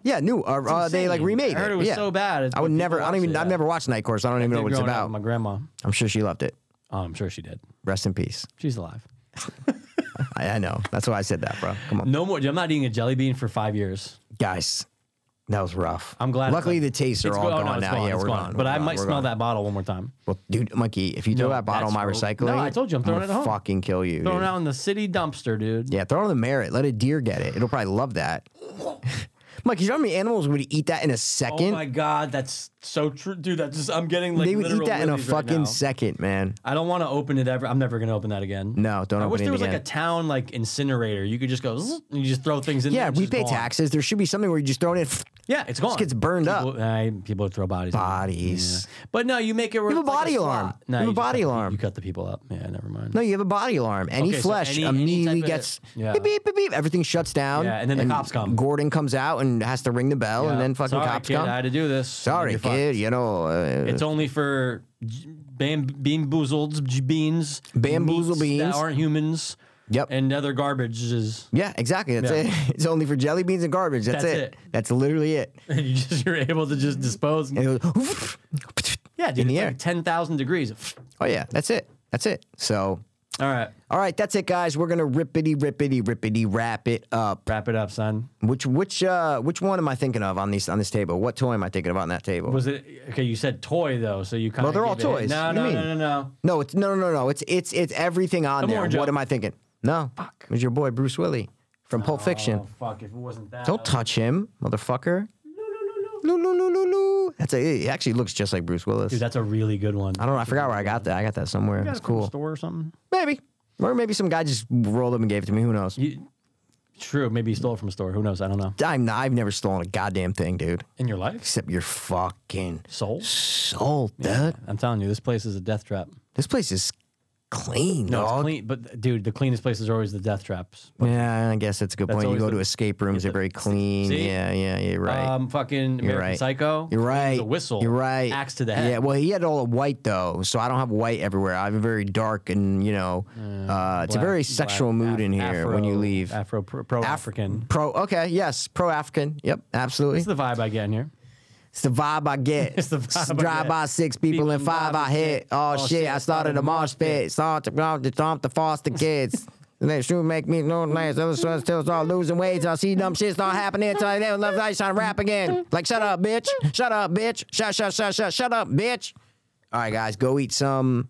[SPEAKER 2] Yeah, new. Uh, uh, they like
[SPEAKER 3] insane.
[SPEAKER 2] remade.
[SPEAKER 3] I heard it was
[SPEAKER 2] Yeah.
[SPEAKER 3] so bad, it's-
[SPEAKER 2] I would
[SPEAKER 3] people
[SPEAKER 2] never. I don't
[SPEAKER 3] watch
[SPEAKER 2] even.
[SPEAKER 3] it,
[SPEAKER 2] I've
[SPEAKER 3] yeah.
[SPEAKER 2] never watched Night Court, so I don't even know
[SPEAKER 3] Did
[SPEAKER 2] what it's
[SPEAKER 3] growing up with
[SPEAKER 2] about.
[SPEAKER 3] My grandma.
[SPEAKER 2] I'm sure she loved it.
[SPEAKER 3] Oh, I'm sure she did.
[SPEAKER 2] Rest in peace.
[SPEAKER 3] She's alive.
[SPEAKER 2] I, I know. That's why I said that, bro. Come on,
[SPEAKER 3] No more. I'm not eating a jelly bean for five years.
[SPEAKER 2] guys. That was rough.
[SPEAKER 3] I'm glad. it's
[SPEAKER 2] Luckily,
[SPEAKER 3] gone.
[SPEAKER 2] the tastes are
[SPEAKER 3] It's
[SPEAKER 2] all
[SPEAKER 3] go- oh,
[SPEAKER 2] gone
[SPEAKER 3] no, it's
[SPEAKER 2] now. yeah,
[SPEAKER 3] it's
[SPEAKER 2] we're
[SPEAKER 3] gone.
[SPEAKER 2] gone.
[SPEAKER 3] But
[SPEAKER 2] We're
[SPEAKER 3] I
[SPEAKER 2] gone.
[SPEAKER 3] might
[SPEAKER 2] We're
[SPEAKER 3] smell
[SPEAKER 2] gone.
[SPEAKER 3] that bottle one more time.
[SPEAKER 2] Well, dude, monkey, if you throw
[SPEAKER 3] No,
[SPEAKER 2] that bottle in my
[SPEAKER 3] that's-
[SPEAKER 2] recycling,
[SPEAKER 3] No, I told you, I'm throwing
[SPEAKER 2] gonna
[SPEAKER 3] it at home.
[SPEAKER 2] Fucking kill you.
[SPEAKER 3] Throw it
[SPEAKER 2] dude.
[SPEAKER 3] out in the city dumpster, dude.
[SPEAKER 2] Yeah, throw it in the merit. Let a deer get it. It'll probably love that. Mike, you know how many animals would eat that in a
[SPEAKER 3] Oh
[SPEAKER 2] second?
[SPEAKER 3] my god, that's so true, dude. That's just I'm getting like
[SPEAKER 2] they would eat
[SPEAKER 3] literal
[SPEAKER 2] that in a
[SPEAKER 3] willies right
[SPEAKER 2] fucking
[SPEAKER 3] now.
[SPEAKER 2] second, man.
[SPEAKER 3] I don't want to open it ever. I'm never gonna open that again.
[SPEAKER 2] No, don't
[SPEAKER 3] I
[SPEAKER 2] open
[SPEAKER 3] wish
[SPEAKER 2] it
[SPEAKER 3] there was like
[SPEAKER 2] again.
[SPEAKER 3] a town like incinerator. You could just go zzz, and you just throw things in. there
[SPEAKER 2] Yeah,
[SPEAKER 3] and
[SPEAKER 2] we
[SPEAKER 3] it's
[SPEAKER 2] pay
[SPEAKER 3] gone.
[SPEAKER 2] taxes. There should be something where you just throw it in.
[SPEAKER 3] Yeah, it's gone.
[SPEAKER 2] gets burned up.
[SPEAKER 3] people, I, people throw bodies. in there.
[SPEAKER 2] Bodies.
[SPEAKER 3] Yeah. But no, you make it. Where
[SPEAKER 2] You have
[SPEAKER 3] it's
[SPEAKER 2] a
[SPEAKER 3] like
[SPEAKER 2] body alarm.
[SPEAKER 3] slot. No,
[SPEAKER 2] You have a
[SPEAKER 3] just
[SPEAKER 2] body
[SPEAKER 3] cut the-
[SPEAKER 2] alarm.
[SPEAKER 3] You cut the people up. Yeah, never mind.
[SPEAKER 2] No, you have a body alarm. Any
[SPEAKER 3] Okay, so
[SPEAKER 2] flesh
[SPEAKER 3] any- any
[SPEAKER 2] immediately
[SPEAKER 3] type of-
[SPEAKER 2] gets
[SPEAKER 3] Yeah.
[SPEAKER 2] beep, beep, beep, beep. Everything shuts down.
[SPEAKER 3] Yeah, and then the cops come.
[SPEAKER 2] Gordon comes out and has to ring the bell,
[SPEAKER 3] Yeah.
[SPEAKER 2] and then fucking
[SPEAKER 3] Uh, Sorry,
[SPEAKER 2] cops
[SPEAKER 3] kid,
[SPEAKER 2] come.
[SPEAKER 3] I had to do this.
[SPEAKER 2] Sorry,
[SPEAKER 3] You're fucked.
[SPEAKER 2] kid. You know, uh,
[SPEAKER 3] It's only for j- bam- bamboozled j- beans,
[SPEAKER 2] Bamboozled
[SPEAKER 3] meats
[SPEAKER 2] beans.
[SPEAKER 3] that aren't humans.
[SPEAKER 2] Yep.
[SPEAKER 3] and other garbages.
[SPEAKER 2] yeah, exactly. That's
[SPEAKER 3] Yeah.
[SPEAKER 2] it. It's only for jelly beans and garbage. That's,
[SPEAKER 3] That's
[SPEAKER 2] it.
[SPEAKER 3] it.
[SPEAKER 2] That's literally it.
[SPEAKER 3] And you just you're able to just dispose.
[SPEAKER 2] And it goes,
[SPEAKER 3] yeah, dude,
[SPEAKER 2] in
[SPEAKER 3] it's
[SPEAKER 2] the air.
[SPEAKER 3] like ten thousand degrees.
[SPEAKER 2] oh yeah, that's it. That's it. So,
[SPEAKER 3] All right,
[SPEAKER 2] all right, that's it, guys. We're gonna rippity, rippity, rippity, wrap it up.
[SPEAKER 3] wrap it up, son.
[SPEAKER 2] Which, which, uh, which one am I thinking of on these on this table? What toy am I thinking of on that table?
[SPEAKER 3] Was it okay? You said toy though, so you kind
[SPEAKER 2] Well,
[SPEAKER 3] of.
[SPEAKER 2] they're all toys.
[SPEAKER 3] No,
[SPEAKER 2] What do
[SPEAKER 3] no,
[SPEAKER 2] you
[SPEAKER 3] no, no,
[SPEAKER 2] mean?
[SPEAKER 3] no.
[SPEAKER 2] No, it's no, no, no, no. It's it's it's everything on there.
[SPEAKER 3] orange
[SPEAKER 2] What
[SPEAKER 3] up.
[SPEAKER 2] am I thinking? No, it was your boy Bruce Willie from Pulp Fiction.
[SPEAKER 3] Oh fuck! If it wasn't that, uh,
[SPEAKER 2] Don't touch him, motherfucker. Loo, loo, loo, loo, loo. That's a, he actually looks just like Bruce Willis.
[SPEAKER 3] dude, that's a really good one.
[SPEAKER 2] I don't know. I forgot where I got that. I got that somewhere. It's cool.
[SPEAKER 3] Store or something.
[SPEAKER 2] Maybe, or maybe some guy just rolled up and gave it to me. Who knows?
[SPEAKER 3] You, true, maybe you stole it from a store. Who knows? I don't know.
[SPEAKER 2] I'm not, I've never stolen a goddamn thing, dude.
[SPEAKER 3] In your life,
[SPEAKER 2] Except your fucking
[SPEAKER 3] soul.
[SPEAKER 2] soul, dude.
[SPEAKER 3] I'm telling you, this place is a death trap.
[SPEAKER 2] This place is clean,
[SPEAKER 3] No, it's
[SPEAKER 2] dog.
[SPEAKER 3] clean, but dude, the cleanest places are always the death traps.
[SPEAKER 2] Yeah, I guess that's a good point. You
[SPEAKER 3] always
[SPEAKER 2] go
[SPEAKER 3] the-
[SPEAKER 2] to escape rooms; they're very clean.
[SPEAKER 3] see?
[SPEAKER 2] Yeah, yeah, yeah. Right.
[SPEAKER 3] Um, fucking American
[SPEAKER 2] right.
[SPEAKER 3] Psycho.
[SPEAKER 2] You're right.
[SPEAKER 3] The whistle.
[SPEAKER 2] You're right.
[SPEAKER 3] Axe to the head.
[SPEAKER 2] Yeah. Well, he had all the white though, so I don't have white everywhere. I have a very dark and you know, uh, it's a
[SPEAKER 3] Black-
[SPEAKER 2] very
[SPEAKER 3] black,
[SPEAKER 2] sexual mood
[SPEAKER 3] af-
[SPEAKER 2] in here when you
[SPEAKER 3] Afro-
[SPEAKER 2] leave.
[SPEAKER 3] Afro pro
[SPEAKER 2] Af-
[SPEAKER 3] African.
[SPEAKER 2] Pro. Okay. Yes. Pro African. Yep. Absolutely.
[SPEAKER 3] That's the vibe I get in here.
[SPEAKER 2] It's the vibe I get.
[SPEAKER 3] It's the vibe I
[SPEAKER 2] Drive
[SPEAKER 3] get.
[SPEAKER 2] by six people,
[SPEAKER 3] People
[SPEAKER 2] and five I hit. Oh, shit! I started a marsh pit. Start to thump to thump the foster kids. And they shoot make me no nice. Other sons still start losing weight. I see dumb shit start happening. Until I never left ice on rap again. Like shut up, bitch. Shut up, bitch. Shut shut shut shut shut up, bitch. All right, guys, go eat some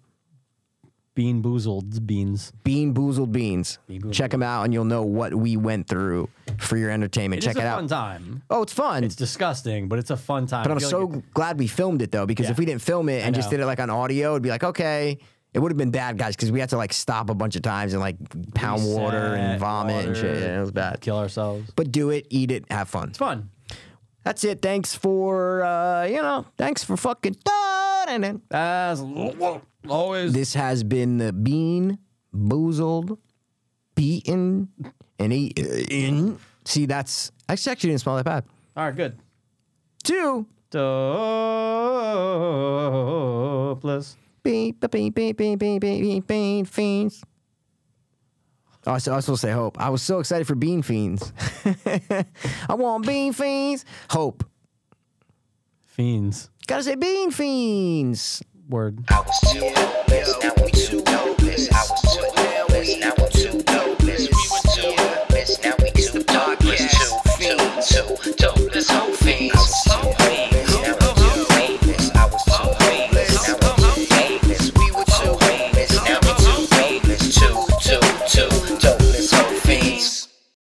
[SPEAKER 3] Bean boozled beans.
[SPEAKER 2] Bean Boozled Beans.
[SPEAKER 3] Bean Boozled
[SPEAKER 2] Check them out, and you'll know what we went through for your entertainment.
[SPEAKER 3] It's
[SPEAKER 2] Check
[SPEAKER 3] a
[SPEAKER 2] it out.
[SPEAKER 3] fun time.
[SPEAKER 2] Oh, it's fun.
[SPEAKER 3] It's disgusting, but it's a fun time.
[SPEAKER 2] But I'm so glad we filmed it though, because
[SPEAKER 3] Yeah.
[SPEAKER 2] if we didn't film it and just
[SPEAKER 3] know.
[SPEAKER 2] did it like on audio, it'd be like, okay, It would have been bad, guys, because we had to like stop a bunch of times and like pound water and
[SPEAKER 3] Reset,
[SPEAKER 2] vomit and shit.
[SPEAKER 3] water,
[SPEAKER 2] Yeah, it was bad.
[SPEAKER 3] Kill ourselves. It's
[SPEAKER 2] But do it, eat it, have fun.
[SPEAKER 3] fun.
[SPEAKER 2] That's it. Thanks for uh, you know, thanks for fucking and
[SPEAKER 3] As always.
[SPEAKER 2] This has been the Bean Boozled, Beaten, and Eaten. See, that's I actually didn't smell that bad.
[SPEAKER 3] All right, good.
[SPEAKER 2] Two.
[SPEAKER 3] Dopeless.
[SPEAKER 2] Beep, beep, beep, beep, beep, beep, beep, beep, beep, fiends. Oh, I was I was supposed to say hope. I was so excited for bean fiends. I want bean fiends. Hope.
[SPEAKER 3] Fiends.
[SPEAKER 2] Gotta say bean fiends.
[SPEAKER 3] Word.
[SPEAKER 1] I was too hopeless, now we too hopeless. I was too hopeless, now